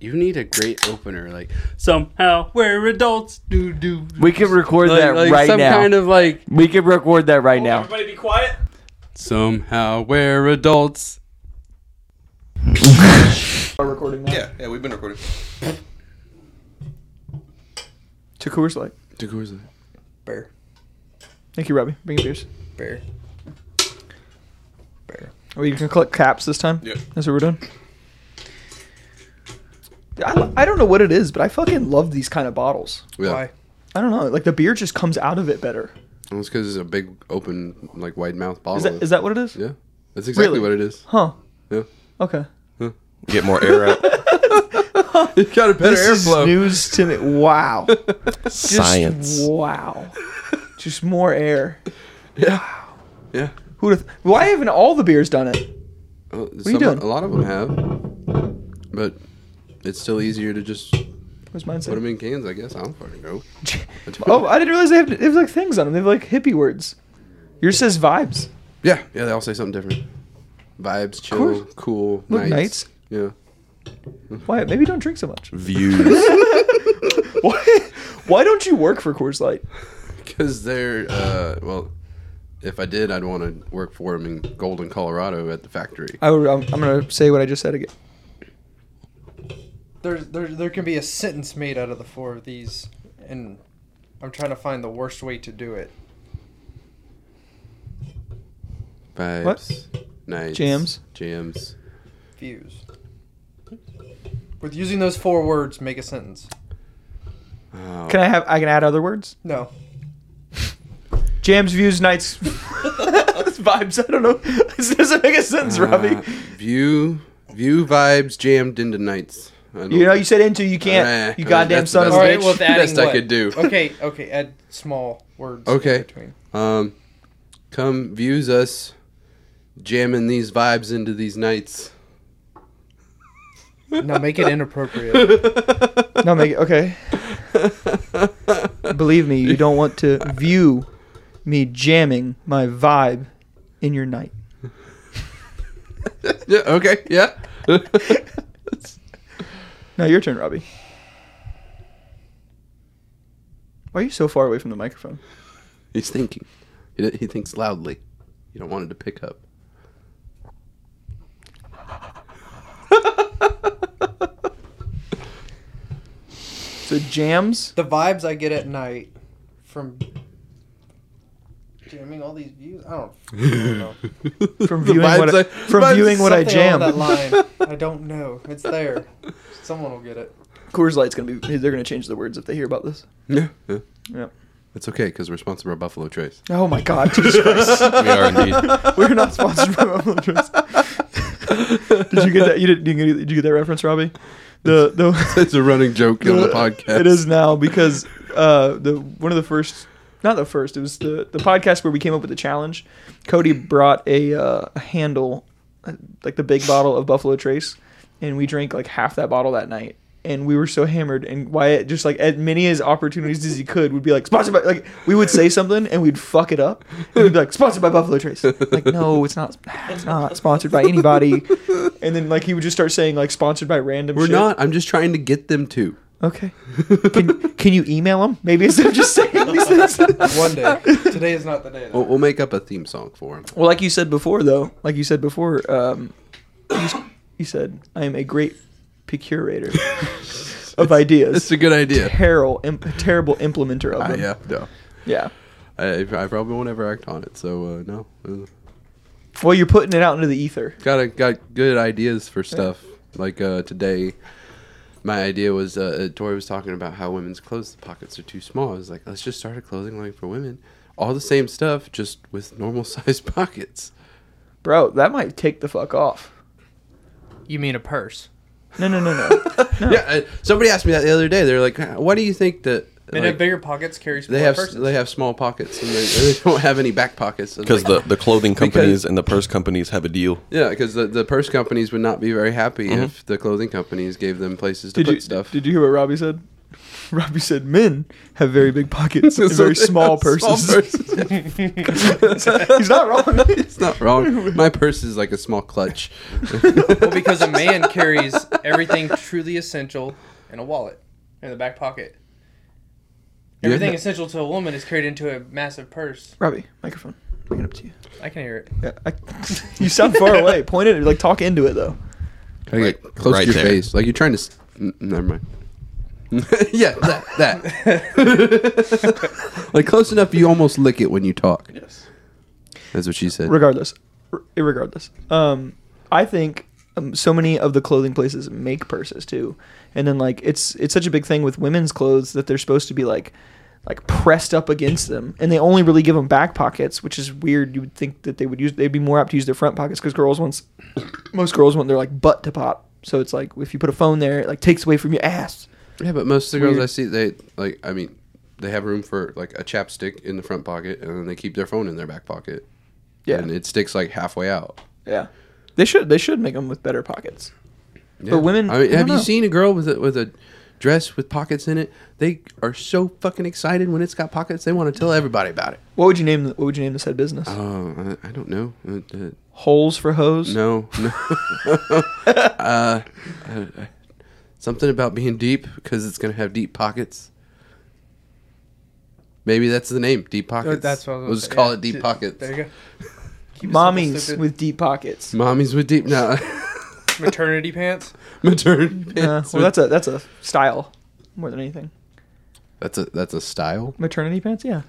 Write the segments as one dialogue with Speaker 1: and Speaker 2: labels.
Speaker 1: you need a great opener. Like somehow we're adults. Do do.
Speaker 2: We could record
Speaker 1: Like,
Speaker 3: Uh,
Speaker 2: that
Speaker 1: like
Speaker 2: right
Speaker 1: some
Speaker 2: now.
Speaker 1: kind of like
Speaker 2: we could record that right now.
Speaker 3: Everybody be quiet.
Speaker 1: somehow we're adults.
Speaker 3: Are recording now?
Speaker 4: Yeah, yeah, we've been recording.
Speaker 3: To Coors Light.
Speaker 4: Bear,
Speaker 3: Thank you, Robbie. Bring your beers.
Speaker 4: bear, bear.
Speaker 3: Are we gonna Oh, collect caps this time?
Speaker 4: Yep.
Speaker 3: That's what we're doing. I, I don't know what it is, but I fucking love these kind of bottles.
Speaker 1: Yeah.
Speaker 4: Why?
Speaker 3: I don't know, like the beer just comes out of it better.
Speaker 1: Well, it's because it's a big open like wide mouth bottle.
Speaker 3: Is that is that what it is?
Speaker 1: Yeah, that's exactly
Speaker 3: Really?
Speaker 1: what it is.
Speaker 3: Huh.
Speaker 1: Yeah.
Speaker 3: Okay.
Speaker 4: Get more air out.
Speaker 1: It's got a better
Speaker 3: This is
Speaker 1: airflow.
Speaker 3: news to me. Wow. Just
Speaker 4: Science.
Speaker 3: Wow. Just more air.
Speaker 1: Yeah. Yeah.
Speaker 3: Who? Th- Why haven't all the beers done it?
Speaker 1: Well,
Speaker 3: you
Speaker 1: some-
Speaker 3: doing?
Speaker 1: A lot of them have, but it's still easier to just put
Speaker 3: What's mine say?
Speaker 1: them in cans. I guess I don't fucking know.
Speaker 3: Oh, I didn't realize they have, they have like things on them. They have like hippie words. Yours says vibes.
Speaker 1: Yeah, yeah. They all say something different. Vibes, chill,
Speaker 3: course.
Speaker 1: cool,
Speaker 3: Look,
Speaker 1: nice.
Speaker 3: nights.
Speaker 1: Yeah.
Speaker 3: Why? Maybe don't drink so much.
Speaker 4: Views.
Speaker 3: Why? Why don't you work for Coors Light?
Speaker 1: Because they're, uh, well, if I did, I'd want to work for them in Golden, Colorado at the factory.
Speaker 3: I would, I'm, I'm gonna say what I just said again.
Speaker 5: There's there there can be a sentence made out of the four of these, and I'm trying to find the worst way to do it.
Speaker 1: Vibes.
Speaker 3: What?
Speaker 1: Nights.
Speaker 3: Jams.
Speaker 1: Jams.
Speaker 5: Views. With using those four words, make a sentence.
Speaker 1: Oh,
Speaker 3: Can I have? I can add other words.
Speaker 5: No.
Speaker 3: Jams, views, nights, vibes. I don't know. This doesn't make a sentence, Robbie.
Speaker 1: uh, view, view vibes jammed into nights. I don't-
Speaker 3: You know, you said into, you can't.
Speaker 1: Uh,
Speaker 3: you
Speaker 1: uh,
Speaker 3: goddamn
Speaker 1: that's-
Speaker 3: son of a
Speaker 1: that's-
Speaker 5: Alright,
Speaker 3: bitch.
Speaker 5: well, with adding
Speaker 1: Best I
Speaker 5: what?
Speaker 1: could do.
Speaker 5: Okay. Okay. Add small words. in
Speaker 1: Okay.
Speaker 5: between.
Speaker 1: Um, come views us jamming these vibes into these nights.
Speaker 5: Now make it inappropriate.
Speaker 3: No, make it okay. Believe me, you don't want to view me jamming my vibe in your night.
Speaker 1: Yeah, okay, yeah.
Speaker 3: Now your turn, Robbie. Why are you so far away from the microphone?
Speaker 1: He's thinking. He, he thinks loudly. You don't want it to pick up.
Speaker 3: So jams.
Speaker 5: the vibes I get at night from jamming all these views. I don't, I don't know.
Speaker 3: From
Speaker 1: The
Speaker 3: viewing what I-
Speaker 1: vibes
Speaker 3: from
Speaker 1: vibes-
Speaker 3: viewing what I
Speaker 5: Something along
Speaker 3: jam.
Speaker 5: That line. I don't know. It's there. Someone will get it.
Speaker 3: Coors Light's gonna be. They're gonna change the words if they hear about this.
Speaker 1: Yeah, yeah.
Speaker 3: Yeah.
Speaker 1: It's okay because we're sponsored by Buffalo Trace.
Speaker 3: Oh my God, Jesus Christ!
Speaker 4: we are indeed.
Speaker 3: We're not sponsored by Buffalo Trace. did you get that? You didn't? Did you get- did you get that reference, Robbie? The the.
Speaker 1: It's a running joke on the podcast.
Speaker 3: It is now because uh, the one of the first, not the first. It was the the podcast where we came up with the challenge. Cody brought a, uh, a handle, uh, like the big bottle of Buffalo Trace, and we drank like half that bottle that night. And we were so hammered, and Wyatt just like as many as opportunities as he could would be like sponsored by like we would say something and we'd fuck it up and we'd be like sponsored by Buffalo Trace like no it's not it's not sponsored by anybody and then like he would just start saying like sponsored by random
Speaker 1: We're
Speaker 3: shit.
Speaker 1: not. I'm just trying to get them to.
Speaker 3: Okay. Can can you email them? Maybe instead of just saying these things.
Speaker 5: One day. Today is not the day.
Speaker 1: We'll,
Speaker 5: Though.
Speaker 1: we'll make up a theme song for them.
Speaker 3: Well, like you said before, though, like you said before, um, you, s- you said I am a great procurator of
Speaker 1: It's
Speaker 3: ideas.
Speaker 1: a good idea.
Speaker 3: Terrible, imp- terrible implementer of
Speaker 1: Uh,
Speaker 3: them.
Speaker 1: yeah, no.
Speaker 3: Yeah.
Speaker 1: I, I probably won't ever act on it, so uh, no. Uh,
Speaker 3: Well, you're putting it out into the ether.
Speaker 1: got a, got good ideas for stuff. Like uh, today, my idea was uh, Tori was talking about how women's clothes pockets are too small. I was like, let's just start a clothing line for women, all the same stuff, just with normal sized pockets.
Speaker 3: Bro, that might take the fuck off.
Speaker 5: You mean a purse?
Speaker 3: No, no, no, no.
Speaker 1: Yeah, uh, somebody asked me that the other day. They're like, "Why do you think that
Speaker 5: And
Speaker 1: like,
Speaker 5: if bigger pockets carry smaller
Speaker 1: they have
Speaker 5: purses.
Speaker 1: they have small pockets and they, they don't have any back pockets?" I was
Speaker 4: Because
Speaker 1: like,
Speaker 4: the, the clothing companies and the purse companies have a deal.
Speaker 1: yeah, because the, the purse
Speaker 4: Mm-hmm.
Speaker 1: companies would not be very happy if the clothing companies gave them places to
Speaker 3: Did
Speaker 1: put
Speaker 3: you
Speaker 1: stuff.
Speaker 3: did you hear what Robbie said? Robbie said men have very big pockets and
Speaker 1: So
Speaker 3: very
Speaker 1: they
Speaker 3: small
Speaker 1: have small
Speaker 3: purses.
Speaker 1: purses.
Speaker 3: He's not wrong.
Speaker 1: it's not wrong. My purse is like a small clutch.
Speaker 5: Well, because a man carries everything truly essential in a wallet in the back pocket.
Speaker 1: Yeah.
Speaker 5: Everything essential to a woman is carried into a massive purse.
Speaker 3: Robbie, microphone. Bring it up to you.
Speaker 5: I can hear it.
Speaker 3: Yeah, I, you sound far away. Point it. Like talk into it though.
Speaker 1: Gotta get
Speaker 4: Right-
Speaker 1: close
Speaker 4: right
Speaker 1: to your
Speaker 4: there.
Speaker 1: face. Like you're trying to. s- n- Never mind. yeah, that. that. like close enough, you almost lick it when you talk. Yes. That's what she said.
Speaker 3: Regardless, R- regardless. Um, I think um, so many of the clothing places make purses too, and then like it's it's such a big thing with women's clothes that they're supposed to be like like pressed up against them, and they only really give them back pockets, which is weird. You would think that they would use they'd be more apt to use their front pockets because girls wants most girls want their like butt to pop. So it's like if you put a phone there, it like takes away from your ass.
Speaker 1: yeah, but most of the girls
Speaker 3: Weird.
Speaker 1: I see, they like. I mean, they have room for like a chapstick in the front pocket, and then they keep their phone in their back pocket.
Speaker 3: Yeah.
Speaker 1: And it sticks like halfway out.
Speaker 3: Yeah, they should they should make them with better pockets. But women,
Speaker 1: I mean,
Speaker 3: I
Speaker 1: have
Speaker 3: don't
Speaker 1: you
Speaker 3: know.
Speaker 1: seen a girl with a, with a dress with pockets in it? They are so fucking excited when it's got pockets. They want to tell everybody about it.
Speaker 3: What would you name What would you name this head business?
Speaker 1: Oh, I, I don't know. Uh, uh,
Speaker 3: Holes for hose.
Speaker 1: No, no. uh, uh, something about being deep because it's gonna have deep pockets. Maybe that's the name, Deep Pockets.
Speaker 5: That's what I was
Speaker 1: we'll
Speaker 5: gonna
Speaker 1: just
Speaker 5: say.
Speaker 1: call
Speaker 5: Yeah,
Speaker 1: it Deep
Speaker 5: d-
Speaker 1: Pockets.
Speaker 5: There you go. Keep it simple,
Speaker 3: Mommies
Speaker 5: stupid.
Speaker 3: with deep pockets.
Speaker 1: Mommies with deep now.
Speaker 5: maternity pants.
Speaker 1: Maternity
Speaker 3: Uh,
Speaker 1: pants.
Speaker 3: well, that's a that's a style more than anything.
Speaker 1: that's a that's a style.
Speaker 3: Maternity pants, yeah,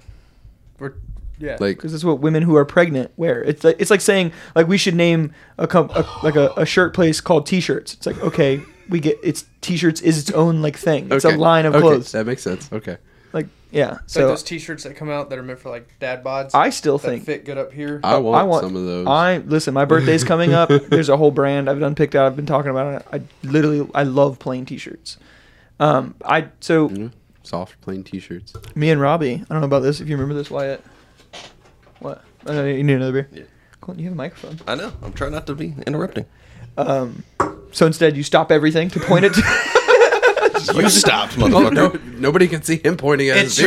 Speaker 5: We're, yeah.
Speaker 1: Like
Speaker 3: because that's what women who are pregnant wear. It's like, it's like saying like we should name a, comp- a like a, a shirt place called T-shirts. It's like okay, we get it's T-shirts is its own like thing. It's
Speaker 1: okay,
Speaker 3: a line of
Speaker 1: okay,
Speaker 3: clothes.
Speaker 1: That makes sense. Okay.
Speaker 3: Like yeah,
Speaker 5: It's like
Speaker 3: so
Speaker 5: those T-shirts that come out that are meant for like dad bods.
Speaker 3: I still
Speaker 5: that
Speaker 3: think
Speaker 5: fit good up here.
Speaker 1: I want,
Speaker 3: I want
Speaker 1: some of those.
Speaker 3: I listen. My birthday's coming up. There's a whole brand I've done picked out. I've been talking about it. I literally I love plain T-shirts. Um, I so
Speaker 1: Mhm. Soft plain T-shirts.
Speaker 3: Me and Robbie, I don't know about this. If you remember this, Wyatt. What? Oh, no, you need another beer.
Speaker 4: Yeah.
Speaker 3: Cool. You have a microphone.
Speaker 4: I know. I'm trying not to be interrupting.
Speaker 3: Um, so instead, you stop everything to point it. To-
Speaker 4: You stopped,
Speaker 1: Oh,
Speaker 4: motherfucker.
Speaker 1: no, nobody can see him pointing at
Speaker 5: it's
Speaker 1: his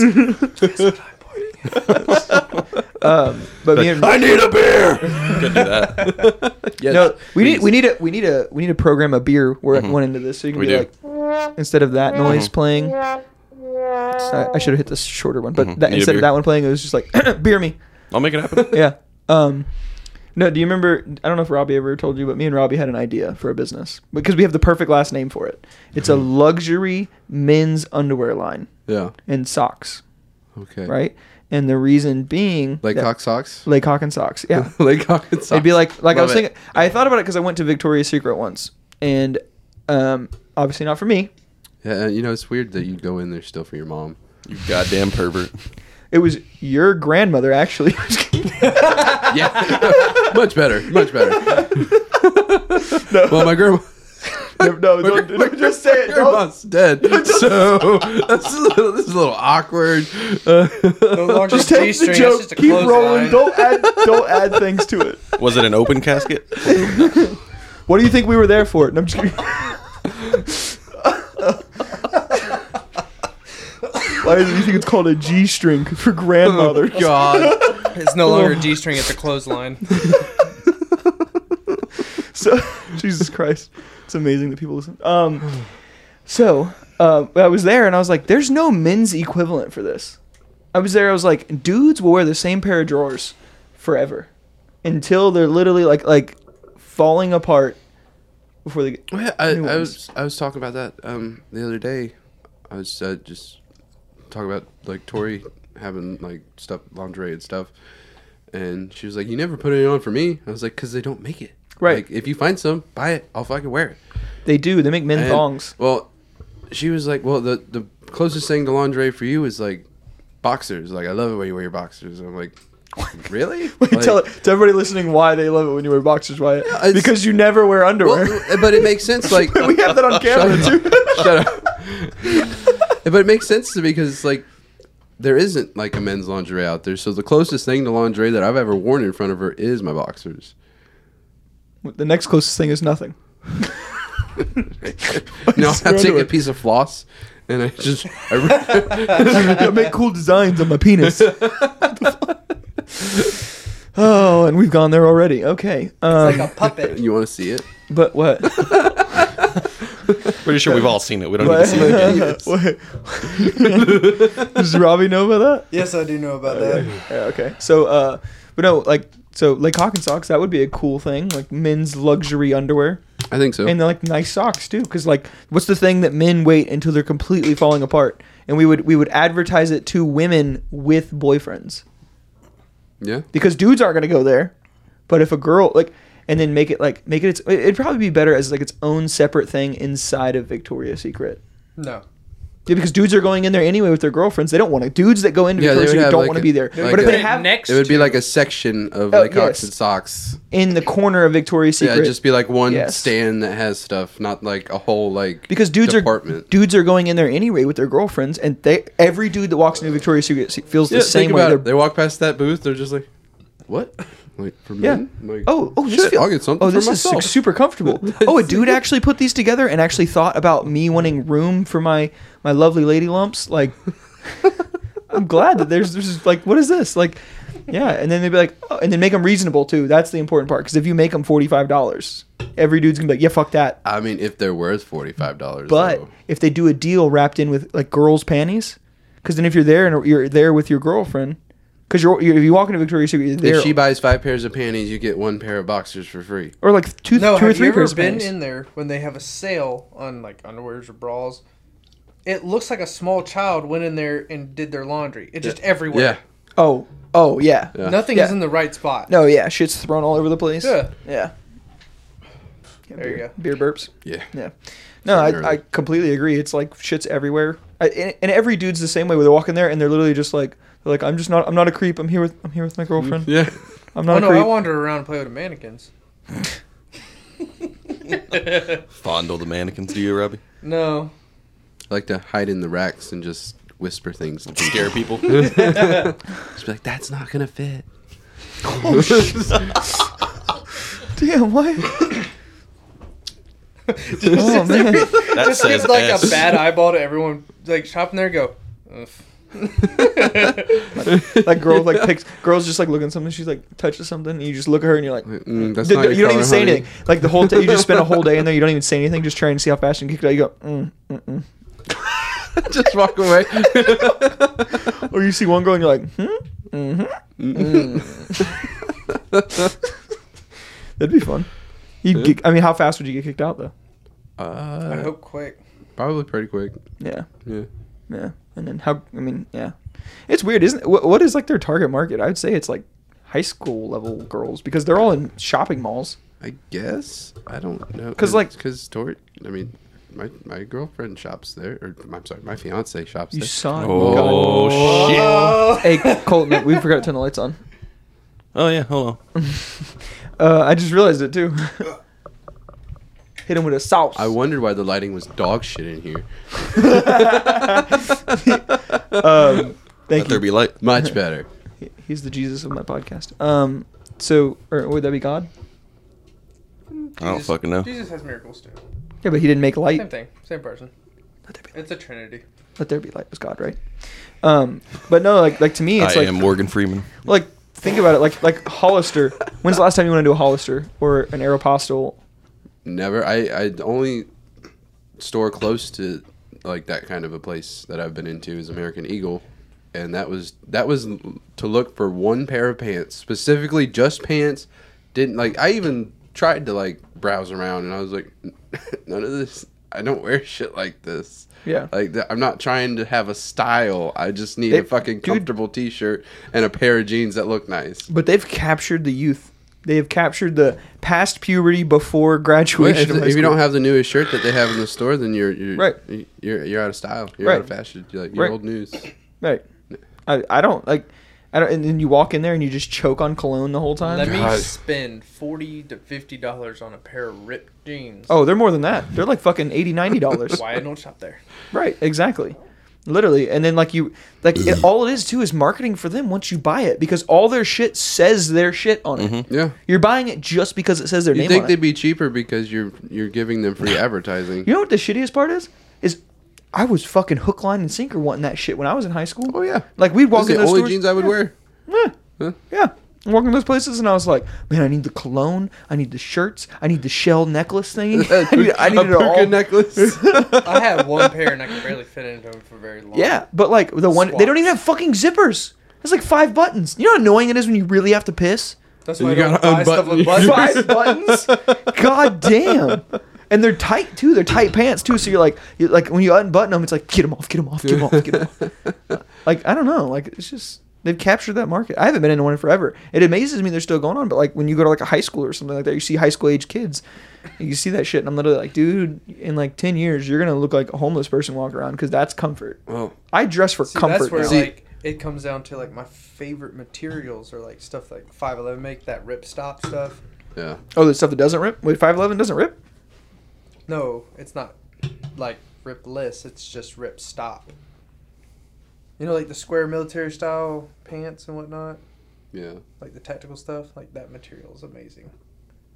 Speaker 5: charades.
Speaker 3: but me and
Speaker 4: I need a beer. Could do that.
Speaker 1: Yes,
Speaker 3: no, we need
Speaker 1: please.
Speaker 3: we need a we need a we need to program a beer where one end of this so you can
Speaker 4: Mm-hmm. We
Speaker 3: be
Speaker 4: do. Mm-hmm.
Speaker 3: like instead of that noise playing. It's not- I should have hit the shorter one, but
Speaker 4: Mhm.
Speaker 3: that,
Speaker 4: Need a
Speaker 3: instead of
Speaker 4: beer.
Speaker 3: that one playing, it was just like beer me.
Speaker 4: I'll make it happen.
Speaker 3: Yeah. Um, no, do you remember? I don't know if Robbie ever told you, but me and Robbie had an idea for a business because we have the perfect last name for it. It's a luxury men's underwear line
Speaker 1: Yeah.
Speaker 3: and socks,
Speaker 1: Okay.
Speaker 3: right? And the reason being
Speaker 1: Like
Speaker 3: that-
Speaker 1: cock socks.
Speaker 3: Laycock and socks. Yeah.
Speaker 1: Like cock and socks.
Speaker 3: It'd be like like I
Speaker 1: Love
Speaker 3: was
Speaker 1: it.
Speaker 3: thinking. I thought about it because I went to Victoria's Secret once, and um, obviously not for me.
Speaker 1: Yeah, you know it's weird that you go in there still for your mom.
Speaker 4: You goddamn pervert.
Speaker 3: It was your grandmother actually.
Speaker 1: Yeah, much better, much better. Well, my grandma,
Speaker 3: no, don't, don't just say it. Don't.
Speaker 1: grandma's dead, so this is a little, this is a little awkward. Uh,
Speaker 5: No longer
Speaker 3: Just take the
Speaker 5: G-string, that's
Speaker 3: joke.
Speaker 5: just a
Speaker 3: Keep rolling.
Speaker 5: clothesline.
Speaker 3: Don't add. Don't add things to it.
Speaker 4: Was it an open casket?
Speaker 3: What do you think we were there for? No, I'm just kidding. Why do you think it's called a G string for grandmother?
Speaker 1: Oh, God,
Speaker 5: It's no longer a G-string. It's a clothesline.
Speaker 3: So, Jesus Christ, it's amazing that people listen. Um, so uh, I was there and I was like, "There's no men's equivalent for this." I was there. I was like, "Dudes will wear the same pair of drawers forever until they're literally like like falling apart before they get."
Speaker 1: I, I
Speaker 3: New ones.
Speaker 1: was I was talking about that um the other day. I was uh, just talking about like Tori having like stuff lingerie and stuff, and she was like, "You never put any on for me." I was like, "Cause they don't make it."
Speaker 3: Right.
Speaker 1: Like, if you find some, buy it. I'll fucking wear it.
Speaker 3: They do. They make men
Speaker 1: And-
Speaker 3: thongs.
Speaker 1: Well, she was like, "Well, the the closest thing to lingerie for you is like boxers. Like, I love it when you wear your boxers." I'm like, "Really?"
Speaker 3: Wait,
Speaker 1: Like,
Speaker 3: tell, tell everybody listening why they love it when you wear boxers, Wyatt.
Speaker 1: it's-
Speaker 3: because you never wear underwear.
Speaker 1: well, uh, but it makes sense. Like, uh,
Speaker 3: we have that on camera
Speaker 1: Shut
Speaker 3: too.
Speaker 1: shut up. but it makes sense to me because it's like there isn't like a men's lingerie out there. So the closest thing to lingerie that I've ever worn in front of her is my boxers.
Speaker 3: the next closest thing is nothing.
Speaker 1: No,
Speaker 3: Just
Speaker 1: I take
Speaker 3: underwear.
Speaker 1: a piece of floss and I just I, re-
Speaker 3: I make cool designs on my penis. oh, and we've gone there already. Okay. Um,
Speaker 5: Like a puppet.
Speaker 1: you want to see it?
Speaker 3: but what?
Speaker 4: Pretty sure we've all seen it. We don't need to see it again.
Speaker 1: Yes.
Speaker 3: What? Does Robbie know about that?
Speaker 5: Yes, I do know about that.
Speaker 3: Uh, Yeah, okay. So, uh, but no, like, so like Hawk and socks, that would be a cool thing, like men's luxury underwear,
Speaker 1: I think so.
Speaker 3: and they're like nice socks too, because like, what's the thing that men wait until they're completely falling apart, and we would we would advertise it to women with boyfriends
Speaker 1: yeah.
Speaker 3: because dudes aren't gonna go there, but if a girl like, and then make it like make it its, it'd probably be better as like its own separate thing inside of Victoria's Secret.
Speaker 5: No.
Speaker 3: Yeah, because dudes are going in there anyway with their girlfriends. They don't want to. Dudes that go into
Speaker 1: Yeah, they
Speaker 3: Victoria's
Speaker 1: would
Speaker 3: Secret
Speaker 1: have,
Speaker 3: don't
Speaker 1: like,
Speaker 3: want
Speaker 1: a-
Speaker 3: to be there.
Speaker 1: like
Speaker 3: but if
Speaker 1: a-
Speaker 3: they have
Speaker 5: next
Speaker 1: It would be
Speaker 5: to-
Speaker 1: like a section of
Speaker 3: Oh,
Speaker 1: like
Speaker 3: yes.
Speaker 1: Hawks and socks.
Speaker 3: in the corner of Victoria's
Speaker 1: Yeah,
Speaker 3: Secret,
Speaker 1: it'd just be like one
Speaker 3: Yes.
Speaker 1: stand that has stuff, not like a whole like
Speaker 3: because dudes
Speaker 1: department.
Speaker 3: are dudes are going in there anyway with their girlfriends, and they every dude that walks into Victoria's Secret se- feels
Speaker 1: yeah,
Speaker 3: the same
Speaker 1: think
Speaker 3: way.
Speaker 1: about
Speaker 3: They're,
Speaker 1: it. They walk past that booth, they're just like, "What? Like for
Speaker 3: Yeah.
Speaker 1: men? Like,
Speaker 3: oh, oh, this
Speaker 1: shit,
Speaker 3: feels.
Speaker 1: I'll get something
Speaker 3: oh,
Speaker 1: for
Speaker 3: this is
Speaker 1: myself."
Speaker 3: su- super comfortable. oh, a dude actually put these together and actually thought about me wanting room for my my lovely lady lumps. Like, I'm glad that there's there's like what is this like. Yeah, and then they'd be like, oh, and then make them reasonable too. That's the important part because if you make them forty five dollars, every dude's gonna be like, yeah, fuck that.
Speaker 1: I mean, if they're worth forty five dollars,
Speaker 3: But if they do a deal wrapped in with like girls' panties, because then if you're there and you're there with your girlfriend, because you're, you're if you walk into Victoria's Secret, you're there,
Speaker 1: if she buys five pairs of panties, you get one pair of boxers for free.
Speaker 3: or like two,
Speaker 5: No,
Speaker 3: two
Speaker 5: have
Speaker 3: or
Speaker 5: you
Speaker 3: three
Speaker 5: ever
Speaker 3: pairs. of
Speaker 5: been
Speaker 3: panties.
Speaker 5: in there when they have a sale on like underwears or bras? It looks like a small child went in there and did their laundry. It's just
Speaker 1: Yeah,
Speaker 5: everywhere.
Speaker 3: oh, oh yeah.
Speaker 1: Yeah.
Speaker 5: Nothing is
Speaker 3: Yeah.
Speaker 5: in the right spot.
Speaker 3: no, yeah, shit's thrown all over the place.
Speaker 5: Yeah.
Speaker 3: yeah. Yeah,
Speaker 5: There you
Speaker 3: beer, beer burps.
Speaker 1: yeah.
Speaker 3: Yeah, no,
Speaker 1: Sorry.
Speaker 3: I, I completely agree. It's like shit's everywhere, I, and, and every dude's the same way. Where they walk in there and they're literally just like, they're like, I'm just not, I'm not a creep. I'm here with, I'm here with my girlfriend.
Speaker 1: Yeah,
Speaker 3: I'm
Speaker 5: Oh
Speaker 3: not
Speaker 5: no,
Speaker 3: a creep.
Speaker 5: I wandered around and played with the mannequins.
Speaker 4: Fondle the mannequins, do you, Robbie?
Speaker 5: No.
Speaker 1: I like to hide in the racks and just whisper things. To people.
Speaker 4: Scare people.
Speaker 1: Just be like, "That's not gonna fit."
Speaker 3: Damn, what? oh man.
Speaker 4: That
Speaker 5: just
Speaker 4: says
Speaker 5: give like
Speaker 4: S.
Speaker 5: a bad eyeball to everyone. Like shopping there, and go. "Ugh."
Speaker 3: like girl like picks girls just like looking at something she's like touches something and you just look at her and you're like
Speaker 1: Mm, that's
Speaker 3: D-
Speaker 1: not
Speaker 3: d-
Speaker 1: your
Speaker 3: you don't even
Speaker 1: color,
Speaker 3: say
Speaker 1: honey.
Speaker 3: anything like the whole day you just spend a whole day in there you don't even say anything just trying to see how fast you can kick it out you go mm, mm, mm.
Speaker 1: just walk away.
Speaker 3: mm." or you see one girl and you're like hmm mm-hmm
Speaker 1: Mm-hmm.
Speaker 3: that'd be fun you would get, I mean how fast would you get kicked out though
Speaker 5: I
Speaker 1: uh,
Speaker 5: hope quick.
Speaker 1: probably pretty quick.
Speaker 3: yeah
Speaker 1: Yeah.
Speaker 3: yeah and then how I mean yeah it's weird isn't it what, what is like their target market I would say it's like high school level girls because they're all in shopping malls
Speaker 1: I guess I don't know
Speaker 3: 'Cause, like-
Speaker 1: because Tori. I mean, my my girlfriend shops there, or I'm sorry, my fiance shops
Speaker 3: you
Speaker 1: there.
Speaker 3: saw
Speaker 4: Oh, shit.
Speaker 3: Hey, Colton, we forgot to turn the lights on.
Speaker 4: Oh, yeah, hold on.
Speaker 3: Uh, I just realized it too. Hit him with a sauce.
Speaker 1: I wondered why the lighting was dog shit in here.
Speaker 3: um,
Speaker 4: Let
Speaker 3: thank
Speaker 4: there
Speaker 3: you.
Speaker 4: be light.
Speaker 1: Much better.
Speaker 3: He- He's the Jesus of my podcast. Um, so or would that be God?
Speaker 4: I don't
Speaker 5: Jesus-
Speaker 4: fucking know.
Speaker 5: Jesus has miracles too.
Speaker 3: Yeah, but he didn't make light.
Speaker 5: Same thing. Same person.
Speaker 3: Let there be,
Speaker 5: It's a trinity.
Speaker 3: let there be light was God, right? Um, but no, like like to me,
Speaker 4: I
Speaker 3: it's like
Speaker 4: am Morgan Freeman.
Speaker 3: like think about it, like like Hollister. When's the last time you went into a Hollister or an Aeropostale?
Speaker 1: Never. I I the only store close to like that kind of a place that I've been into is American Eagle, and that was that was to look for one pair of pants specifically, just pants. Didn't like. I even tried to like browse around, and I was like, none of this. I don't wear shit like this.
Speaker 3: Yeah.
Speaker 1: Like th- I'm not trying to have a style. I just need a
Speaker 3: They-
Speaker 1: fucking
Speaker 3: dude-
Speaker 1: comfortable t-shirt and a pair of jeans that look nice.
Speaker 3: But they've captured the youth. They have captured the past puberty before graduation.
Speaker 1: if,
Speaker 3: of high
Speaker 1: if you
Speaker 3: school.
Speaker 1: don't have the newest shirt that they have in the store, then you're you're
Speaker 3: Right.
Speaker 1: you're, you're out of style. You're out of
Speaker 3: Right.
Speaker 1: fashion. You're like you're
Speaker 3: Right.
Speaker 1: old news.
Speaker 3: Right. I, I don't like I don't and then you walk in there and you just choke on cologne the whole time.
Speaker 5: Let me
Speaker 1: God.
Speaker 5: spend forty to fifty dollars on a pair of ripped jeans.
Speaker 3: oh, they're more than that. They're like fucking 80 90 dollars.
Speaker 5: Why I don't shop there?
Speaker 3: right, exactly. Literally. And then like you like it, all it is too is marketing for them once you buy it because all their shit says their shit on it.
Speaker 1: Yeah.
Speaker 3: You're buying it just because it says their
Speaker 1: Mm-hmm. You
Speaker 3: name
Speaker 1: think
Speaker 3: on it.
Speaker 1: they'd be cheaper because you're you're giving them free advertising?
Speaker 3: You know what the shittiest part is? Is I was fucking hook, line, and sinker wanting that shit when I was in high school.
Speaker 1: Oh yeah.
Speaker 3: Like we'd walk
Speaker 1: Those
Speaker 3: in
Speaker 1: are the
Speaker 3: those
Speaker 1: only
Speaker 3: stores.
Speaker 1: jeans I would wear.
Speaker 3: Yeah.
Speaker 1: Huh?
Speaker 3: Yeah. I'm walking those places and I was like, man, I need the cologne, I need the shirts, I need the shell necklace thingy. I need, I
Speaker 1: A
Speaker 3: need it
Speaker 1: puka
Speaker 3: all.
Speaker 1: necklace.
Speaker 6: I had one pair and I could barely fit into them for very long.
Speaker 3: yeah, but like the one they don't
Speaker 6: Swats.
Speaker 3: even have fucking zippers. It's like five buttons. You know how annoying it is when you really have to piss?
Speaker 6: that's
Speaker 1: You
Speaker 6: why you I don't
Speaker 1: gotta
Speaker 6: buy stuff
Speaker 1: unbutton
Speaker 6: with buttons.
Speaker 3: Five buttons? God damn. And they're tight too. They're tight pants too. So you're like, you like when you unbutton them, it's like get them off, get them off, get them off, get them off. Like I don't know. Like it's just they've captured that market. I haven't been in one in forever. It amazes me they're still going on. But like when you go to like a high school or something like that, you see high school age kids. You see that shit, and I'm literally like, dude, in like ten years, you're gonna look like a homeless person walking around because that's comfort.
Speaker 1: well,
Speaker 3: I dress for
Speaker 6: See,
Speaker 3: comfort.
Speaker 6: that's where
Speaker 3: now.
Speaker 6: like it comes down to like my favorite materials or like stuff like 511 make that rip stop stuff.
Speaker 1: yeah.
Speaker 3: oh, the stuff that doesn't rip. Wait, five eleven doesn't rip.
Speaker 6: No, it's not like ripless. It's just rip stop. You know, like the square military style pants and whatnot,
Speaker 1: Yeah.
Speaker 6: like the tactical stuff. Like that material is amazing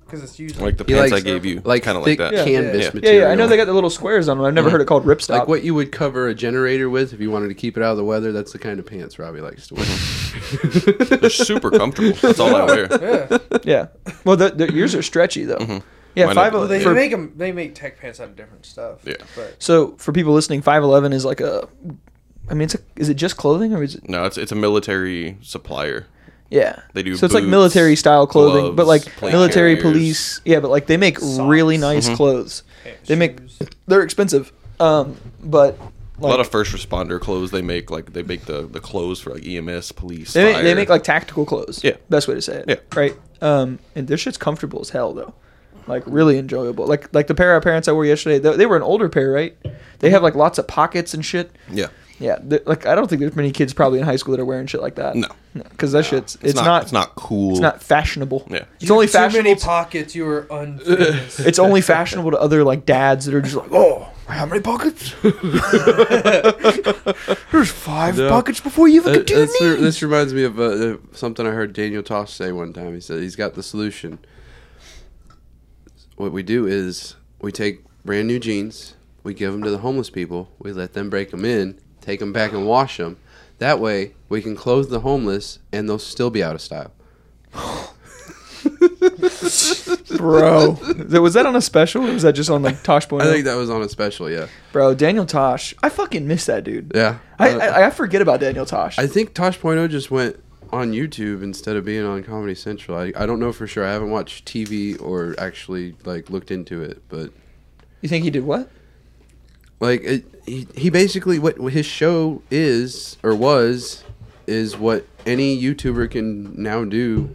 Speaker 6: because it's usually
Speaker 4: Like the
Speaker 1: He
Speaker 4: pants I
Speaker 1: likes-
Speaker 4: gave you,
Speaker 1: Like
Speaker 4: kind of like
Speaker 1: thick
Speaker 4: that.
Speaker 6: Yeah.
Speaker 1: canvas
Speaker 6: Yeah.
Speaker 3: Yeah,
Speaker 1: material.
Speaker 3: yeah. I know they got the little squares on them. I've never heard it called rip stop.
Speaker 1: Like what you would cover a generator with if you wanted to keep it out of the weather, that's the kind of pants Robbie likes to wear.
Speaker 4: They're super comfortable. That's all I wear.
Speaker 6: yeah.
Speaker 3: Yeah. Well, the, the, yours are stretchy though.
Speaker 4: Mm-hmm.
Speaker 3: Yeah,
Speaker 4: Mine
Speaker 3: five.
Speaker 4: are-
Speaker 6: Well, they
Speaker 3: for-
Speaker 6: make 'em- They make tech pants out of different stuff.
Speaker 4: Yeah.
Speaker 6: but
Speaker 3: so for people listening, five eleven is like a. I mean, it's a, is it just clothing or is it?
Speaker 4: No, it's it's a military supplier.
Speaker 3: Yeah.
Speaker 4: They do
Speaker 3: So it's like
Speaker 4: boots,
Speaker 3: military style clothing, but like
Speaker 4: gloves, plate
Speaker 3: military
Speaker 4: carriers. Mm-hmm.
Speaker 3: police. Yeah, but like they make really nice clothes.
Speaker 6: pants,
Speaker 3: They make.
Speaker 6: shoes.
Speaker 3: They're expensive, um, but
Speaker 4: a lot
Speaker 3: like
Speaker 4: of first responder clothes. They make like they make the, the clothes for like EMS, police.
Speaker 3: they make, they
Speaker 4: fire.
Speaker 3: make like tactical clothes.
Speaker 4: Yeah.
Speaker 3: Best way to say it.
Speaker 4: Yeah.
Speaker 3: Right. Um, and their shit's comfortable as hell though. Like really enjoyable. Like like the pair of parents I wore yesterday. They, they were an older pair, right? They have like lots of pockets and shit.
Speaker 4: yeah.
Speaker 3: Yeah, th- like I don't think there's many kids probably in high school that are wearing shit like that.
Speaker 4: No.
Speaker 3: because that shit's it's, not,
Speaker 4: it's not cool.
Speaker 3: it's not fashionable.
Speaker 4: Yeah.
Speaker 3: it's only
Speaker 6: too
Speaker 3: fashionable.
Speaker 6: many
Speaker 3: to-
Speaker 6: pockets. You are unfit.
Speaker 3: it's only fashionable to other like dads that are just like, oh, how many pockets? there's five
Speaker 1: No.
Speaker 3: pockets before you even
Speaker 1: Uh,
Speaker 3: could do
Speaker 1: this,
Speaker 3: your
Speaker 1: re-
Speaker 3: knees.
Speaker 1: this reminds me of uh, uh, something I heard Daniel Tosh say one time. He said he's got the solution. What we do is we take brand new jeans, we give them to the homeless people, we let them break them in, take them back and wash them. That way, we can clothe the homeless, and they'll still be out of style.
Speaker 3: bro. Th- was that on a special? or Was that just on like Tosh Boy?
Speaker 1: I think that was on a special, yeah,
Speaker 3: bro, Daniel Tosh. I fucking miss that dude.
Speaker 1: yeah.
Speaker 3: I,
Speaker 1: Uh,
Speaker 3: I I forget about Daniel Tosh.
Speaker 1: I think Tosh Point oh just went on YouTube instead of being on Comedy Central. I, I don't know for sure. I haven't watched TV or actually like looked into it, but
Speaker 3: you think he did what?
Speaker 1: like it, he he basically what his show is or was is what any YouTuber can now do.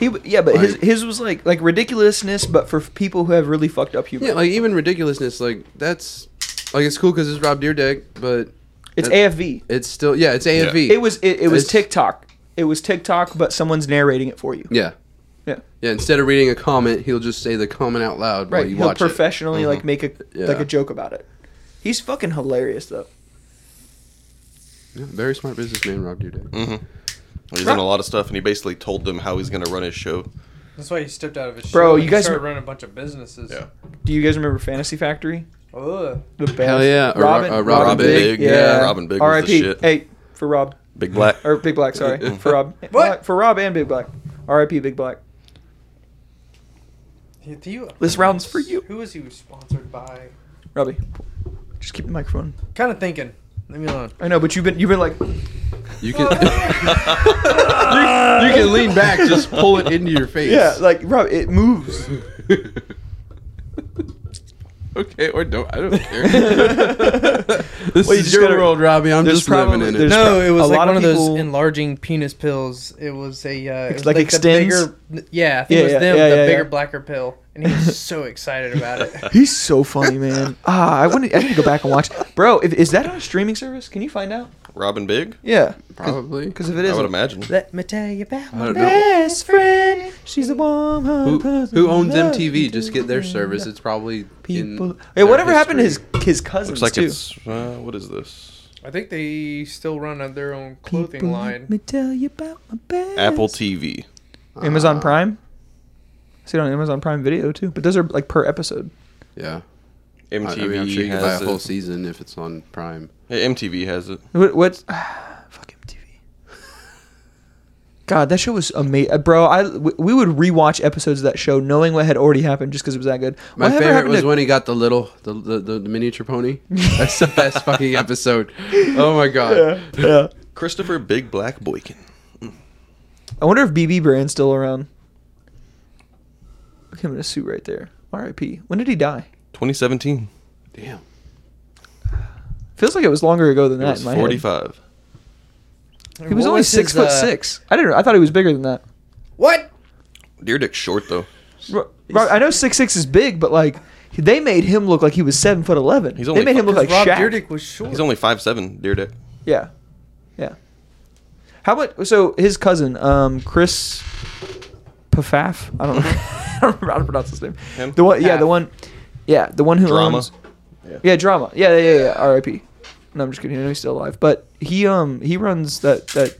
Speaker 3: He w- yeah, but his
Speaker 1: Like-
Speaker 3: his was like like ridiculousness, but for f- people who have really fucked up humor.
Speaker 1: Yeah, like even ridiculousness. Like that's like it's cool because it's Rob Deerdeck, but
Speaker 3: It's
Speaker 1: that-
Speaker 3: AFV.
Speaker 1: it's still yeah, it's AFV.
Speaker 3: It was it, it was
Speaker 1: It's-
Speaker 3: TikTok. It was TikTok, but someone's narrating it for you.
Speaker 1: yeah.
Speaker 3: Yeah.
Speaker 1: Yeah, instead of reading a comment, he'll just say the comment out loud
Speaker 3: Right.
Speaker 1: while you
Speaker 3: He'll
Speaker 1: watch it. Mm-hmm.
Speaker 3: professionally like make a like
Speaker 1: Yeah.
Speaker 3: a joke about it. He's fucking hilarious though.
Speaker 1: Yeah, very smart businessman, Rob Deerdeck.
Speaker 4: He's done a lot of stuff, and he basically told them how he's gonna run his show.
Speaker 6: That's why he stepped out of his.
Speaker 3: Bro,
Speaker 6: show
Speaker 3: you
Speaker 6: and
Speaker 3: guys-
Speaker 6: started running a bunch of businesses.
Speaker 4: Yeah.
Speaker 3: Do you guys remember Fantasy Factory?
Speaker 6: Ugh.
Speaker 3: The best.
Speaker 1: Hell yeah. Or Ro-
Speaker 3: Robin,
Speaker 1: uh,
Speaker 3: Robin,
Speaker 1: Robin
Speaker 3: Big.
Speaker 4: Big,
Speaker 3: Yeah.
Speaker 4: yeah, Robin Big was the
Speaker 3: R.I.P.
Speaker 4: shit.
Speaker 3: Hey, for Rob
Speaker 4: Big black.
Speaker 3: or Big Black. Sorry, for Rob.
Speaker 6: What?
Speaker 3: For Rob and Big Black. R.I.P. Big Black.
Speaker 6: He- do you-
Speaker 3: This round's for you,
Speaker 6: Who is he sponsored by?
Speaker 3: Robbie. Just keep the microphone.
Speaker 6: Kind of thinking. Leave me alone.
Speaker 3: I know, but you've been you've been like
Speaker 1: You can you, you can lean back, just pull it into your face.
Speaker 3: yeah, like Rob. It moves.
Speaker 1: okay, or don't. I don't care. this
Speaker 3: Well, you
Speaker 1: is
Speaker 3: just
Speaker 1: your
Speaker 3: gotta-
Speaker 1: world, Robbie. I'm
Speaker 3: there's
Speaker 1: just living
Speaker 3: probably-
Speaker 1: in it.
Speaker 3: there's-
Speaker 6: No, it was
Speaker 3: a
Speaker 6: like
Speaker 3: lot
Speaker 6: one
Speaker 3: of
Speaker 6: of
Speaker 3: people-
Speaker 6: those enlarging penis pills. It was a uh, it was
Speaker 3: like
Speaker 6: the
Speaker 3: extends?
Speaker 6: bigger, yeah, I think
Speaker 3: Yeah,
Speaker 6: it was
Speaker 3: yeah,
Speaker 6: them,
Speaker 3: yeah,
Speaker 6: the
Speaker 3: yeah,
Speaker 6: bigger
Speaker 3: yeah.
Speaker 6: blacker pill, and he was so excited about it.
Speaker 3: He's so funny, man. Ah, I want to. I need to go back and watch. Bro, if, is that on a streaming service? Can you find out?
Speaker 4: Robin Big.
Speaker 3: Yeah,
Speaker 1: Probably.
Speaker 3: because if it
Speaker 4: I
Speaker 3: is,
Speaker 4: would imagine.
Speaker 6: Let me tell you about
Speaker 1: I
Speaker 6: my
Speaker 1: don't know.
Speaker 3: best friend, she's the one.
Speaker 1: Who, who owns MTV? Just get their service. It's probably
Speaker 3: People.
Speaker 1: In
Speaker 3: Hey,
Speaker 1: their
Speaker 3: whatever happened to his
Speaker 1: history.
Speaker 3: his cousins
Speaker 4: Looks like
Speaker 3: too?
Speaker 4: it's uh, what is this?
Speaker 6: I think they still run on their own clothing
Speaker 3: People, Let
Speaker 6: line.
Speaker 3: me tell you about my best.
Speaker 4: Apple TV.
Speaker 1: Ah.
Speaker 4: Uh,
Speaker 3: Amazon Prime. I see it on Amazon Prime Video too, but those are like per episode.
Speaker 1: Yeah. I-
Speaker 4: MTV
Speaker 1: I mean, I'm sure you can buy a
Speaker 4: has
Speaker 1: whole
Speaker 4: it.
Speaker 1: season if it's on Prime.
Speaker 4: Yeah, MTV has it.
Speaker 3: What, what's fuck MTV? God, that show was amazing, bro. I we we would rewatch episodes of that show knowing what had already happened just because it was that good.
Speaker 1: My
Speaker 3: Whatever
Speaker 1: favorite
Speaker 3: happened
Speaker 1: was
Speaker 3: to-
Speaker 1: when he got the little the, the, the miniature pony. That's the best fucking episode. Oh my god.
Speaker 3: Yeah.
Speaker 4: Christopher Big Black Boykin.
Speaker 3: I wonder if BB Brand's still around. Look him in a suit right there. R.I.P. When did he die?
Speaker 4: 2017.
Speaker 1: Damn.
Speaker 3: Feels like it was longer ago than
Speaker 4: It
Speaker 3: that.
Speaker 4: was
Speaker 3: in my head.
Speaker 4: 45.
Speaker 3: He was uh, only six foot
Speaker 6: uh,
Speaker 3: six. I didn't. know- I thought he was bigger than that.
Speaker 5: What?
Speaker 4: Deer Dick's short though.
Speaker 3: Ro- Ro- I know six six is big, but like they made him look like he was seven foot eleven.
Speaker 4: He's
Speaker 3: they
Speaker 4: only
Speaker 3: made him look like
Speaker 5: Because Rob
Speaker 3: Shaq.
Speaker 5: Dyrdek was short.
Speaker 4: He's only five seven. Deer Dick.
Speaker 3: Yeah, yeah. How about so his cousin, um, Chris Pafaf? I don't know. I don't remember how to pronounce his name.
Speaker 4: Him?
Speaker 3: The one, yeah, the
Speaker 5: Pfaff.
Speaker 3: one, yeah, the one who
Speaker 4: Drama.
Speaker 3: owns- yeah, drama. Yeah, yeah, yeah. yeah. R.I.P. No, I'm just kidding. I know he's still alive, but he um he runs that that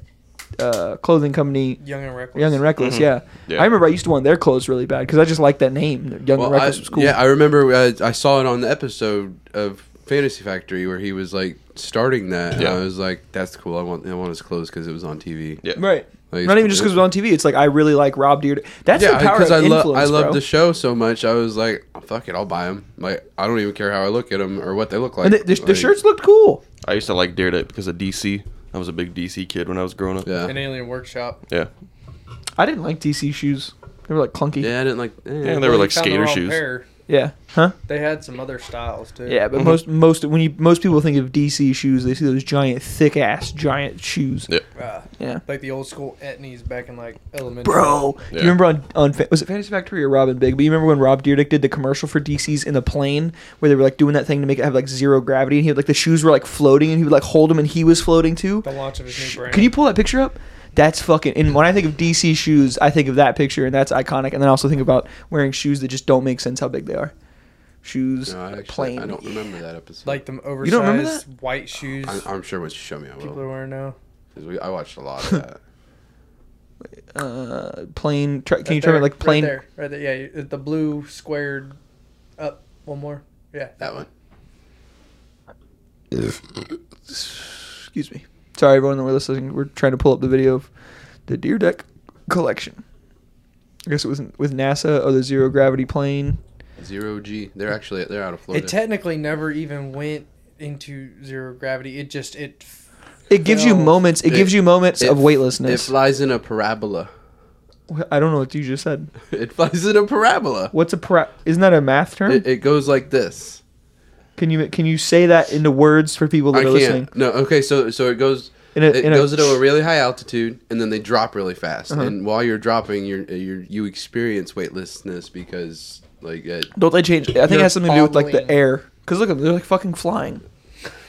Speaker 3: uh clothing company.
Speaker 5: young and reckless.
Speaker 3: Young and Reckless,
Speaker 1: Mm-hmm.
Speaker 3: yeah.
Speaker 4: Yeah.
Speaker 3: I remember I used to want their clothes really bad because I just liked that name. Young
Speaker 1: Well,
Speaker 3: and Reckless
Speaker 1: I,
Speaker 3: was cool.
Speaker 1: Yeah, I remember uh, I saw it on the episode of Fantasy Factory where he was like starting that.
Speaker 4: Yeah.
Speaker 1: And I was like, that's cool. I want I want his clothes because it was on TV.
Speaker 4: Yeah.
Speaker 3: Right.
Speaker 1: Like,
Speaker 3: Not even just because it was on TV. It's like I really like Rob Deere. That's
Speaker 1: Yeah,
Speaker 3: the power
Speaker 1: because
Speaker 3: of
Speaker 1: I love
Speaker 3: influence,
Speaker 1: I love
Speaker 3: bro.
Speaker 1: the show so much. I was like, oh, fuck it, I'll buy them. Like I don't even care how I look at them or what they look like.
Speaker 3: and the, the, the
Speaker 1: Like,
Speaker 3: shirts looked cool.
Speaker 4: I used to like Deer Dick because of DC. I was a big DC kid when I was growing up.
Speaker 1: Yeah.
Speaker 5: An alien workshop.
Speaker 4: Yeah.
Speaker 3: I didn't like DC shoes. They were like clunky. Yeah.
Speaker 1: Yeah, I didn't like. eh.
Speaker 4: Yeah, they were
Speaker 5: Well, you
Speaker 4: like
Speaker 5: found the
Speaker 4: skater
Speaker 5: wrong
Speaker 4: shoes.
Speaker 5: pair.
Speaker 3: Huh?
Speaker 5: They had some other styles too.
Speaker 3: Yeah, but most most when you most people think of DC shoes, they see those giant thick ass giant shoes.
Speaker 4: Yeah.
Speaker 5: Uh,
Speaker 3: Yeah.
Speaker 5: like the old school etnies back in like elementary.
Speaker 3: Bro, do you
Speaker 4: Yeah.
Speaker 3: remember on, on Fa- was it Fantasy Factory or Robin Big? But you remember when Rob Dyrdek did the commercial for DC's in the plane where they were like doing that thing to make it have like zero gravity, and he had like the shoes were like floating, and he would like hold them, and he was floating too.
Speaker 5: The launch of his new
Speaker 3: Sh-
Speaker 5: brand.
Speaker 3: Can you pull that picture up? That's fucking. And when I think of DC shoes, I think of that picture, and that's iconic. And then I also think about wearing shoes that just don't make sense how big they are. Shoes,
Speaker 1: No, I actually
Speaker 3: plain.
Speaker 1: I don't remember that episode.
Speaker 5: Like them oversized
Speaker 3: don't remember
Speaker 5: white shoes
Speaker 1: I, I'm sure once you show me, I
Speaker 5: people
Speaker 1: will.
Speaker 5: are wearing now.
Speaker 1: 'Cause we- I watched a lot of that.
Speaker 3: uh, plain. Try, can
Speaker 5: Right
Speaker 3: you turn
Speaker 5: there,
Speaker 3: it like plain?
Speaker 5: Right there, right there. Yeah, you- the blue squared up one more. Yeah,
Speaker 1: that one.
Speaker 3: Excuse me. Sorry, everyone that we're listening. We're trying to pull up the video of the Deer Deck collection. I guess it was with NASA or the zero gravity plane.
Speaker 1: Zero G. They're actually they're out of Florida.
Speaker 5: it technically never even went into zero gravity. It just it. f-
Speaker 3: It gives you
Speaker 5: Well,
Speaker 3: moments. It,
Speaker 1: it-
Speaker 3: gives you moments
Speaker 1: it-
Speaker 3: of
Speaker 1: it
Speaker 3: weightlessness.
Speaker 1: flies in a parabola.
Speaker 3: I don't know what you just said.
Speaker 1: It flies in a parabola.
Speaker 3: What's a para- isn't that a math term?
Speaker 1: It, it goes like this.
Speaker 3: Can you can you say that into words for people that
Speaker 1: I
Speaker 3: are
Speaker 1: can't.
Speaker 3: listening?
Speaker 1: No. Okay. So so it goes.
Speaker 3: In a-
Speaker 1: it
Speaker 3: in a- Uh-huh.
Speaker 1: goes into a really high altitude, and then they drop really fast. And while you're dropping, you're, you're you experience weightlessness because like it,
Speaker 3: Don't they change? I think it
Speaker 5: You're
Speaker 3: has something to do with like the
Speaker 5: following.
Speaker 3: air. Cause look at them, they're like fucking flying.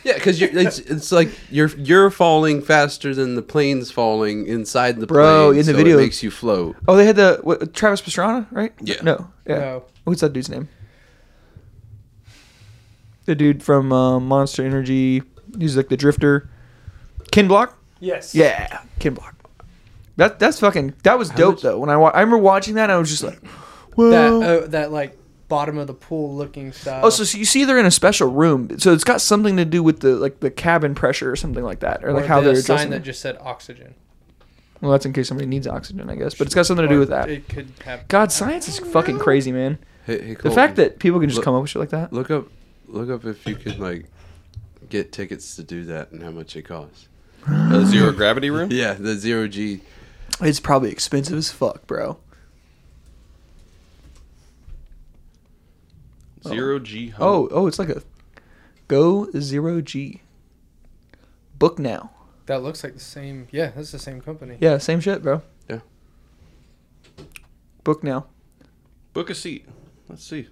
Speaker 1: yeah, because you're it's, it's like you're you're falling faster than the plane's falling inside the
Speaker 3: Bro,
Speaker 1: plane,
Speaker 3: in the
Speaker 1: so
Speaker 3: video-
Speaker 1: it makes you float.
Speaker 3: Oh, they had the what, Travis Pastrana, right?
Speaker 1: Yeah.
Speaker 3: No. Yeah.
Speaker 5: No.
Speaker 3: What's that dude's name? The dude from uh, Monster Energy. He's like the drifter. Ken Block.
Speaker 5: Yes.
Speaker 3: Yeah, Ken Block. That that's fucking that was dope
Speaker 1: much-
Speaker 3: though. When I wa- I remember watching that, I was just like, well.
Speaker 5: That oh, that like bottom of the pool looking style.
Speaker 3: Oh, so, so you see they're in a special room, so it's got something to do with the like the cabin pressure or something like that, or, like how
Speaker 5: the
Speaker 3: they're
Speaker 5: sign
Speaker 3: addressing.
Speaker 5: that
Speaker 3: That
Speaker 5: just said oxygen.
Speaker 3: well, that's in case somebody needs oxygen, I guess. But it's got something to do
Speaker 5: Or
Speaker 3: with that.
Speaker 5: It could have.
Speaker 3: God, science is fucking crazy, man.
Speaker 1: Hey, hey,
Speaker 3: The
Speaker 1: Colton,
Speaker 3: fact that people can just
Speaker 1: Look-
Speaker 3: come up with shit like that.
Speaker 1: look up look up if you could like get tickets to do that and how much it costs.
Speaker 4: A zero gravity room.
Speaker 1: Yeah, the zero G.
Speaker 3: It's probably expensive as fuck, bro.
Speaker 4: Zero G. Home.
Speaker 3: Oh, oh, it's like a Go Zero G. Book now.
Speaker 5: That looks like the same. Yeah, that's the same company.
Speaker 3: Yeah, same shit, bro.
Speaker 1: Yeah.
Speaker 3: Book now.
Speaker 4: Book a seat. Let's see.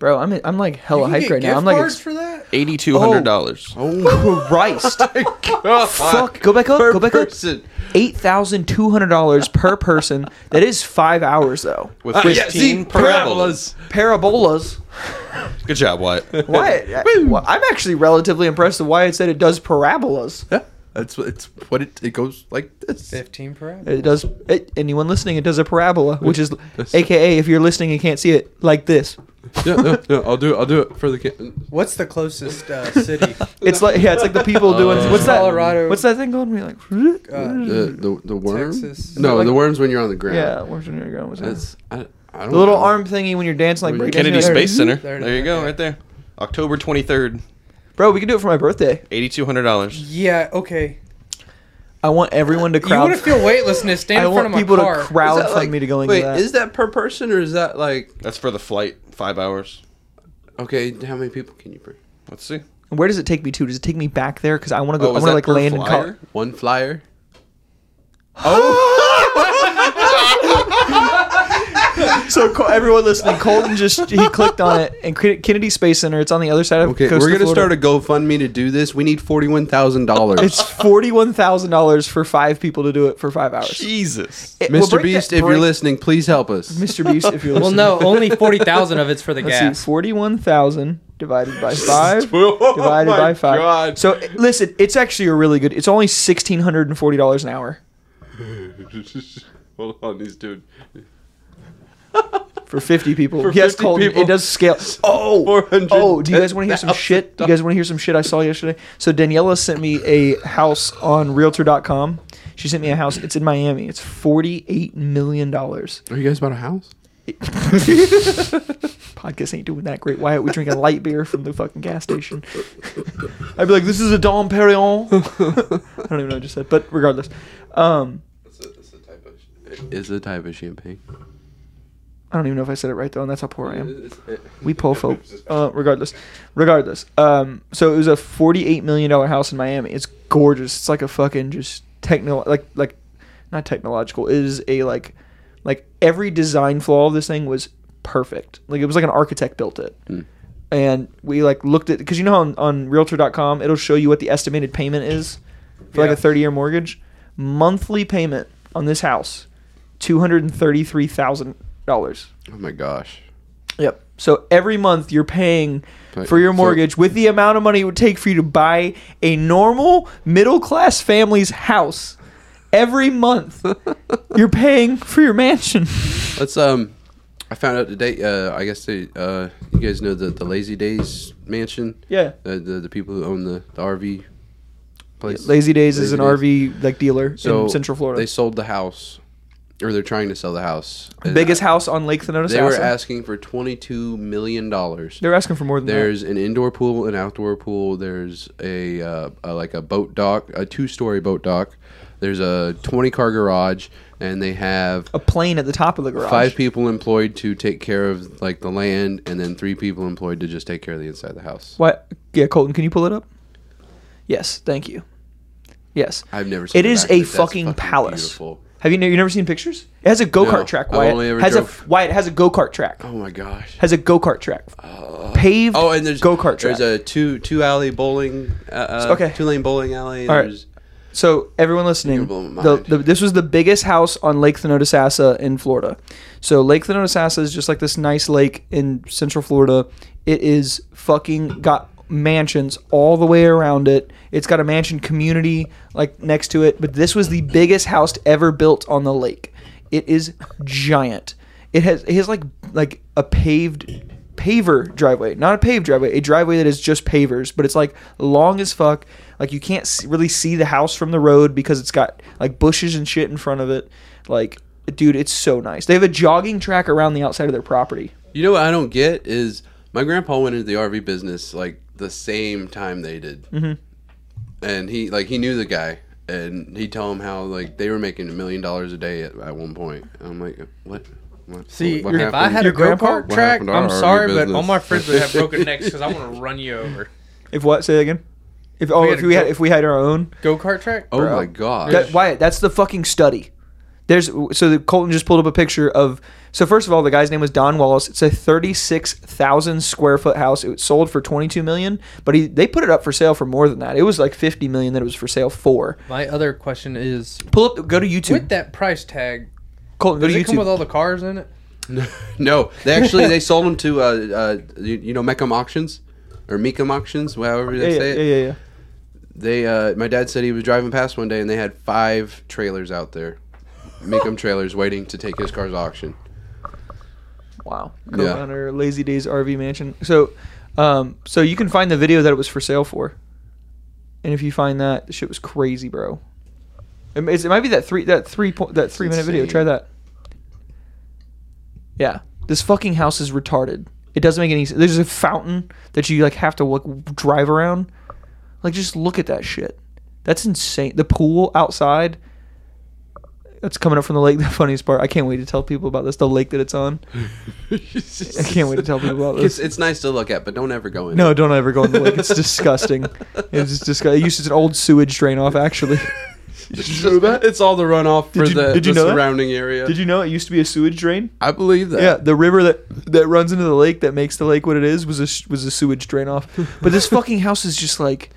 Speaker 3: Bro, I'm I'm like hella
Speaker 5: You can
Speaker 3: hyped
Speaker 5: get
Speaker 3: right now.
Speaker 5: gift
Speaker 3: I'm like
Speaker 5: cards
Speaker 3: ex-
Speaker 5: for that.
Speaker 4: Eighty-two hundred dollars.
Speaker 1: Oh,
Speaker 3: Christ. Fuck. Go back up.
Speaker 1: Per
Speaker 3: go back
Speaker 1: person.
Speaker 3: up. Eight thousand two hundred dollars per person. That is five hours though.
Speaker 4: With
Speaker 1: Ah, yeah,
Speaker 4: fifteen
Speaker 1: see,
Speaker 4: parabolas.
Speaker 3: Parabolas.
Speaker 4: Good job, Wyatt.
Speaker 3: Wyatt. I, well, I'm actually relatively impressed with Wyatt said it does parabolas.
Speaker 1: Yeah. That's what it's what it it goes like this.
Speaker 5: Fifteen per hour.
Speaker 3: It does. It, anyone listening, it does a parabola, which is,
Speaker 1: That's-
Speaker 3: AKA, if you're listening and can't see it, like this.
Speaker 1: yeah, no, no, I'll do it. I'll do it for the uh, kid.
Speaker 5: What's the closest uh, city?
Speaker 3: It's like yeah, it's like the people doing
Speaker 4: Uh,
Speaker 3: what's that?
Speaker 5: Colorado.
Speaker 3: What's that thing called? We're like,
Speaker 5: Uh,
Speaker 1: The the, the worm.
Speaker 5: Texas.
Speaker 1: No,
Speaker 3: Like-
Speaker 1: the worms when you're on the ground.
Speaker 3: yeah, where's when you're going? What's that?
Speaker 1: That's I, I don't
Speaker 3: The little
Speaker 1: know.
Speaker 3: arm thingy when you're dancing like
Speaker 1: When you're
Speaker 3: breakdancing.
Speaker 4: Kennedy
Speaker 3: There it
Speaker 4: Space
Speaker 3: is.
Speaker 4: Center.
Speaker 5: There
Speaker 4: There,
Speaker 5: it is,
Speaker 4: you go,
Speaker 5: okay.
Speaker 4: right there. October 23rd,
Speaker 3: Bro, we can do it for my birthday.
Speaker 4: $8,200.
Speaker 5: Yeah. Okay.
Speaker 3: I want everyone to
Speaker 5: You
Speaker 3: crowd.
Speaker 5: want to feel weightlessness? Stand
Speaker 3: I
Speaker 5: in front
Speaker 3: want
Speaker 5: of my
Speaker 3: people
Speaker 5: car.
Speaker 3: to crowd fund me to go into
Speaker 1: wait,
Speaker 3: that.
Speaker 1: is that per person or is that like
Speaker 4: That's for the flight, five hours.
Speaker 1: okay? How many people can you bring?
Speaker 4: Let's see. Oh,
Speaker 3: Where does it take me to? Does it take me back there? Because I want to
Speaker 1: Oh,
Speaker 3: go. I
Speaker 4: is
Speaker 3: want to
Speaker 4: that
Speaker 3: like
Speaker 4: per
Speaker 3: land in
Speaker 4: flyer?
Speaker 3: Colorado.
Speaker 1: One flyer.
Speaker 3: So Col- everyone listening, Colton just he clicked on it and Ken- Kennedy Space Center. It's on the other side of
Speaker 1: Okay,
Speaker 3: coast
Speaker 1: we're
Speaker 3: of
Speaker 1: gonna start
Speaker 3: Florida.
Speaker 1: a GoFundMe to do this. We need forty-one thousand dollars.
Speaker 3: It's forty one thousand dollars for five people to do it for five hours.
Speaker 4: Jesus.
Speaker 3: It- we'll
Speaker 1: Mr.
Speaker 3: break
Speaker 1: Beast,
Speaker 3: that-
Speaker 1: if you're
Speaker 3: break-
Speaker 1: listening, please help us.
Speaker 3: Mr. Beast, if you're
Speaker 6: Well,
Speaker 3: listening.
Speaker 6: no, only 40,000 of it's for the
Speaker 3: Let's see,
Speaker 6: gas.
Speaker 3: forty-one thousand divided by five,
Speaker 4: Oh
Speaker 3: divided
Speaker 4: my
Speaker 3: by five.
Speaker 4: God.
Speaker 3: So i- listen, it's actually a really good. It's only sixteen hundred and forty dollars an hour
Speaker 1: Hold on, he's doing.
Speaker 3: for fifty people.
Speaker 1: For
Speaker 3: yes,
Speaker 1: 50
Speaker 3: Colton,
Speaker 1: people.
Speaker 3: it does scale. Oh,
Speaker 1: 410
Speaker 3: oh, do you guys want to hear some shit? Do you guys want to hear some shit I saw yesterday? So Daniela sent me a house on Realtor.com. She sent me a house. It's in Miami. It's forty-eight million dollars.
Speaker 1: Are you guys about a house?
Speaker 3: podcast ain't doing that great. Why aren't we drinking light beer from the fucking gas station? I'd be like, this is a Dom Perignon. I don't even know what I just said, but regardless. Um,
Speaker 1: It's a type of champagne.
Speaker 3: I don't even know if I said it right though, and that's how poor I am. We poor folk. Uh, regardless, regardless. Um, so it was a forty-eight million dollar house in Miami. It's gorgeous. It's like a fucking just techno, like like, not technological. It is a like, like every design flaw of this thing was perfect. Like it was like an architect built it. And we like looked at because you know how on, on Realtor.com it'll show you what the estimated payment is for like
Speaker 5: Yeah.
Speaker 3: a thirty-year mortgage. Monthly payment on this house, two hundred and thirty-three thousand dollars.
Speaker 1: Oh my gosh.
Speaker 3: Yep. So every month you're paying
Speaker 1: Right.
Speaker 3: for your
Speaker 1: So-
Speaker 3: mortgage with the amount of money it would take for you to buy a normal middle class family's house. Every month you're paying for your mansion.
Speaker 1: Let's um. I found out today. Uh, I guess they, uh, you guys know the the Lazy Days mansion.
Speaker 3: Yeah.
Speaker 1: The the, the people who own the, the RV place.
Speaker 3: Lazy Days is
Speaker 1: Lazy
Speaker 3: an
Speaker 1: Days.
Speaker 3: RV like dealer
Speaker 1: So
Speaker 3: in Central Florida.
Speaker 1: They sold the house, or they're trying to sell the house. And
Speaker 3: Biggest house on Lake Thenota.
Speaker 1: uh, They were
Speaker 3: Sousa.
Speaker 1: asking for twenty two million dollars.
Speaker 3: They're asking for more than that.
Speaker 1: There's an indoor pool, an outdoor pool. There's a, uh, a like a boat dock, a two story boat dock. There's a twenty car garage, and they have
Speaker 3: A plane at the top of the garage.
Speaker 1: five people employed to take care of like the land, and then three people employed to just take care of the inside of the house.
Speaker 3: What? Yeah, Colton, can you pull it up? Yes, thank you. Yes.
Speaker 1: I've never seen
Speaker 3: It
Speaker 1: the
Speaker 3: is
Speaker 1: back of
Speaker 3: a
Speaker 1: it. That's
Speaker 3: fucking, palace.
Speaker 1: beautiful.
Speaker 3: Have you, ne- you never seen pictures? It has a go kart
Speaker 1: No,
Speaker 3: track.
Speaker 1: I've
Speaker 3: Wyatt.
Speaker 1: only ever
Speaker 3: has
Speaker 1: drove-
Speaker 3: a Wyatt has a go kart track.
Speaker 1: Oh my gosh.
Speaker 3: Has a go kart track. Paved.
Speaker 1: Oh, and there's
Speaker 3: go kart track.
Speaker 1: There's a two two alley bowling. Uh, uh,
Speaker 3: Okay.
Speaker 1: Two lane bowling alley.
Speaker 3: All right.
Speaker 1: There's-
Speaker 3: So everyone listening,
Speaker 1: You're blowing my
Speaker 3: the,
Speaker 1: mind.
Speaker 3: the, this was the biggest house on Lake Thenodosassa in Florida. So Lake Thenodosassa is just like this nice lake in Central Florida. It is fucking got mansions all the way around it. It's got a mansion community like next to it. But this was the biggest house ever built on the lake. It is giant. It has it has like like a paved paver driveway, not a paved driveway, a driveway that is just pavers, but it's like long as fuck. Like you can't s really see the house from the road because it's got like bushes and shit in front of it. Like, dude, it's so nice. They have a jogging track around the outside of their property.
Speaker 1: You know what I don't get is my grandpa went into the RV business like the same time they did, mm-hmm. and he like he knew the guy, and he told him how like they were making a million dollars a day at, at one point. And I'm like, what? what
Speaker 5: See,
Speaker 1: what
Speaker 5: if I
Speaker 1: happened?
Speaker 5: had a
Speaker 3: Your
Speaker 5: go
Speaker 3: grandpa?
Speaker 5: kart
Speaker 1: What
Speaker 5: track,
Speaker 1: happened to our
Speaker 5: I'm
Speaker 1: RV
Speaker 5: sorry, but
Speaker 1: business?
Speaker 6: all my friends would have broken necks because I want to run you over.
Speaker 3: If what? Say that again. If oh,
Speaker 5: we had
Speaker 3: if
Speaker 5: a
Speaker 3: we
Speaker 5: go-
Speaker 3: had if we had our own,
Speaker 5: go kart track.
Speaker 1: oh
Speaker 3: bro.
Speaker 1: my god,
Speaker 3: that, Wyatt, that's the fucking study. There's so the, Colton just pulled up a picture of. So first of all, the guy's name was Don Wallace. It's a thirty-six thousand square foot house. It was sold for twenty-two million, but he they put it up for sale for more than that. It was like fifty million that it was for sale for.
Speaker 5: My other question is,
Speaker 3: Pull up, go to YouTube.
Speaker 5: with that price tag,
Speaker 3: Colton, go
Speaker 5: does
Speaker 3: to
Speaker 5: it come with
Speaker 3: YouTube.
Speaker 5: all the cars in it?
Speaker 1: no, they actually they sold them to uh, uh you, you know Mecum auctions or Mecum auctions, however they
Speaker 3: Yeah, yeah,
Speaker 1: say
Speaker 3: yeah,
Speaker 1: it.
Speaker 3: yeah, yeah.
Speaker 1: they uh, my dad said he was driving past one day and they had five trailers out there, Meekum trailers waiting to take his car to auction.
Speaker 3: Wow.
Speaker 1: Yeah.
Speaker 3: Co-owner Lazy Days RV Mansion. So, um, so you can find the video that it was for sale for, and if you find that, the shit was crazy, bro. It, it's- it might be that three that three point that three minute video.
Speaker 1: insane.
Speaker 3: Try that. Yeah, this fucking house is retarded. It doesn't make any sense. There's a fountain that you like have to like drive around. Like, just look at that shit. That's insane. The pool outside. That's coming up from the lake. The funniest part. I can't wait to tell people about this. The lake that it's on. I can't wait to tell people about
Speaker 1: It's,
Speaker 3: this.
Speaker 1: it's nice to look at, but don't ever go in.
Speaker 3: no, don't ever go in the lake. It's disgusting. It's just disgusting. It uses an old sewage drain off, actually.
Speaker 1: did you know that? It's all the runoff for
Speaker 3: Did you-
Speaker 1: the,
Speaker 3: did you
Speaker 1: the
Speaker 3: know that?
Speaker 1: surrounding area.
Speaker 3: Did you know it used to be a sewage drain?
Speaker 1: I believe that.
Speaker 3: Yeah, the river that that runs into the lake that makes the lake what it is was a sh- was a sewage drain off. But this fucking house is just like,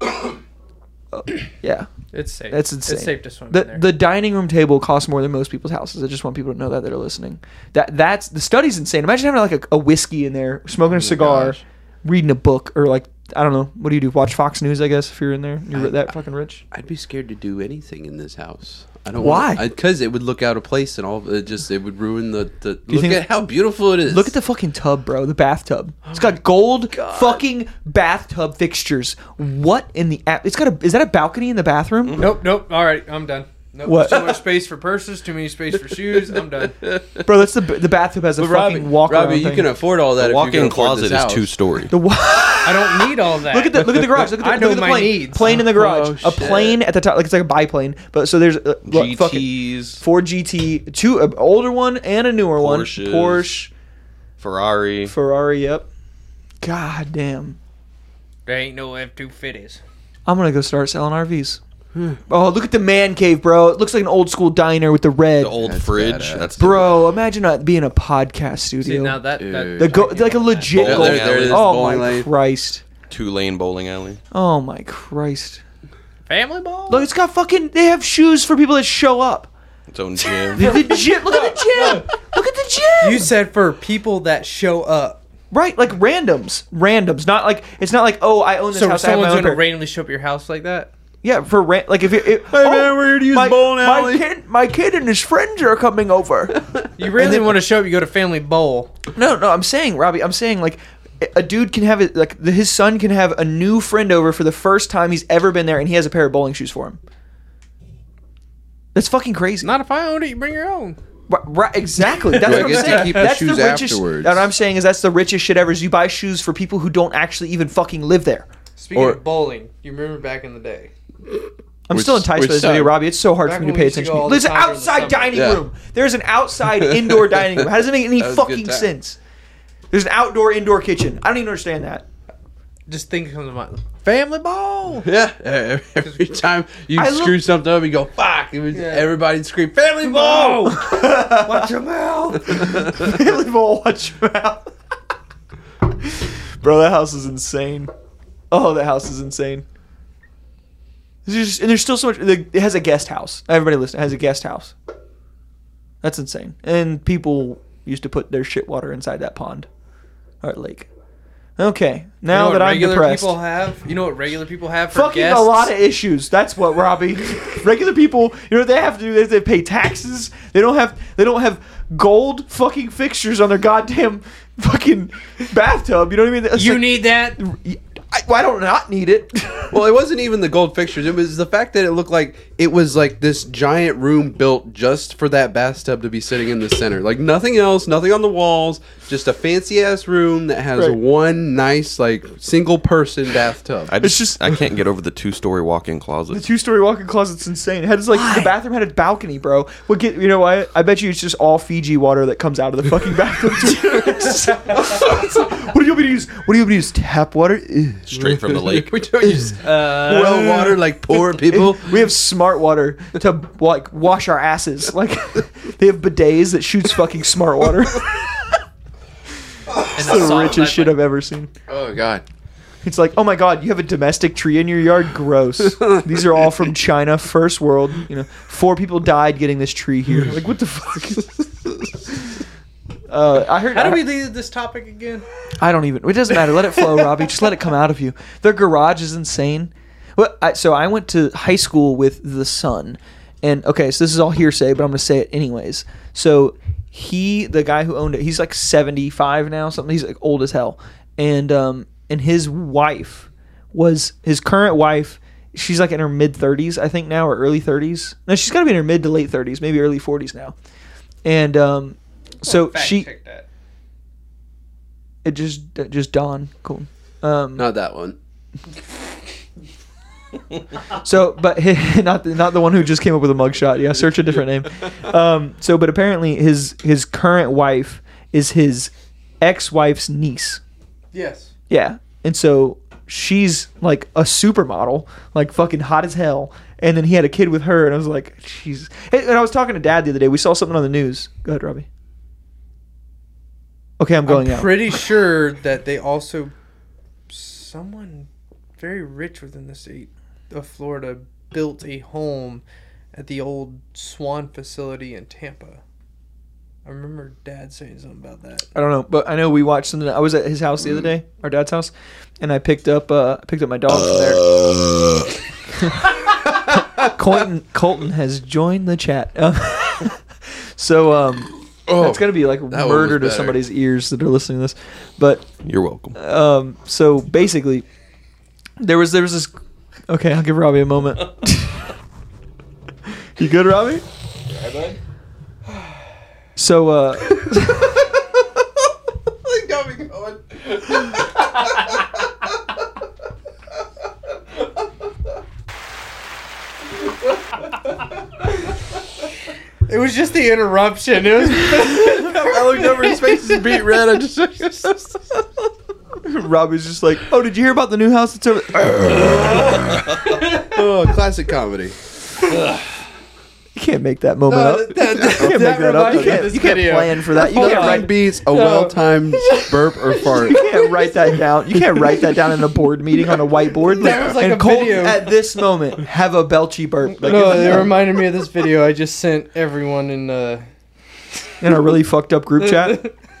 Speaker 3: Oh, yeah.
Speaker 6: It's safe.
Speaker 3: That's insane.
Speaker 6: It's safe to swim in
Speaker 3: The,
Speaker 6: there.
Speaker 3: the dining room table costs more than most people's houses. I just want people to know that that are listening. That that's the study's insane. Imagine having like a, a whiskey in there, smoking a cigar,
Speaker 1: gosh.
Speaker 3: reading a book, or like I don't know. What do you do? Watch Fox News, I guess. If you're in there, you're
Speaker 1: I-
Speaker 3: that fucking rich.
Speaker 1: I'd be scared to do anything in this house. I don't
Speaker 3: Why?
Speaker 1: Because it would look out of place and all. It just it would ruin the. the look
Speaker 3: think-
Speaker 1: at how beautiful it is.
Speaker 3: Look at the fucking tub, bro. The bathtub. It's got gold fucking bathtub fixtures. What in the app? It's got a. Is that a balcony in the bathroom?
Speaker 6: nope, nope. All right, I'm done. Nope,
Speaker 3: What?
Speaker 6: Too much space for purses. Too many space for shoes. I'm done.
Speaker 3: Bro, that's the the bathtub has a
Speaker 1: But
Speaker 3: fucking
Speaker 1: Robbie,
Speaker 3: walk
Speaker 1: Robbie,
Speaker 3: around
Speaker 1: you
Speaker 3: thing.
Speaker 1: can afford all that.
Speaker 4: The
Speaker 1: if you can
Speaker 4: walk-in
Speaker 1: afford this
Speaker 4: closet is
Speaker 1: house.
Speaker 4: two story.
Speaker 3: the wa-
Speaker 6: I don't need all that.
Speaker 3: Look at the look at the garage. Look at the,
Speaker 6: I
Speaker 3: look
Speaker 6: know
Speaker 3: at the
Speaker 6: my
Speaker 3: plane.
Speaker 6: needs.
Speaker 3: Plane in the garage.
Speaker 1: Oh,
Speaker 3: a plane at the top. Like it's like a biplane. But so there's uh, look, fuck it.
Speaker 4: GTS,
Speaker 3: four GT, two an older one and a newer one.
Speaker 4: Porsches.
Speaker 3: Porsche,
Speaker 4: Ferrari.
Speaker 3: Ferrari. Yep. God damn.
Speaker 6: there ain't no F two fifties.
Speaker 3: I'm gonna go start selling RVs. oh, look at the man cave, bro. It looks like an old school diner with the red.
Speaker 4: The old
Speaker 1: That's
Speaker 4: fridge.
Speaker 1: badass.
Speaker 4: That's
Speaker 3: bro, imagine not being a podcast studio.
Speaker 6: See now that, that
Speaker 1: Dude.
Speaker 3: the go- like a legit
Speaker 4: Bowling
Speaker 3: gold-
Speaker 4: alley. There it is,
Speaker 3: Oh my
Speaker 1: bowling alley.
Speaker 3: Christ.
Speaker 4: two lane bowling alley.
Speaker 3: Oh my Christ.
Speaker 6: family ball.
Speaker 3: Look, it's got fucking. They have shoes for people that show up.
Speaker 4: Its own gym.
Speaker 3: The, the gym. Look at the gym. Look at the gym.
Speaker 5: You said for people that show up.
Speaker 3: right, like randoms. Randoms. Not like it's not like oh I own this
Speaker 6: so
Speaker 3: house. I have my
Speaker 6: someone's
Speaker 3: own
Speaker 6: gonna
Speaker 3: pair.
Speaker 6: randomly show up at your house like that.
Speaker 3: Yeah, for rent. Like if you. If, hey
Speaker 1: man, we're here to use
Speaker 3: my,
Speaker 1: bowling
Speaker 3: My
Speaker 1: alley.
Speaker 3: kid, my kid and his friends are coming over.
Speaker 6: You really want to show up? You go to family bowl.
Speaker 3: No, no, I'm saying, Robbie, I'm saying like a dude can have it like the, his son can have a new friend over for the first time he's ever been there, and he has a pair of bowling shoes for him. That's fucking crazy.
Speaker 6: Not if I owned it. You bring your own.
Speaker 3: Ri- right, exactly. That's
Speaker 1: Do I
Speaker 3: what I'm
Speaker 1: get to
Speaker 3: saying.
Speaker 1: keep the
Speaker 3: that's
Speaker 1: shoes
Speaker 3: the richest.
Speaker 1: afterwards?
Speaker 3: That I'm saying is that's the richest shit ever. Is you buy shoes for people who don't actually even fucking live there.
Speaker 6: Speaking
Speaker 1: Or-
Speaker 6: of bowling, you remember back in the day?
Speaker 3: I'm
Speaker 1: Which-
Speaker 3: still enticed by
Speaker 1: which
Speaker 3: this video,
Speaker 1: side?
Speaker 3: Robbie. It's so hard
Speaker 5: Back
Speaker 3: for me to
Speaker 5: when we
Speaker 3: pay
Speaker 5: used to
Speaker 3: attention.
Speaker 5: go all the
Speaker 3: There's an
Speaker 5: time during the
Speaker 3: outside
Speaker 5: summer.
Speaker 3: dining
Speaker 1: Yeah.
Speaker 3: room. There's an outside indoor dining room. How does it make any
Speaker 1: That was a good
Speaker 3: fucking
Speaker 1: time.
Speaker 3: sense? There's an outdoor indoor kitchen. I don't even understand that.
Speaker 6: Just think comes to mind. Family ball.
Speaker 1: Yeah, e-, every time you
Speaker 3: I
Speaker 1: screw
Speaker 3: look-
Speaker 1: something up, you go fuck. It was, Everybody'd scream family ball.
Speaker 3: Watch your mouth. Billy Bowl, watch your mouth. Bro, that house is insane. Oh, that house is insane. There's just, and there's still so much. the- It has a guest house. Everybody listen. It has a guest house. That's insane. And people used to put their shit water inside that pond or lake. Okay,
Speaker 6: You know
Speaker 3: now
Speaker 6: what
Speaker 3: that I'm
Speaker 6: regular
Speaker 3: depressed.
Speaker 6: people have. You know what regular people have for
Speaker 3: Fucking
Speaker 6: guests?
Speaker 3: a lot of issues. That's what Robbie. regular people, you know what they have to do is they pay taxes. They don't have they don't have gold fucking fixtures on their goddamn fucking bathtub. You know what I mean? It's
Speaker 6: You
Speaker 3: like-
Speaker 6: need that.
Speaker 3: I, well, I don't not need it.
Speaker 1: Well, it wasn't even the gold fixtures. It was the fact that it looked like it was like this giant room built just for that bathtub to be sitting in the center. Like nothing else, nothing on the walls, just a fancy ass room that has
Speaker 3: Right.
Speaker 1: one nice like single person bathtub.
Speaker 4: I
Speaker 3: It's
Speaker 4: just,
Speaker 3: just-
Speaker 4: I can't get over the two story walk in
Speaker 3: the
Speaker 4: closet.
Speaker 3: two story walk in closet's insane. It had this, like the bathroom had a balcony, bro. What get you know what? I bet you it's just all Fiji water that comes out of the fucking bathroom. what do you want me to use? What do you want me to use? Tap water? Ugh.
Speaker 4: Straight from the lake.
Speaker 1: we don't use
Speaker 6: uh,
Speaker 1: well water like poor people.
Speaker 3: we have smart water to like wash our asses. Like they have bidets that shoots fucking smart water.
Speaker 6: And
Speaker 3: the richest shit I've ever seen.
Speaker 1: Oh god.
Speaker 3: It's like, oh my god, you have a domestic tree in your yard. Gross. These are all from China, first world. You know, four people died getting this tree here. Like what the fuck? Uh, I heard.
Speaker 6: How do we leave this topic again?
Speaker 3: I don't even. It doesn't matter. Let it flow, Robbie. Just let it come out of you. Their garage is insane. Well, I, so I went to high school with the son, and okay, so this is all hearsay, but I'm gonna say it anyways. So he, the guy who owned it, he's like 75 now, something. He's like old as hell, and um, and his wife was his current wife. She's like in her mid 30s, I think now, or early 30s. No, she's gotta be in her mid to late 30s, maybe early 40s now. And um, so
Speaker 6: Fact
Speaker 3: she,
Speaker 6: check that.
Speaker 3: it just it just dawned. Cool. Um,
Speaker 1: Not that one.
Speaker 3: So, but not the, not the one who just came up with a mugshot. Yeah, search a different name. Um, so, but apparently his his current wife is his ex wife's niece.
Speaker 5: Yes.
Speaker 3: Yeah, and so she's like a supermodel, like fucking hot as hell. And then he had a kid with her, and I was like, Jesus. And and I was talking to Dad the other day. We saw something on the news. Go ahead, Robbie. Okay, I'm going
Speaker 6: I'm
Speaker 3: out.
Speaker 6: pretty sure that they also someone very rich within the state of Florida built a home at the old Swan facility in Tampa. I remember Dad saying something about that.
Speaker 3: I don't know, but I know we watched something. I was at his house the other
Speaker 1: Mm-hmm.
Speaker 3: day, our dad's house, and I picked up uh I picked up my dog from there.
Speaker 1: Uh.
Speaker 3: Colton Colton has joined the chat. Um, so um that's gonna be like
Speaker 1: Oh, was
Speaker 3: murder to
Speaker 1: better.
Speaker 3: somebody's ears that are listening to this. But
Speaker 4: You're welcome.
Speaker 3: um so basically there was there was this Okay, I'll give Robbie a moment. you good, Robbie? So uh
Speaker 5: They got me going.
Speaker 6: It was just the interruption. It was
Speaker 1: I looked over. His face is beat red. I just.
Speaker 3: Robbie's just like, Oh, did you hear about the new house that's over
Speaker 1: oh, classic comedy.
Speaker 3: You can't make that moment
Speaker 6: No,
Speaker 3: up.
Speaker 6: that- that-
Speaker 3: you
Speaker 6: that
Speaker 3: can't make that up.
Speaker 6: reminds
Speaker 3: You
Speaker 6: me of
Speaker 3: can't,
Speaker 6: this
Speaker 3: you can't
Speaker 6: video.
Speaker 3: plan for
Speaker 4: Oh,
Speaker 3: that. You
Speaker 6: Hold
Speaker 3: can't,
Speaker 6: on.
Speaker 1: Nothing
Speaker 3: write,
Speaker 1: beats a well-timed burp or fart.
Speaker 3: you can't write that down. You can't write that down in a board meeting on a whiteboard.
Speaker 6: That was like
Speaker 3: and
Speaker 6: a
Speaker 3: Colton,
Speaker 6: video.
Speaker 3: at this moment, have a belchy burp. Like,
Speaker 6: no,
Speaker 3: in,
Speaker 6: it reminded me of this video I just sent everyone in uh
Speaker 3: in a really fucked up group chat.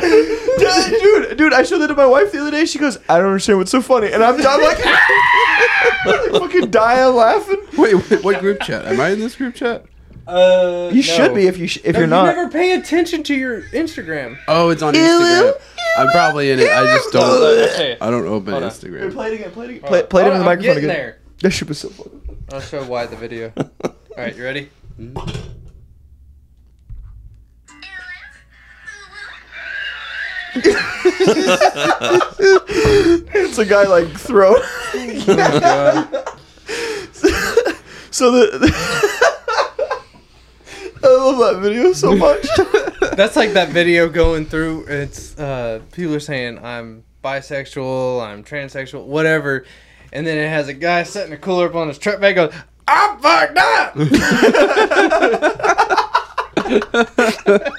Speaker 3: dude, dude, I showed that to my wife the other day. She goes, I don't understand what's so funny. And I'm, I'm like, like, fucking dying laughing.
Speaker 1: Wait, wait, what group chat? Am I in this group chat?
Speaker 6: uh
Speaker 3: You should be if you sh- if you're not.
Speaker 6: You never pay attention to your Instagram.
Speaker 1: Oh, it's on Instagram. I'm probably in it. I just don't. I don't open
Speaker 6: on.
Speaker 1: Instagram.
Speaker 3: Play it again, play it again. Uh, Play, play it
Speaker 6: Oh,
Speaker 3: in the
Speaker 6: I'm
Speaker 3: microphone
Speaker 6: getting
Speaker 3: again.
Speaker 6: there.
Speaker 3: That shit was so funny.
Speaker 6: I'll show why the video. All right, you ready?
Speaker 3: it's a guy like throw. Oh so the, I love that video so much.
Speaker 6: That's like that video going through. It's uh, people are saying I'm bisexual, I'm transsexual, whatever, and then it has a guy setting a cooler up on his truck bed, goes, "I'm fucked up."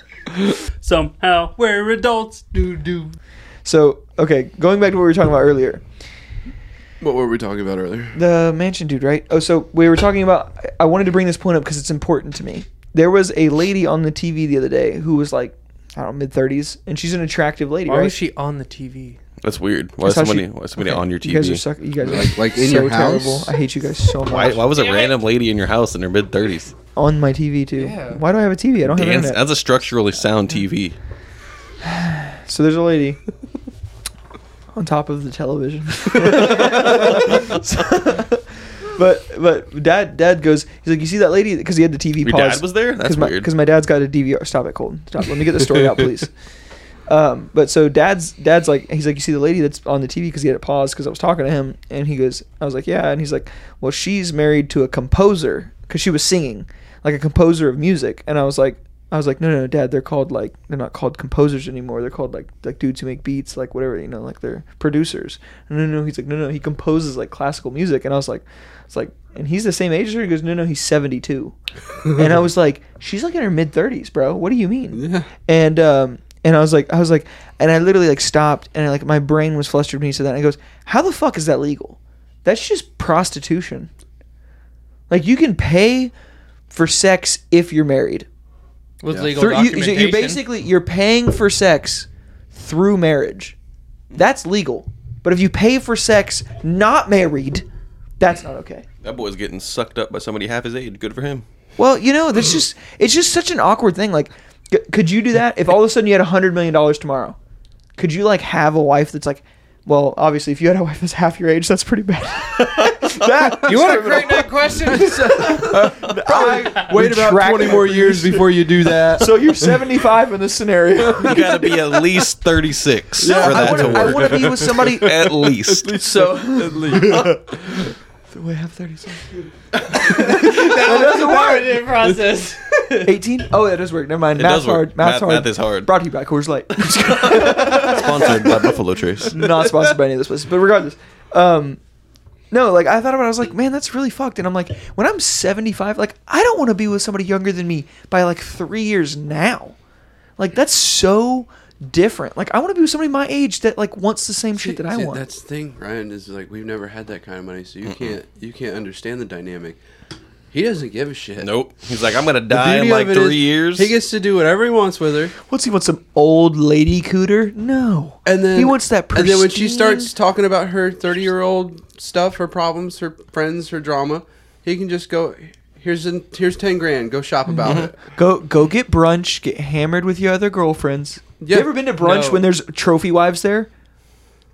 Speaker 7: Somehow we're adults. Do do.
Speaker 3: so okay, going back to what we were talking about earlier,
Speaker 1: What were we talking about earlier?
Speaker 3: the mansion dude, right? Oh, so we were talking about. I- I wanted to bring this point up because it's important to me. There was a lady on the TV the other day who was like, I don't know, mid thirties, and she's an attractive lady,
Speaker 6: Why
Speaker 3: right?
Speaker 6: was she on the TV?
Speaker 4: That's weird. Why is
Speaker 3: how she-
Speaker 4: somebody, why is somebody on your
Speaker 3: you guys are
Speaker 4: TV?
Speaker 3: suck. You guys are
Speaker 1: Like- like in
Speaker 3: so
Speaker 1: your house?
Speaker 3: terrible. I hate you guys so much.
Speaker 4: Why, why was a random lady in your house in her mid 30s?
Speaker 3: on my TV too.
Speaker 6: Yeah.
Speaker 3: Why do I have a TV? I don't have
Speaker 4: Dance,
Speaker 3: internet.
Speaker 4: that's a structurally sound TV.
Speaker 3: So there's a lady on top of the television. but but dad dad goes he's like you see that lady because he had the TV
Speaker 4: Your
Speaker 3: paused.
Speaker 4: dad was there? That's
Speaker 3: Cause my,
Speaker 4: weird.
Speaker 3: Because my dad's got a DVR. Stop it, Colton. Stop. Let me get the story out, please. Um, but so dad's dad's like he's like you see the lady that's on the TV because he had it paused because I was talking to him and he goes I was like yeah and he's like well she's married to a composer because she was singing like a composer of music and I was like I was like no no no dad they're called like they're not called composers anymore they're called like like dudes who make beats like whatever you know like they're producers no no no he's like no no he composes like classical music and I was like it's like and he's the same age as her he goes no no he's seventy two and I was like, she's like in her mid thirties, bro. What do you mean? And um, and I was like, I was like, and I literally like stopped, and I, like my brain was flustered when he said that. And I goes, how the fuck is that legal? That's just prostitution. Like you can pay for sex if you're married.
Speaker 6: With
Speaker 1: Yeah.
Speaker 6: legal
Speaker 3: Through, you,
Speaker 6: documentation.
Speaker 3: you basically you're paying for sex through marriage. That's legal. But if you pay for sex not married, that's not okay.
Speaker 4: That boy's getting sucked up by somebody half his age. Good for him.
Speaker 3: Well, you know, that's just it's just such an awkward thing. Like, c- could you do that if all of a sudden you had a hundred million dollars tomorrow? Could you like have a wife that's like, well, obviously, if you had a wife that's half your age, that's pretty bad. that you
Speaker 6: what a great next question.
Speaker 1: Wait about
Speaker 3: Retract
Speaker 1: 20
Speaker 3: my
Speaker 1: more years before you do that.
Speaker 3: So you're 75 in this scenario.
Speaker 4: You gotta be at least 36 for
Speaker 3: I
Speaker 4: that to
Speaker 3: wanna- I
Speaker 4: work.
Speaker 3: want to be with somebody. Oh,
Speaker 4: at least.
Speaker 3: So at Wait, I have 37. that doesn't work.
Speaker 6: Part of the process.
Speaker 3: 18? Oh, that does work. Never mind.
Speaker 4: It
Speaker 3: Math's
Speaker 4: does work.
Speaker 3: hard. Math's
Speaker 4: Math-
Speaker 3: hard.
Speaker 4: math is hard.
Speaker 3: Brought to you by Coors Light.
Speaker 4: Sponsored by Buffalo Trace.
Speaker 3: not sponsored by any of those places. But regardless, um, no, like I thought about, it, I was like, man, that's really fucked. And I'm like, when I'm 75, like I don't want to be with somebody younger than me by like three years now. Like that's so different. Like I want to be with somebody my age that like wants the same shit that I
Speaker 1: See,
Speaker 3: want.
Speaker 1: That's the thing, Ryan. Is like we've never had that kind of money, so you can't you can't understand the dynamic. He doesn't give a shit.
Speaker 4: Nope. He's like, I'm gonna
Speaker 1: The
Speaker 4: die in
Speaker 1: beauty
Speaker 4: like
Speaker 1: of it
Speaker 4: three
Speaker 1: is
Speaker 4: years.
Speaker 1: He gets to do whatever he wants with her,
Speaker 3: What's he want? Some old lady cooter? No.
Speaker 1: and then
Speaker 3: he wants that.
Speaker 1: And
Speaker 3: Pristine,
Speaker 1: then when she starts talking about her thirty-year-old stuff, her problems, her friends, her drama, he can just go. Here's an, here's ten grand. Go shop about
Speaker 3: Mm-hmm.
Speaker 1: it.
Speaker 3: Go go get brunch, get hammered with your other girlfriends.
Speaker 1: Yeah.
Speaker 3: You ever been to brunch
Speaker 6: No.
Speaker 3: when there's trophy wives there?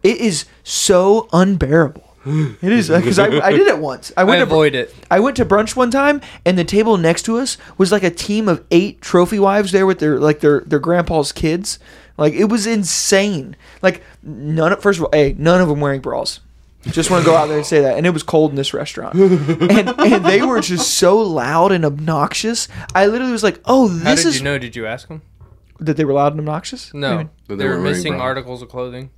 Speaker 3: It is so unbearable. It is because I, I did it once. I
Speaker 6: I
Speaker 3: went to br-
Speaker 6: avoid it.
Speaker 3: I went to brunch one time, and the table next to us was like a team of eight trophy wives there with their like their their grandpa's kids. Like it was insane. Like none. Of, first of all, hey, none of them wearing bras. Just want to go out there and say that. And it was cold in this restaurant, and, and they were just so loud and obnoxious. I literally was like, "Oh,
Speaker 6: How
Speaker 3: this
Speaker 6: did
Speaker 3: is
Speaker 6: you know? Did you ask them?
Speaker 3: that they were loud and obnoxious."
Speaker 6: No.
Speaker 1: But they
Speaker 6: They, were
Speaker 1: weren't wearing
Speaker 6: missing
Speaker 1: bra.
Speaker 6: articles of clothing.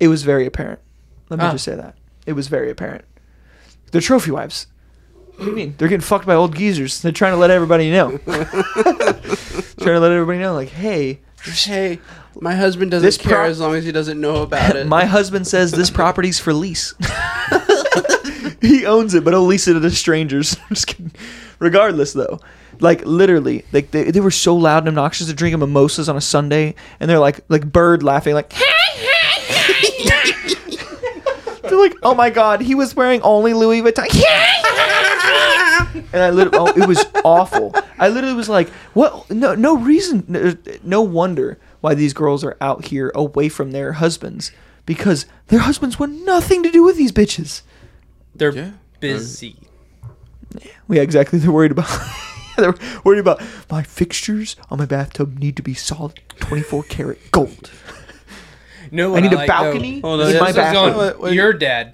Speaker 3: It was very apparent. Let me
Speaker 6: Ah.
Speaker 3: just say that. It was very apparent. They're trophy wives. What do you mean? They're getting fucked by old geezers. They're trying to let everybody know. trying to let everybody know, like, hey,
Speaker 1: Hey, my husband doesn't
Speaker 3: This
Speaker 1: care
Speaker 3: pro-
Speaker 1: as long as he doesn't know about it.
Speaker 3: my husband says this property's for lease. he owns it, but he'll lease it to strangers. I'm just kidding. Regardless, though, like literally, like they, they were so loud and obnoxious. They're drinking mimosas on a Sunday, and they're like like bird laughing, like. They're like, oh my god, he was wearing only Louis Vuitton. and I literally, oh, it was awful. I literally was like, what? No, no reason, no- no wonder why these girls are out here away from their husbands because their husbands want nothing to do with these bitches.
Speaker 6: They're
Speaker 1: Yeah.
Speaker 6: busy.
Speaker 3: Well, Yeah, exactly. They're worried about. they're worried about my fixtures on my bathtub need to be solid 24 karat gold.
Speaker 6: No,
Speaker 3: I need
Speaker 6: a
Speaker 3: a balcony
Speaker 7: Hold on,
Speaker 3: in
Speaker 7: this
Speaker 3: my
Speaker 7: is
Speaker 3: bathroom.
Speaker 1: Wait, wait.
Speaker 6: Your dad.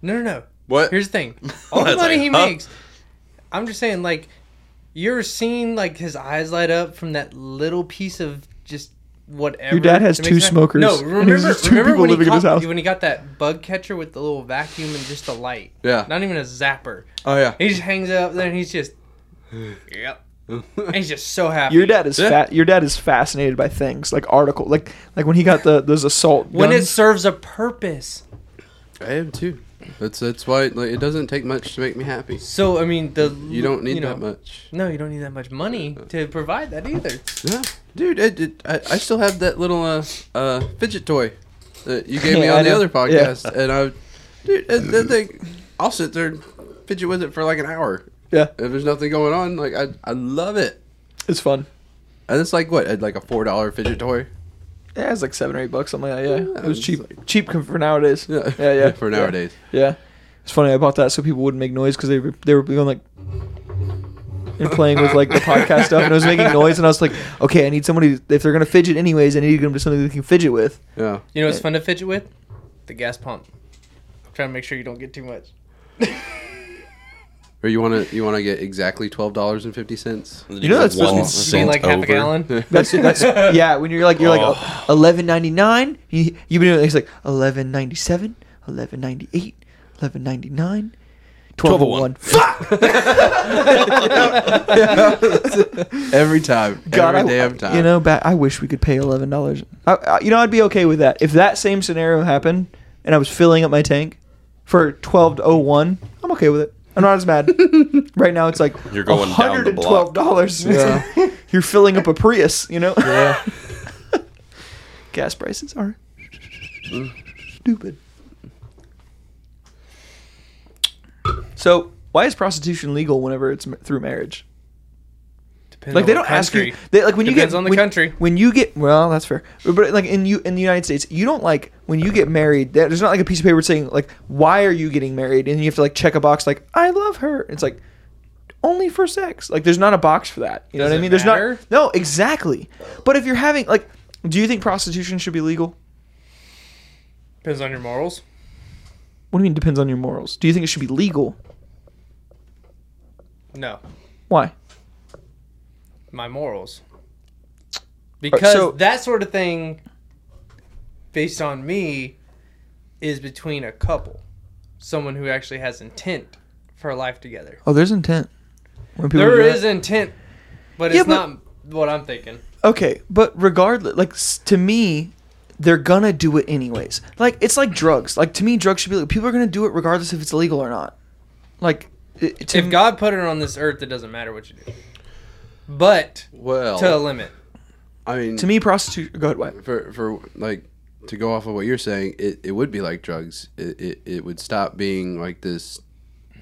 Speaker 6: No, no, no.
Speaker 1: what?
Speaker 6: Here's the thing. All the
Speaker 4: It's
Speaker 6: money
Speaker 4: like,
Speaker 6: he
Speaker 4: huh?
Speaker 6: makes. I'm just saying, like, you're seeing like his eyes light up from that little piece of just whatever.
Speaker 3: Your dad has
Speaker 6: that makes
Speaker 3: two
Speaker 6: sense.
Speaker 3: smokers,
Speaker 6: No,
Speaker 3: and
Speaker 6: remember,
Speaker 3: there's just two
Speaker 6: remember
Speaker 3: people
Speaker 6: when,
Speaker 3: living
Speaker 6: he
Speaker 3: in his
Speaker 6: caught-
Speaker 3: house.
Speaker 6: when he got that bug catcher with the little vacuum and just a light.
Speaker 1: Yeah.
Speaker 6: Not even a zapper.
Speaker 1: oh yeah.
Speaker 6: He just hangs it up there and he's just. Yep. And he's just so happy.
Speaker 3: Your dad is
Speaker 1: Yeah.
Speaker 3: fat. Your dad is fascinated by things like article, like like when he got the those assault
Speaker 6: when it
Speaker 3: guns.
Speaker 6: serves a purpose.
Speaker 1: I am too. That's that's why like, it doesn't take much to make me happy.
Speaker 6: So I mean, the
Speaker 1: You don't need
Speaker 6: know-
Speaker 1: that much.
Speaker 6: No, you don't need that much money to provide that either.
Speaker 1: Yeah, dude, it, it, I, I still have that little uh, uh, fidget toy that you gave me
Speaker 3: Yeah, I
Speaker 1: on the
Speaker 3: know.
Speaker 1: other podcast, and I, dude, that, that thing, I'll sit there and fidget with it for like an hour.
Speaker 3: Yeah,
Speaker 1: If there's nothing going on, like I, I love it,
Speaker 3: it's fun.
Speaker 1: and it's like what, like a four dollar fidget toy.
Speaker 3: Yeah, it's like seven or eight bucks, something like that. Yeah,
Speaker 1: Yeah,
Speaker 3: it was
Speaker 1: it's
Speaker 3: cheap, cheap com- for nowadays. Yeah, yeah, yeah.
Speaker 1: for nowadays.
Speaker 3: Yeah, it's funny. I bought that so people wouldn't make noise because they were, they were going like and playing with like the podcast stuff, and it was making noise. And I was like, okay, I need somebody if they're gonna fidget anyways, I need them to something they can fidget with.
Speaker 1: Yeah,
Speaker 6: You know what's fun to fidget with? The gas pump. trying to make sure you don't get too much.
Speaker 1: or you wanna you wanna get exactly twelve dollars and fifty cents.
Speaker 4: You
Speaker 3: know that's supposed to
Speaker 6: You
Speaker 3: be-
Speaker 4: one
Speaker 6: mean
Speaker 4: cent
Speaker 6: like half a
Speaker 4: over.
Speaker 6: gallon?
Speaker 3: That's that's yeah. When you're like you're
Speaker 1: Oh.
Speaker 3: like eleven ninety nine, you you've been doing it's like eleven ninety seven, eleven ninety eight, eleven oh ninety nine. 1201. Fuck!
Speaker 1: Every time,
Speaker 3: God,
Speaker 1: every
Speaker 3: I,
Speaker 1: damn time.
Speaker 3: You know, ba- I wish we could pay eleven dollars. I, I, you know, I'd be okay with that if that same scenario happened and I was filling up my tank for twelve oh one. I'm okay with it. I'm not as mad. right now, it's like
Speaker 4: You're going down the block.
Speaker 3: dollars.
Speaker 1: Yeah.
Speaker 3: You're filling up a Prius. You know,
Speaker 1: Yeah.
Speaker 3: gas prices are
Speaker 1: Stupid.
Speaker 3: so. Why is prostitution legal whenever it's ma- through marriage?
Speaker 6: Depends
Speaker 3: Like
Speaker 6: on
Speaker 3: they
Speaker 6: the
Speaker 3: don't ask you.
Speaker 6: country.
Speaker 3: They, like when you
Speaker 6: Depends
Speaker 3: get
Speaker 6: on the
Speaker 3: when-
Speaker 6: country.
Speaker 3: When you get well, that's fair. But, but, like in you in the United States, you don't like when you get married. there- There's not like a piece of paper saying like why are you getting married, and you have to like check a box like I love her. It's like only for sex. Like there's not a box for that. You know what I
Speaker 6: it
Speaker 3: mean?
Speaker 6: matter?
Speaker 3: There's not. No, exactly. But if you're having like, do you think prostitution should be legal?
Speaker 6: Depends on your morals.
Speaker 3: What do you mean depends on your morals? Do you think it should be legal?
Speaker 6: No,
Speaker 3: Why?
Speaker 6: my morals. Because
Speaker 3: so-
Speaker 6: that sort of thing, based on me, is between a couple, someone who actually has intent for life together.
Speaker 3: Oh, there's intent. When people
Speaker 6: There
Speaker 3: do that-
Speaker 6: is intent, but
Speaker 3: Yeah,
Speaker 6: it's
Speaker 3: but-
Speaker 6: not what I'm thinking.
Speaker 3: Okay, but regardless, like s- to me, they're gonna do it anyways. Like it's like drugs. Like to me, drugs should be legal. People are gonna do it regardless if it's illegal or not. Like it, to
Speaker 6: If
Speaker 3: m-
Speaker 6: God put it on this earth, it doesn't matter what you do. But
Speaker 1: Well,
Speaker 6: to a limit.
Speaker 1: I mean,
Speaker 3: to me, prostitution. Go ahead, why?
Speaker 1: for for like to go off of what you're saying, it, it would be like drugs. It, it it would stop being like this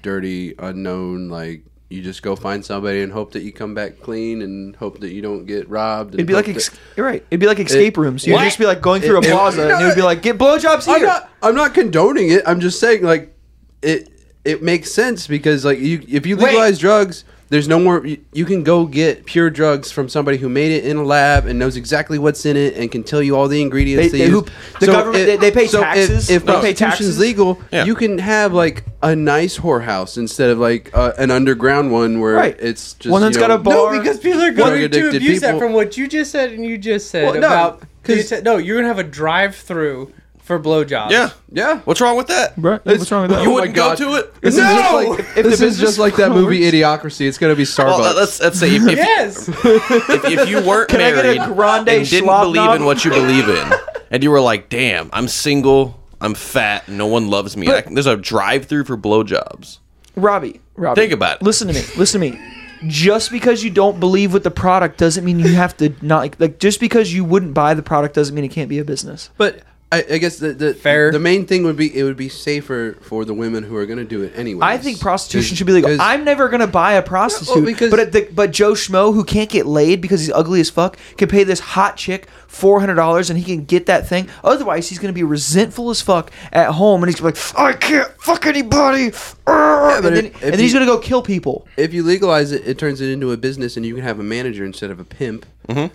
Speaker 1: dirty unknown like you just go find somebody and hope that you come back clean and hope that you don't get robbed.
Speaker 3: It'd be like ex- you're right. It'd be like escape rooms. You'd
Speaker 1: What?
Speaker 3: just be like going through a
Speaker 1: It- it-
Speaker 3: plaza, and you'd be like, get blowjobs
Speaker 1: I'm
Speaker 3: here.
Speaker 1: not I'm not condoning it. I'm just saying like it it makes sense because like you if you legalize drugs. There's no more. You, you can go get pure drugs from somebody who made it in a lab and knows exactly what's in it and can tell you all the ingredients.
Speaker 3: They-
Speaker 1: They,
Speaker 3: they
Speaker 1: use.
Speaker 3: hoop- the government- they- they pay
Speaker 1: if-
Speaker 3: taxes.
Speaker 1: If,
Speaker 3: They pay
Speaker 1: prostitution's
Speaker 3: taxes.
Speaker 1: legal,
Speaker 4: Yeah.
Speaker 1: you can have like a nice whorehouse instead of like uh, an underground one where
Speaker 3: Right.
Speaker 1: it's just
Speaker 3: One that's
Speaker 1: that's
Speaker 3: got a bar.
Speaker 6: No, because people are
Speaker 1: Drug
Speaker 6: going to
Speaker 1: addicted
Speaker 6: abuse that
Speaker 1: people-
Speaker 6: from what you just said and you just said
Speaker 1: Well, no,
Speaker 6: about.
Speaker 1: 'cause-
Speaker 6: you said- no, you're going to have a drive through for blowjobs.
Speaker 4: Yeah.
Speaker 1: Yeah.
Speaker 4: What's wrong with that?
Speaker 3: Right, yeah, what's wrong with that?
Speaker 4: You
Speaker 1: my
Speaker 4: wouldn't go
Speaker 1: God.
Speaker 4: to it.
Speaker 1: This is just like,
Speaker 3: If the
Speaker 1: this is
Speaker 3: business
Speaker 1: just like that movie Idiocracy. It's gonna be Starbucks.
Speaker 4: Well, let's let's say if, if,
Speaker 6: Yes.
Speaker 4: if, if you weren't
Speaker 3: Can I get a
Speaker 4: married
Speaker 3: grande
Speaker 4: and didn't
Speaker 3: schlob
Speaker 4: believe
Speaker 3: knob?
Speaker 4: in what you believe in, and you were like, "Damn, I'm single, I'm fat, no one loves me." I can, there's a drive-through for blowjobs.
Speaker 3: Robbie, Robbie,
Speaker 4: Think about it.
Speaker 3: Listen to me. Listen to me. Just because you don't believe with the product doesn't mean you have to not like, like. Just because you wouldn't buy the product doesn't mean it can't be a business.
Speaker 1: But I, I guess the the,
Speaker 6: Fair.
Speaker 1: the main thing would be it would be safer for the women who are going to do it anyway.
Speaker 3: I think prostitution should be legal. I'm never gonna buy a prostitute,
Speaker 1: Well, because-
Speaker 3: but at the, but Joe Schmo who can't get laid because he's ugly as fuck can pay this hot chick four hundred dollars and he can get that thing. Otherwise, he's gonna be resentful as fuck at home and he's gonna be like, I can't fuck anybody, and,
Speaker 1: but
Speaker 3: then,
Speaker 1: if- if
Speaker 3: and then
Speaker 1: you-
Speaker 3: he's gonna go kill people.
Speaker 1: if you legalize it, it turns it into a business, and you can have a manager instead of a pimp. Mm-hmm.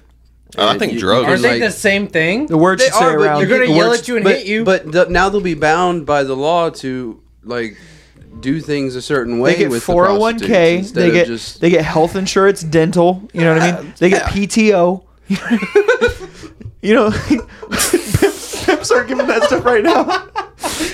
Speaker 4: Oh, I think drugs.
Speaker 6: Aren't they
Speaker 1: like-
Speaker 6: the same thing?
Speaker 3: The words
Speaker 1: They
Speaker 3: should stay
Speaker 1: are, but
Speaker 3: around.
Speaker 6: They're going
Speaker 3: The
Speaker 6: to yell
Speaker 3: words-
Speaker 6: at you and
Speaker 1: but,
Speaker 6: hit you.
Speaker 1: But th- now they'll be bound by the law to like do things a certain way.
Speaker 3: They get
Speaker 1: with the
Speaker 3: four hundred one k.
Speaker 1: prostitutes instead
Speaker 3: They
Speaker 1: of
Speaker 3: get
Speaker 1: just
Speaker 3: they get health insurance, dental. You know what I mean? They get PTO. you know, pimps, pimps are giving that stuff right now.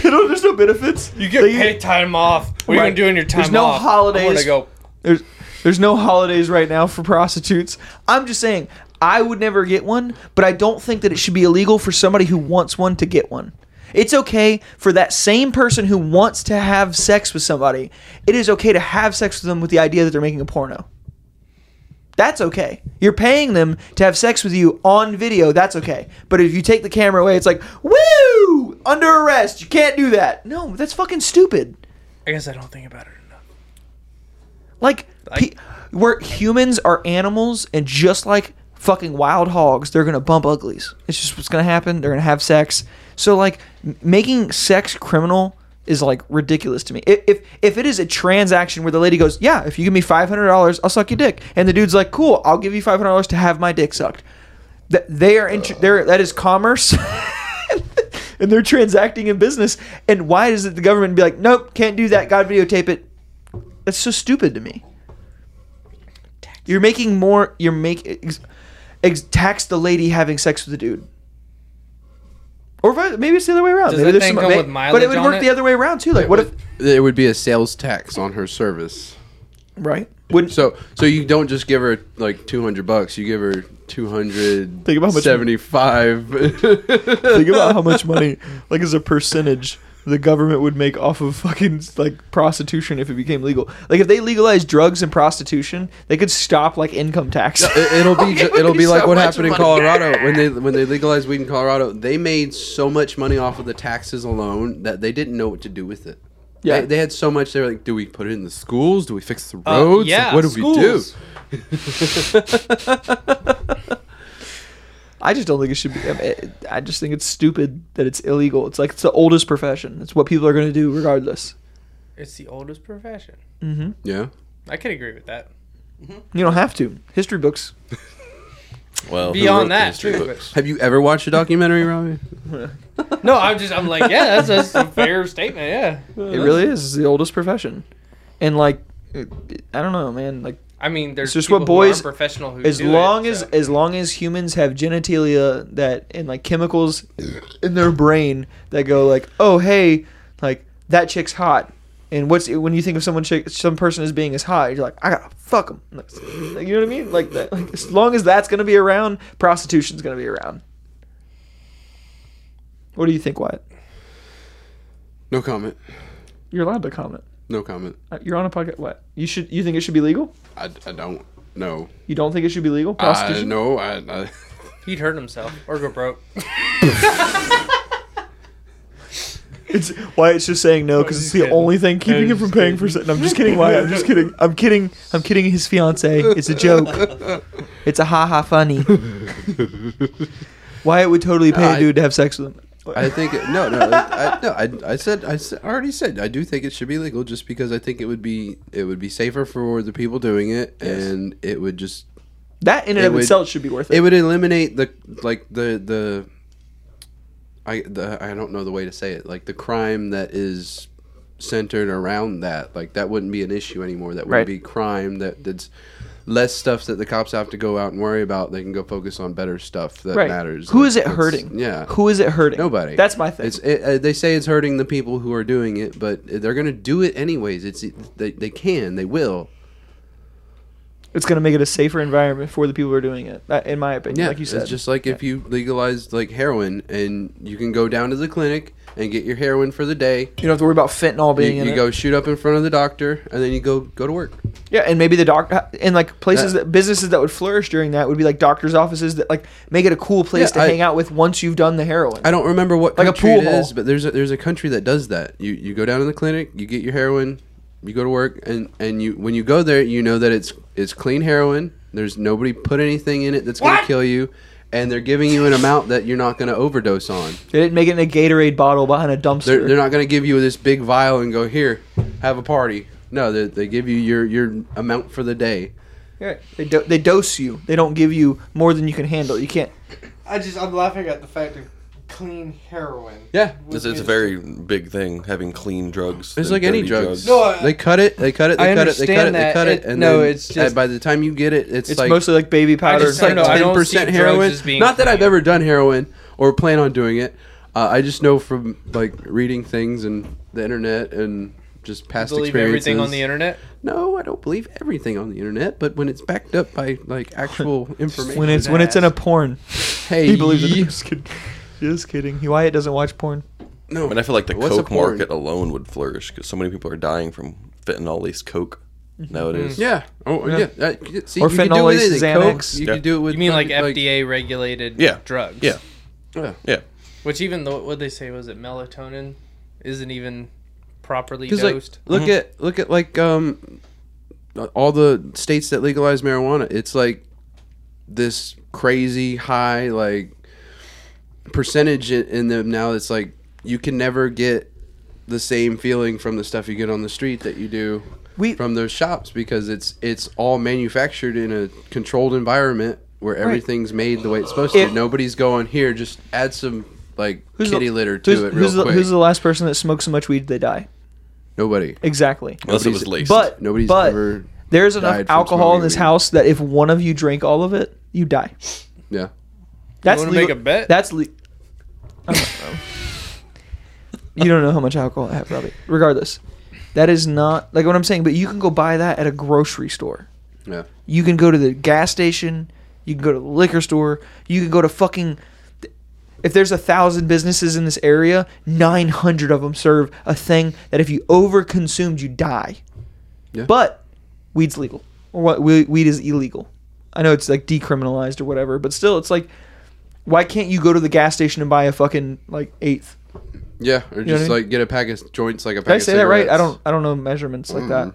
Speaker 3: you know, there's no benefits.
Speaker 6: you get
Speaker 3: they-
Speaker 6: paid time off. What are
Speaker 3: Right.
Speaker 6: you going to do in your time
Speaker 3: There's no
Speaker 6: off?
Speaker 3: holidays.
Speaker 6: I'm going to go.
Speaker 3: There's there's no holidays right now for prostitutes. I'm just saying, I would never get one, but I don't think that it should be illegal for somebody who wants one to get one. It's okay for that same person who wants to have sex with somebody. It is okay to have sex with them with the idea that they're making a porno. That's okay. You're paying them to have sex with you on video. That's okay. But if you take the camera away, it's like, woo, under arrest. You can't do that. No, that's fucking stupid.
Speaker 6: I guess I don't think about it enough.
Speaker 3: Like, pe- we're humans are animals, and just like fucking wild hogs, they're gonna bump uglies. It's just what's gonna happen. They're gonna have sex. So like, m- making sex criminal is like ridiculous to me. I- If if it is a transaction where the lady goes, yeah, if you give me five hundred dollars, I'll suck your dick, and the dude's like, cool, I'll give you five hundred dollars to have my dick sucked. That they are intr- they're, that is commerce. And they're transacting in business. And why does it the government be like, nope, can't do that. God videotape it. That's so stupid to me. You're making more. You're making ex, ex, tax the lady having sex with the dude. Or vi- maybe it's the other way around.
Speaker 6: Does
Speaker 3: maybe
Speaker 6: that
Speaker 3: there's
Speaker 6: thing
Speaker 3: some-
Speaker 6: come
Speaker 3: may-
Speaker 6: with
Speaker 3: but
Speaker 6: mileage
Speaker 3: it would
Speaker 6: on
Speaker 3: work
Speaker 6: it?
Speaker 3: the other way around too. Like, what if
Speaker 1: it would be a sales tax on her service.
Speaker 3: right? Wouldn't
Speaker 1: So so you don't just give her like two hundred bucks. You give her two hundred
Speaker 3: Think about how much-
Speaker 1: seventy five.
Speaker 3: think about how much money, like as a percentage, the government would make off of fucking like prostitution if it became legal. Like if they legalized drugs and prostitution, they could stop like income tax.
Speaker 1: It, will be
Speaker 3: Like, it would
Speaker 1: it'll be like
Speaker 3: so
Speaker 1: what
Speaker 3: much
Speaker 1: happened in
Speaker 3: money.
Speaker 1: Colorado when they when they legalized weed in Colorado. They made so much money off of the taxes alone that they didn't know what to do with it.
Speaker 3: Yeah.
Speaker 1: they, they had so much. They were like, "Do we put it in the schools? Do we fix the
Speaker 3: Uh,
Speaker 1: roads? Like,
Speaker 6: yeah,
Speaker 1: what do we do?"
Speaker 6: schools.
Speaker 3: I just don't think it should be. I, mean, I just think it's stupid that it's illegal. It's like it's the oldest profession. It's what people are going to do regardless.
Speaker 6: It's the oldest profession.
Speaker 1: Yeah,
Speaker 6: I can agree with that.
Speaker 3: You don't have to. History books.
Speaker 4: Well, who
Speaker 6: Beyond
Speaker 4: wrote the
Speaker 6: that,
Speaker 4: history
Speaker 6: too,
Speaker 4: books?
Speaker 1: have you ever watched a documentary, Robbie?
Speaker 6: No, I'm just I'm like, yeah, that's, that's a fair statement. Yeah.
Speaker 3: It really is. It's the oldest profession, and like, it, it- I don't know, man. Like,
Speaker 6: I mean, there's
Speaker 3: It's just
Speaker 6: people
Speaker 3: what
Speaker 6: who
Speaker 3: boys-
Speaker 6: are professional who
Speaker 3: as
Speaker 6: do
Speaker 3: long
Speaker 6: it,
Speaker 3: as
Speaker 6: so.
Speaker 3: as long as humans have genitalia that and like chemicals in their brain that go like, oh hey, like that chick's hot. And what's when you think of someone, chick, some person as being as hot, you're like, I gotta fuck them. Like, you know what I mean? Like, that, like as long as that's gonna be around, prostitution's gonna be around. What do you think, Wyatt?
Speaker 1: No comment.
Speaker 3: You're allowed to comment.
Speaker 1: No comment.
Speaker 3: Uh, You're on a podcast. What you should you think it should be legal?
Speaker 1: I, I don't know.
Speaker 3: You don't think it should be legal?
Speaker 1: I
Speaker 6: Uh,
Speaker 3: Prostitution.
Speaker 1: know. I, I
Speaker 6: he'd hurt himself or go broke.
Speaker 3: It's why it's just saying no because it's the only thing keeping him from paying for sex. No, I'm just kidding. Why? I'm just kidding. I'm kidding. I'm kidding. His fiance. It's a joke. It's a ha ha funny. Wyatt would totally pay
Speaker 1: I-
Speaker 3: a dude to have sex with him.
Speaker 1: I think no, no, I, no. I, I said I, said- I already said I do think it should be legal, just because I think it would be it would be safer for the people doing it, and it would just
Speaker 3: That in and
Speaker 1: It
Speaker 3: of
Speaker 1: would-
Speaker 3: itself should be worth it.
Speaker 1: it would eliminate the like the the I the I don't know the way to say it like the crime that is centered around that like that wouldn't be an issue anymore that wouldn't
Speaker 3: Right.
Speaker 1: be crime that that's less stuff that the cops have to go out and worry about they can go focus on better stuff that
Speaker 3: right.
Speaker 1: matters
Speaker 3: Who
Speaker 1: Like,
Speaker 3: is it
Speaker 1: that's-
Speaker 3: hurting?
Speaker 1: yeah
Speaker 3: Who is it hurting?
Speaker 1: Nobody.
Speaker 3: That's my thing.
Speaker 1: It's, it, uh, they say it's hurting the people who are doing it, but they're going to do it anyways. It's they, they can, they will.
Speaker 3: It's going to make it a safer environment for the people who are doing it. That, in my opinion,
Speaker 1: Yeah,
Speaker 3: like you said,
Speaker 1: it's just like if you legalized like heroin and you can go down to the clinic and get your heroin for the day.
Speaker 3: you don't have to worry about fentanyl
Speaker 1: You,
Speaker 3: being in
Speaker 1: you
Speaker 3: it.
Speaker 1: go shoot up in front of the doctor and then you go go to work.
Speaker 3: Yeah, and maybe the doc and like places
Speaker 1: Yeah.
Speaker 3: that businesses that would flourish during that would be like doctors' offices that like make it a cool place
Speaker 1: Yeah,
Speaker 3: to
Speaker 1: I-
Speaker 3: hang out with once you've done the heroin.
Speaker 1: I don't remember what
Speaker 3: Like a
Speaker 1: country
Speaker 3: pool
Speaker 1: it is,
Speaker 3: hall.
Speaker 1: but there's a, there's a country that does that. You you go down to the clinic, you get your heroin, you go to work, and and you when you go there, you know that it's it's clean heroin. There's nobody put anything in it that's gonna kill you, and they're giving you an amount that you're not gonna overdose on.
Speaker 3: they didn't make it in a Gatorade bottle behind a dumpster.
Speaker 1: They're, they're not gonna give you this big vial and go here, have a party. No, they, they give you your your amount for the day.
Speaker 3: Yeah, they, do- they dose you. They don't give you more than you can handle. You can't.
Speaker 5: I just I'm laughing at the fact of clean heroin.
Speaker 1: Yeah,
Speaker 4: It's, it's a very big thing having clean drugs.
Speaker 1: It's
Speaker 4: than
Speaker 1: like any
Speaker 4: dirty
Speaker 1: drugs.
Speaker 5: No, I-
Speaker 1: they cut it, they cut it, they
Speaker 6: I
Speaker 1: cut it, they cut it,
Speaker 6: understand
Speaker 1: they
Speaker 6: that.
Speaker 1: cut it,
Speaker 6: It-
Speaker 1: and
Speaker 6: no,
Speaker 1: then
Speaker 6: it's just-
Speaker 1: by the time you get it, it's,
Speaker 3: It's
Speaker 1: like
Speaker 3: mostly like baby powder.
Speaker 6: just- I
Speaker 1: it's
Speaker 6: don't know,
Speaker 1: like
Speaker 6: I
Speaker 1: ten
Speaker 6: don't see
Speaker 1: percent
Speaker 6: drugs
Speaker 1: heroin.
Speaker 6: as being
Speaker 1: Not that I've
Speaker 6: clean.
Speaker 1: ever done heroin or plan on doing it. Uh, I just know from like reading things and the internet and just past
Speaker 6: Believe
Speaker 1: experiences.
Speaker 6: everything on the internet.
Speaker 1: No, I don't believe everything on the internet, but when it's backed up by like actual information,
Speaker 3: when it's when it's in a porn,
Speaker 1: hey,
Speaker 3: he believes it. Just kidding. Just kidding. Wyatt doesn't watch porn.
Speaker 1: No,
Speaker 4: But I feel like the
Speaker 1: What's a
Speaker 4: coke
Speaker 1: porn?
Speaker 4: market alone would flourish because so many people are dying from fentanyl laced coke nowadays.
Speaker 1: Yeah. Oh, yeah. Uh, see,
Speaker 3: Or
Speaker 1: you can do it with
Speaker 3: fentanyl-laced
Speaker 1: anything. Coke,
Speaker 3: Xanax.
Speaker 1: You
Speaker 4: Yeah.
Speaker 1: can do it with.
Speaker 6: You mean like
Speaker 1: fucking,
Speaker 6: FDA regulated
Speaker 4: Yeah.
Speaker 6: drugs?
Speaker 4: Yeah.
Speaker 1: Yeah.
Speaker 4: Yeah.
Speaker 6: Which even though what they say was it melatonin isn't even properly
Speaker 1: Because like,
Speaker 6: dosed.
Speaker 3: Mm-hmm.
Speaker 1: look at look at like um, all the states that legalize marijuana. It's like this crazy high like percentage in, in them now. It's like you can never get the same feeling from the stuff you get on the street that you do
Speaker 3: We-
Speaker 1: from those shops because it's it's all manufactured in a controlled environment where everything's made the way it's supposed to.
Speaker 3: If-
Speaker 1: Nobody's going here. Just add some like
Speaker 3: Who's the-
Speaker 1: kitty litter to
Speaker 3: Who's,
Speaker 1: it real
Speaker 3: who's, the,
Speaker 1: quick.
Speaker 3: who's the last person that smoked so much weed they die?
Speaker 1: Nobody.
Speaker 3: Exactly.
Speaker 4: Unless it
Speaker 1: Nobody's-
Speaker 4: was laced.
Speaker 3: But
Speaker 1: Nobody's
Speaker 3: but
Speaker 1: ever
Speaker 3: there's
Speaker 1: died from
Speaker 3: enough alcohol in
Speaker 1: smoking
Speaker 3: this
Speaker 1: weed.
Speaker 3: house that if one of you drank all of it, you die.
Speaker 1: Yeah.
Speaker 3: That's
Speaker 6: wanna make a bet?
Speaker 3: That's le- I don't know. you don't know how much alcohol I have, Robbie. Regardless, that is not like what I'm saying. But you can go buy that at a grocery store.
Speaker 1: Yeah.
Speaker 3: You can go to the gas station. You can go to the liquor store. You can go to fucking. if there's a thousand businesses in this area, 900 of them serve a thing that if you overconsumed, you die.
Speaker 1: Yeah.
Speaker 3: But weed's legal, or what? we- Weed is illegal. I know it's like decriminalized or whatever, but still, it's like, why can't you go to the gas station and buy a fucking like eighth?
Speaker 1: Yeah, or
Speaker 3: know what I
Speaker 1: just
Speaker 3: mean?
Speaker 1: like get a pack of joints, like a pack.
Speaker 3: Did I
Speaker 1: of
Speaker 3: say that right? I
Speaker 1: cigarettes.
Speaker 3: don't. I don't know measurements like that.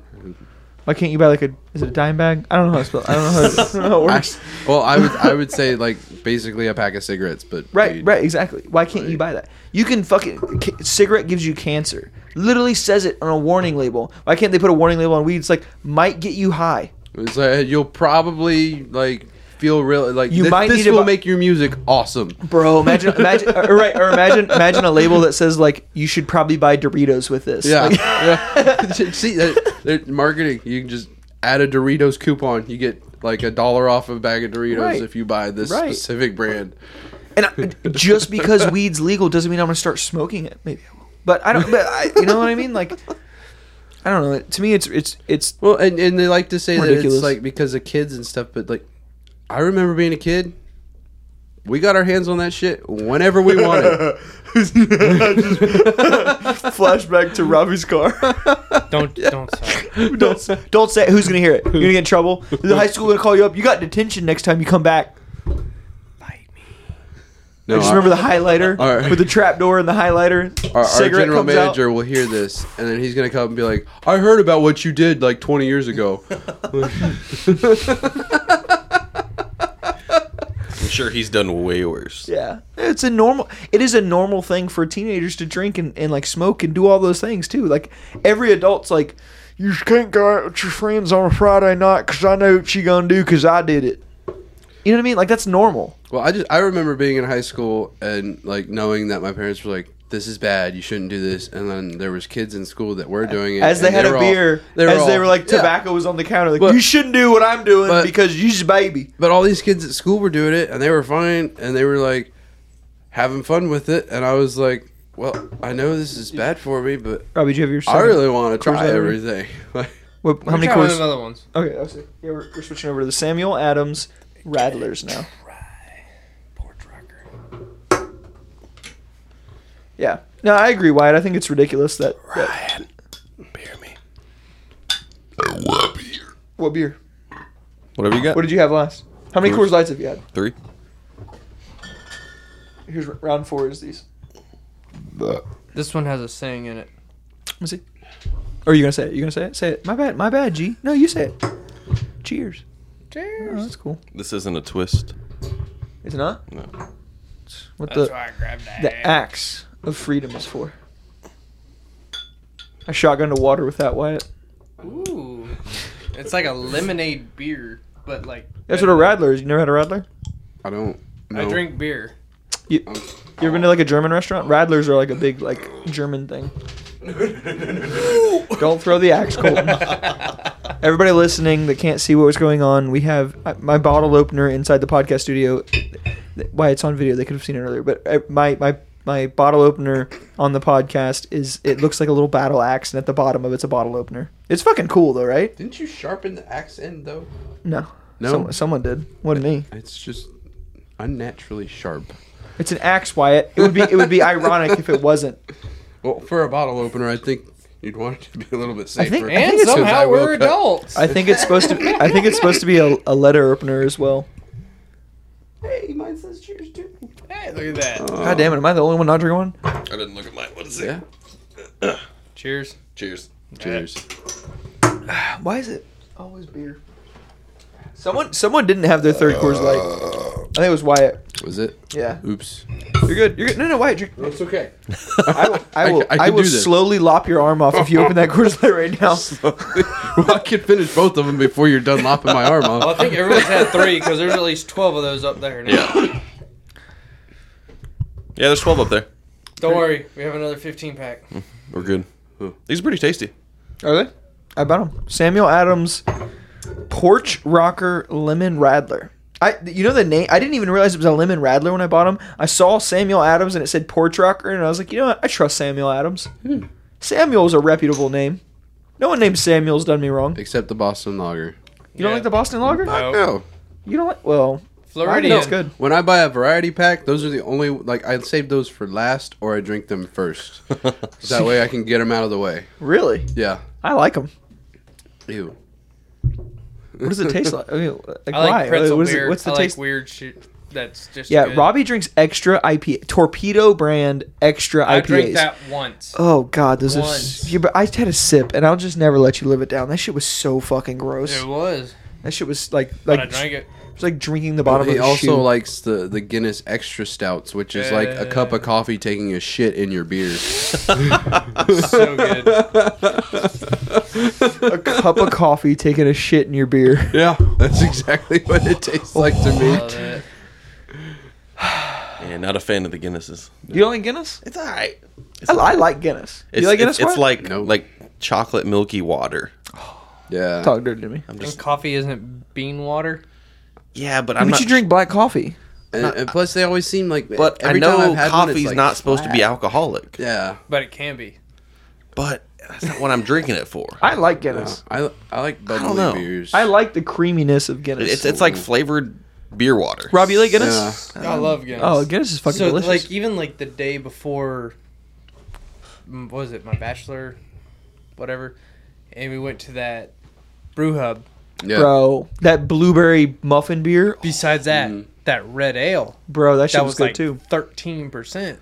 Speaker 3: Why can't you buy like a? Is it a dime bag? I don't know how to spell. I don't know how. To, I don't know how it
Speaker 1: I-
Speaker 3: works.
Speaker 1: well, I would I would say like basically a pack of cigarettes, but
Speaker 3: Right,
Speaker 1: weed.
Speaker 3: right, exactly. Why can't you buy that? You can fucking c- cigarette gives you cancer. Literally says it on a warning label. Why can't they put a warning label on weed? It's like might get you high.
Speaker 1: It's like you'll probably like feel real like
Speaker 3: You
Speaker 1: you
Speaker 3: might
Speaker 1: might this
Speaker 3: need to
Speaker 1: will
Speaker 3: bu-
Speaker 1: make your music awesome.
Speaker 3: Bro, imagine imagine or, right, or imagine imagine a label that says like you should probably buy Doritos with this.
Speaker 1: Yeah,
Speaker 3: Like,
Speaker 1: yeah. See, they're, they're marketing. You can just add a Doritos coupon. You get like a dollar off a bag of Doritos
Speaker 3: Right.
Speaker 1: if you buy this
Speaker 3: Right.
Speaker 1: specific brand.
Speaker 3: and I, just because weed's legal doesn't mean I'm gonna start smoking it. Maybe I will. But I don't but I, you know what I mean? Like I don't know. To me it's it's it's
Speaker 1: Well, and and they like to say that
Speaker 3: Ridiculous.
Speaker 1: it's like because of kids and stuff, but like I remember being a kid. We got our hands on that shit whenever we wanted.
Speaker 3: flashback to Robbie's car.
Speaker 6: Don't don't say.
Speaker 3: don't s- don't say who's gonna hear it. You're gonna get in trouble. The high school gonna call you up. You got detention next time you come back.
Speaker 1: No,
Speaker 3: I just
Speaker 1: our-
Speaker 3: remember the highlighter
Speaker 1: all right.
Speaker 3: with the trap door and the highlighter.
Speaker 1: our, our
Speaker 3: cigarette
Speaker 1: general
Speaker 3: comes
Speaker 1: manager will hear this, and then he's gonna come and be like, "I heard about what you did like 20 years ago."
Speaker 4: I'm sure he's done way worse.
Speaker 3: Out. Yeah, it's a normal. It is a normal thing for teenagers to drink and, and like smoke and do all those things too. Like every adult's like, you can't go out with your friends on a Friday night because I know what you gonna do because I did it. You know what I mean? Like that's normal.
Speaker 1: Well, I just I remember being in high school and like knowing that my parents were like, "This is bad. You shouldn't do this." And then there was kids in school that were doing it
Speaker 3: As they
Speaker 1: and
Speaker 3: had
Speaker 1: were
Speaker 3: a
Speaker 1: all-
Speaker 3: beer, as they
Speaker 1: all-
Speaker 3: were like
Speaker 1: yeah.
Speaker 3: tobacco was on the counter. Like
Speaker 1: But-
Speaker 3: you shouldn't do what I'm doing
Speaker 1: but-
Speaker 3: because you's a baby.
Speaker 1: But all these kids at school were doing it, and they were fine, and they were like having fun with it. And I was like, "Well, I know this is bad for me, but
Speaker 3: Robbie, do you have your?
Speaker 1: I really want to
Speaker 3: Coors
Speaker 1: try
Speaker 3: Light.
Speaker 1: everything." Like,
Speaker 3: What, how many
Speaker 6: Try one
Speaker 3: cores?
Speaker 6: of the other ones.
Speaker 3: Okay, I see. Yeah, we're, we're switching over to the Samuel Adams Rattlers now. Yeah. No, I agree, Wyatt. I think it's ridiculous that. that
Speaker 4: Bear me.
Speaker 3: what beer?
Speaker 4: Whatever you got.
Speaker 3: What did you have last? How many
Speaker 4: Coors.
Speaker 3: Coors Lights have you had?
Speaker 4: Three.
Speaker 3: Here's r- round four. Is these?
Speaker 6: This one has a saying in it.
Speaker 3: Let me see. Or are you gonna say it? You gonna say it? Say it. My bad. My bad. G. No, you say it. Cheers. Cheers. that's cool.
Speaker 4: This isn't a twist.
Speaker 3: It's not.
Speaker 4: No.
Speaker 3: What
Speaker 6: That's
Speaker 3: the
Speaker 6: why I grabbed that.
Speaker 3: the axe of freedom is for? I shotgun to water with that, Wyatt.
Speaker 6: Ooh, it's like a lemonade beer, but like
Speaker 3: That's what a Radler is. You never had a Radler?
Speaker 1: I don't. Know.
Speaker 6: I
Speaker 3: Oh.
Speaker 6: drink beer.
Speaker 3: You, you ever been to like a German restaurant? Radlers are like a big like German thing. Don't throw the axe, Colton. Everybody listening that can't see what was going on, we have uh, my bottle opener inside the podcast studio. Th- Why it's on video, they could have seen it earlier. But uh, my my my bottle opener on the podcast is it looks like a little battle axe, and at the bottom of it's a bottle opener. It's fucking cool though, right?
Speaker 1: Didn't you sharpen the axe end though?
Speaker 3: No,
Speaker 1: No.
Speaker 3: Some- someone did. Wasn't me.
Speaker 1: It's just unnaturally sharp.
Speaker 3: It's an axe, Wyatt. It would be it would be ironic if it wasn't.
Speaker 1: Well, for a bottle opener, I think you'd want it to be a little bit safer.
Speaker 3: think- I
Speaker 6: And
Speaker 1: Because I
Speaker 6: somehow
Speaker 1: will
Speaker 6: we're
Speaker 1: cut-
Speaker 6: adults.
Speaker 3: I think it's supposed to. Be, I think it's supposed to be a, a letter opener as well.
Speaker 1: Hey, mine says cheers too.
Speaker 6: Hey, look at that.
Speaker 3: God damn it! Am I the only one not drinking one?
Speaker 4: I didn't look at mine. What is it?
Speaker 1: Yeah.
Speaker 6: Cheers.
Speaker 4: Cheers.
Speaker 1: Cheers.
Speaker 3: Why is it always beer? Someone, someone didn't have their third Coors Light. I think it was Wyatt.
Speaker 1: Was it?
Speaker 3: Yeah,
Speaker 1: Oops.
Speaker 3: you're good. You're good. No, no, Wyatt. Drink.
Speaker 1: It's okay.
Speaker 3: I will. I
Speaker 1: I
Speaker 3: will.
Speaker 1: c- I
Speaker 3: I
Speaker 1: can
Speaker 3: will
Speaker 1: do this.
Speaker 3: slowly lop your arm off if you open that Coors Light right now.
Speaker 1: well, I can finish both of them before you're done lopping my arm
Speaker 6: Well, I
Speaker 1: off.
Speaker 6: think everyone's had three because there's at least twelve of those up there now.
Speaker 4: Yeah, there's 12 up there.
Speaker 6: Don't worry, we have another fifteen pack.
Speaker 4: We're good. These are pretty tasty.
Speaker 3: Are they? I bet them. Samuel Adams, Porch Rocker Lemon Radler. I, you know the name. I didn't even realize it was a lemon radler when I bought them. I saw Samuel Adams and it said Porch Rocker, and I was like, you know what? I trust Samuel Adams.
Speaker 6: Hmm.
Speaker 3: Samuel's a reputable name. No one named Samuel's done me wrong. You
Speaker 1: Except the Boston Lager.
Speaker 6: Yeah.
Speaker 3: don't like the Boston Lager?
Speaker 6: No.
Speaker 1: Oh.
Speaker 3: You don't like? Well,
Speaker 6: Floridian.
Speaker 3: No, it's good.
Speaker 1: When I buy a variety pack, those are the only like I save those for last, or I drink them first. that way, I can get them out of the way.
Speaker 3: Really,
Speaker 1: Yeah.
Speaker 3: I like them.
Speaker 1: Ew.
Speaker 3: What does it taste like? I, mean, like,
Speaker 6: I like
Speaker 3: why?
Speaker 6: pretzel
Speaker 3: What is it-
Speaker 6: beer.
Speaker 3: what's the
Speaker 6: I
Speaker 3: taste?
Speaker 6: like weird shit that's just
Speaker 3: yeah,
Speaker 6: good.
Speaker 3: Robbie drinks extra IPA, Torpedo brand extra IPAs.
Speaker 6: I drank that once.
Speaker 3: Oh God, those are.
Speaker 6: Once.
Speaker 3: s- Yeah, but I had a sip, and I'll just never let you live it down. That shit was so fucking gross.
Speaker 6: It was.
Speaker 3: That shit was like
Speaker 6: But
Speaker 3: like
Speaker 6: I drank it.
Speaker 3: It's like drinking the bottom
Speaker 1: he
Speaker 3: of a
Speaker 1: also
Speaker 3: shoe.
Speaker 1: likes the, the Guinness Extra Stouts, which is like a cup of coffee taking a shit in your beer.
Speaker 6: So good.
Speaker 3: a cup of coffee, taking a shit in your beer.
Speaker 1: yeah, that's exactly what it tastes like to
Speaker 6: Love
Speaker 1: me.
Speaker 6: it.
Speaker 4: And not a fan of the Guinnesses.
Speaker 3: You don't like Guinness?
Speaker 4: It's all right.
Speaker 3: I, I like Guinness.
Speaker 4: It's,
Speaker 3: you like Guinness?
Speaker 4: it's, it's
Speaker 3: Mark?
Speaker 4: like
Speaker 1: No.
Speaker 4: like chocolate milky water.
Speaker 1: Yeah.
Speaker 3: talk dirty to me.
Speaker 4: I'm
Speaker 6: And
Speaker 4: just
Speaker 6: coffee isn't bean water.
Speaker 4: yeah, but
Speaker 3: Why
Speaker 4: I'm
Speaker 3: don't
Speaker 4: not.
Speaker 3: you drink black coffee?
Speaker 1: And, and plus, they always seem like.
Speaker 4: but I
Speaker 1: every time I've
Speaker 4: know
Speaker 1: had one, it's
Speaker 4: coffee's
Speaker 1: like
Speaker 4: not supposed to be
Speaker 1: flat.
Speaker 4: alcoholic.
Speaker 1: Yeah.
Speaker 6: But it can be.
Speaker 4: But that's not what I'm drinking it for.
Speaker 3: I like Guinness.
Speaker 1: I, I like bubbly
Speaker 4: know.
Speaker 1: beers.
Speaker 3: I like the creaminess of Guinness.
Speaker 4: It's it's like flavored beer water.
Speaker 3: Rob, you like Guinness?
Speaker 1: Yeah.
Speaker 6: I love Guinness.
Speaker 3: Oh, Guinness is fucking
Speaker 6: so
Speaker 3: delicious.
Speaker 6: like even like the day before m- what was it my bachelor whatever and we went to that brew hub
Speaker 1: Yeah.
Speaker 3: bro, that blueberry muffin beer,
Speaker 6: besides that
Speaker 1: Mhm.
Speaker 6: that red ale
Speaker 3: bro, that shit
Speaker 6: that
Speaker 3: was,
Speaker 6: was,
Speaker 3: good
Speaker 6: like
Speaker 3: too.
Speaker 6: 13%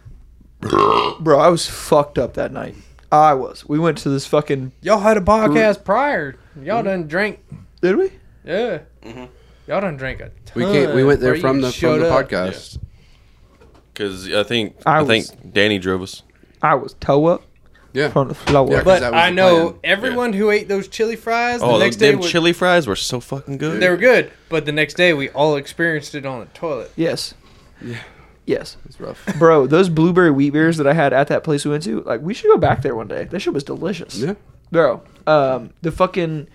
Speaker 3: Bro, I was fucked up that night. I was. We went to this fucking.
Speaker 6: y'all had a podcast prior y'all
Speaker 1: Mm-hmm.
Speaker 6: done drank
Speaker 3: Did we?
Speaker 6: yeah
Speaker 4: Mm-hmm.
Speaker 6: y'all done drank a ton
Speaker 1: We can't, We went there
Speaker 6: Bro,
Speaker 1: from
Speaker 6: you
Speaker 1: the from
Speaker 6: showed
Speaker 1: the
Speaker 6: up.
Speaker 1: podcast.
Speaker 4: Because I think
Speaker 3: I
Speaker 4: I,
Speaker 3: was-
Speaker 4: think Danny drove us.
Speaker 3: I was toe up
Speaker 1: Yeah.
Speaker 3: from the floor.
Speaker 1: Yeah, 'cause
Speaker 6: but
Speaker 1: that was
Speaker 6: I
Speaker 1: the
Speaker 6: know
Speaker 1: plan.
Speaker 6: everyone who ate those chili fries
Speaker 4: Oh,
Speaker 6: the
Speaker 4: those
Speaker 6: next day
Speaker 4: damn
Speaker 6: were,
Speaker 4: chili fries were so fucking good.
Speaker 6: they were good but the next day we all experienced it on the toilet
Speaker 3: Yes. Yeah. Yes.
Speaker 1: It's rough.
Speaker 3: Bro, those blueberry wheat beers that I had at that place we went to, like we should go back there one day. That shit was delicious.
Speaker 1: Yeah.
Speaker 3: Bro, um, the fucking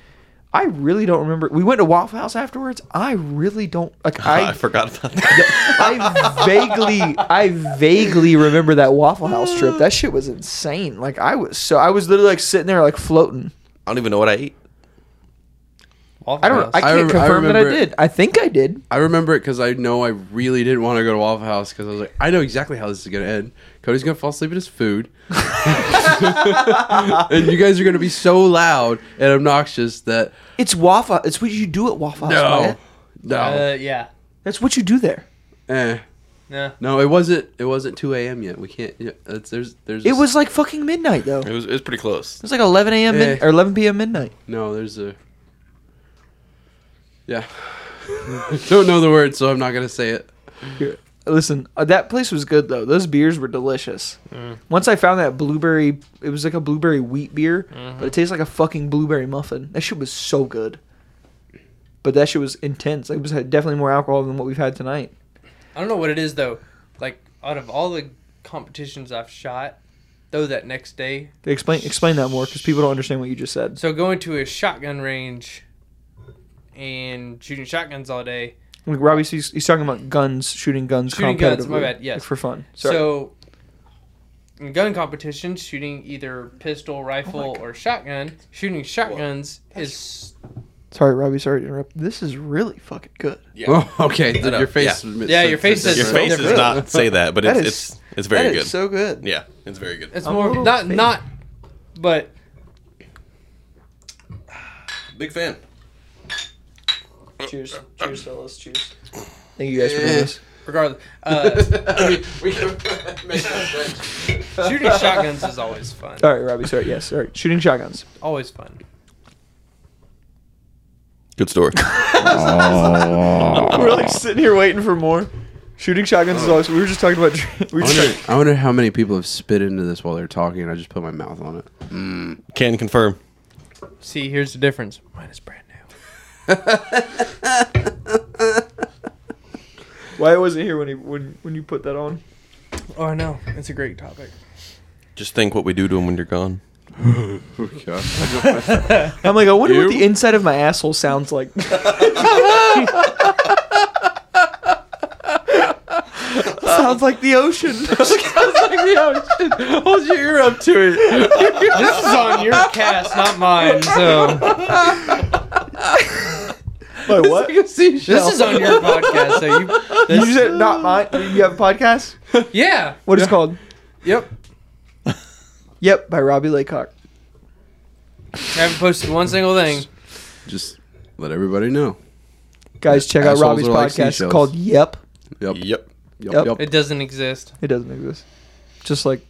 Speaker 3: I really don't remember. We went to Waffle House afterwards. I really don't like
Speaker 4: I,
Speaker 3: I
Speaker 4: forgot about that.
Speaker 3: I vaguely I vaguely remember that Waffle House trip. That shit was insane. Like I was so I was literally like sitting there like floating.
Speaker 4: I don't even know what I ate.
Speaker 3: I don't I
Speaker 1: I rem-
Speaker 3: can't
Speaker 1: I
Speaker 3: confirm that I
Speaker 1: remember-
Speaker 3: did. I think I did.
Speaker 1: I remember it because I know I really didn't want to go to Waffle House because I was like, I know exactly how this is gonna end. Cody's gonna fall asleep at his food, and you guys are gonna be so loud and obnoxious that
Speaker 3: It's Waffle it's what you do at Waffle House.
Speaker 1: no,
Speaker 3: Wyatt.
Speaker 1: no,
Speaker 6: uh, yeah
Speaker 3: That's what you do there.
Speaker 1: eh.
Speaker 6: Nah.
Speaker 1: no, it wasn't. It wasn't two a.m. yet. We can't. Yeah, it's, there's, there's. a
Speaker 3: It
Speaker 1: s-
Speaker 3: was like fucking midnight though.
Speaker 4: It was it was pretty close.
Speaker 3: It was like 11 a.m.
Speaker 1: Eh.
Speaker 3: Min- or 11 p.m. midnight.
Speaker 1: no. There's a. Yeah, don't know the word, so I'm not gonna say it.
Speaker 3: Listen, uh, that place was good though. Those beers were delicious.
Speaker 6: Mm.
Speaker 3: Once I found that blueberry, it was like a blueberry wheat beer,
Speaker 6: Mm-hmm.
Speaker 3: but it tastes like a fucking blueberry muffin. That shit was so good. But that shit was intense. Like, it was had definitely more alcohol than what we've had tonight.
Speaker 6: I don't know what it is though. Like out of all the competitions I've shot, though that next day,
Speaker 3: Explain explain that more because people don't understand what you just said.
Speaker 6: so going to a shotgun range and shooting shotguns all day.
Speaker 3: Like Robbie, he's, he's talking about guns, shooting guns,
Speaker 6: Shooting guns, my
Speaker 3: competitively,
Speaker 6: bad, yes.
Speaker 3: like, for fun. Sorry.
Speaker 6: So in gun competitions, shooting either pistol, rifle, or shotgun. Shooting shotguns is
Speaker 3: sorry, Robbie. Sorry to interrupt. This is really fucking good.
Speaker 1: Oh, okay.
Speaker 4: know.
Speaker 1: your face.
Speaker 4: Yeah.
Speaker 1: was-
Speaker 6: Yeah, your face
Speaker 1: said
Speaker 6: is-
Speaker 4: Your
Speaker 6: so
Speaker 1: different.
Speaker 4: face does
Speaker 6: different.
Speaker 4: not say that, but it's
Speaker 3: That is-
Speaker 4: it's it's very
Speaker 3: That
Speaker 4: good.
Speaker 3: is so good.
Speaker 4: yeah, it's very good.
Speaker 6: it's
Speaker 3: I'm a
Speaker 6: more
Speaker 3: little
Speaker 6: not
Speaker 3: faint.
Speaker 6: not, but
Speaker 4: Big fan.
Speaker 3: Cheers, cheers, fellas. Cheers. Thank you guys for doing this.
Speaker 6: regardless, uh,
Speaker 1: We can make that
Speaker 6: shooting shotguns is always fun.
Speaker 3: All right, Robbie. Sorry. Yes. All right. Shooting shotguns.
Speaker 6: Always fun.
Speaker 4: Good story.
Speaker 3: We're like sitting here waiting for more. Oh. Shooting shotguns is always. We were just talking about. We
Speaker 1: I
Speaker 3: were just
Speaker 1: wonder, I wonder how many people have spit into this while they're talking, and I just put my mouth on it.
Speaker 4: Can confirm.
Speaker 6: See, here's the difference. Mine is brand new.
Speaker 3: why I wasn't here when he when when you put that on.
Speaker 6: Oh, I know. It's a great topic.
Speaker 4: Just think what we do to him when you're gone.
Speaker 3: I'm like, I wonder what the inside of my asshole sounds like. sounds like the ocean. sounds like the ocean.
Speaker 1: Hold your ear up to it.
Speaker 6: This is on your cast, not mine. So
Speaker 3: Wait, what?
Speaker 1: Like a seashell.
Speaker 6: This is on your podcast, so you.
Speaker 3: You said not mine. You have a podcast?
Speaker 6: Yeah.
Speaker 3: What is it called?
Speaker 6: Yep.
Speaker 3: Yep, by Robbie Laycock.
Speaker 6: haven't posted one single thing.
Speaker 1: Just let everybody know.
Speaker 3: Guys, check out
Speaker 1: Assholes
Speaker 3: Robbie's
Speaker 1: are like
Speaker 3: podcast It's
Speaker 1: seashells.
Speaker 3: called Yep.
Speaker 1: Yep. Yep.
Speaker 4: Yep.
Speaker 1: Yep.
Speaker 3: Yep.
Speaker 6: It doesn't exist.
Speaker 3: It doesn't exist. Just like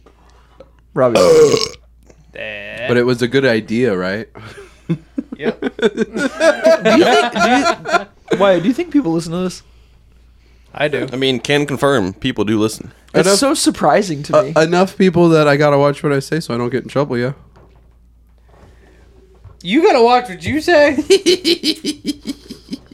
Speaker 3: Robbie.
Speaker 1: But it was a good idea, right?
Speaker 3: Why? Do you think people listen to this?
Speaker 6: I do.
Speaker 4: I mean, can confirm people do listen.
Speaker 3: That's
Speaker 1: Enough-
Speaker 3: so surprising to me.
Speaker 1: Uh, enough people that I gotta watch what I say so I don't get in trouble. Yeah.
Speaker 6: You gotta watch what you say.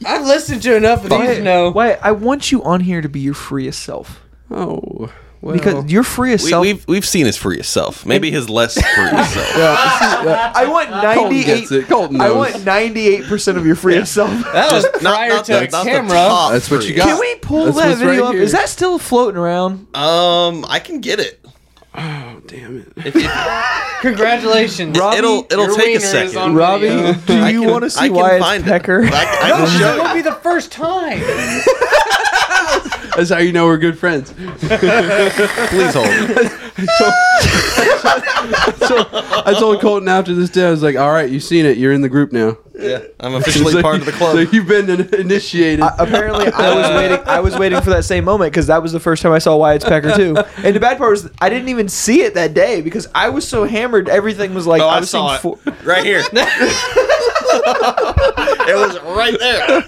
Speaker 6: I've listened to enough of these.
Speaker 3: Why-
Speaker 6: to know.
Speaker 3: Why? I want you on here to be your freest self
Speaker 1: Oh. Well.
Speaker 3: because your freest
Speaker 4: We,
Speaker 3: self.
Speaker 4: we've we've seen his free self. Maybe his less free self.
Speaker 3: I want
Speaker 1: Colton gets
Speaker 3: ninety-eight.
Speaker 1: it. Colton knows.
Speaker 3: I want ninety-eight percent of your freest self.
Speaker 6: That was
Speaker 4: Not-
Speaker 6: prior
Speaker 4: not
Speaker 6: to
Speaker 4: the-
Speaker 6: the,
Speaker 4: not the
Speaker 6: camera.
Speaker 4: top
Speaker 1: That's what you
Speaker 4: free.
Speaker 1: got.
Speaker 3: Can we pull
Speaker 1: That's
Speaker 3: that
Speaker 1: what's
Speaker 3: video
Speaker 1: right
Speaker 3: up?
Speaker 1: here.
Speaker 3: Is that still floating around?
Speaker 4: Um, I can get it.
Speaker 1: Oh damn it.
Speaker 4: If, if,
Speaker 6: Congratulations.
Speaker 3: Robbie,
Speaker 4: it'll it'll
Speaker 6: your
Speaker 4: take
Speaker 6: wiener
Speaker 4: a
Speaker 6: is
Speaker 4: second.
Speaker 6: on
Speaker 3: Robbie,
Speaker 6: video.
Speaker 3: do
Speaker 4: I
Speaker 3: you
Speaker 4: can-
Speaker 3: want to
Speaker 4: I
Speaker 3: see
Speaker 4: can
Speaker 3: why
Speaker 4: find
Speaker 3: it's
Speaker 4: it.
Speaker 3: pecker?
Speaker 4: I, I can
Speaker 6: This
Speaker 4: show
Speaker 6: won't be the first time.
Speaker 1: That's how you know we're good friends.
Speaker 4: Please hold.
Speaker 1: So I told Colton after this day, I was like, "All right, you've seen it. You're in the group now.
Speaker 4: Yeah, I'm officially part of the
Speaker 1: So
Speaker 4: club.
Speaker 1: you've been in- initiated."
Speaker 3: I- apparently, I
Speaker 6: Uh.
Speaker 3: was waiting. I was waiting for that same moment because that was the first time I saw why it's pecker too. And the bad part was I didn't even see it that day because I was so hammered. Everything was like
Speaker 4: Oh,
Speaker 3: I,
Speaker 4: I
Speaker 3: was
Speaker 4: saw
Speaker 3: seeing
Speaker 4: it right here. it was right there.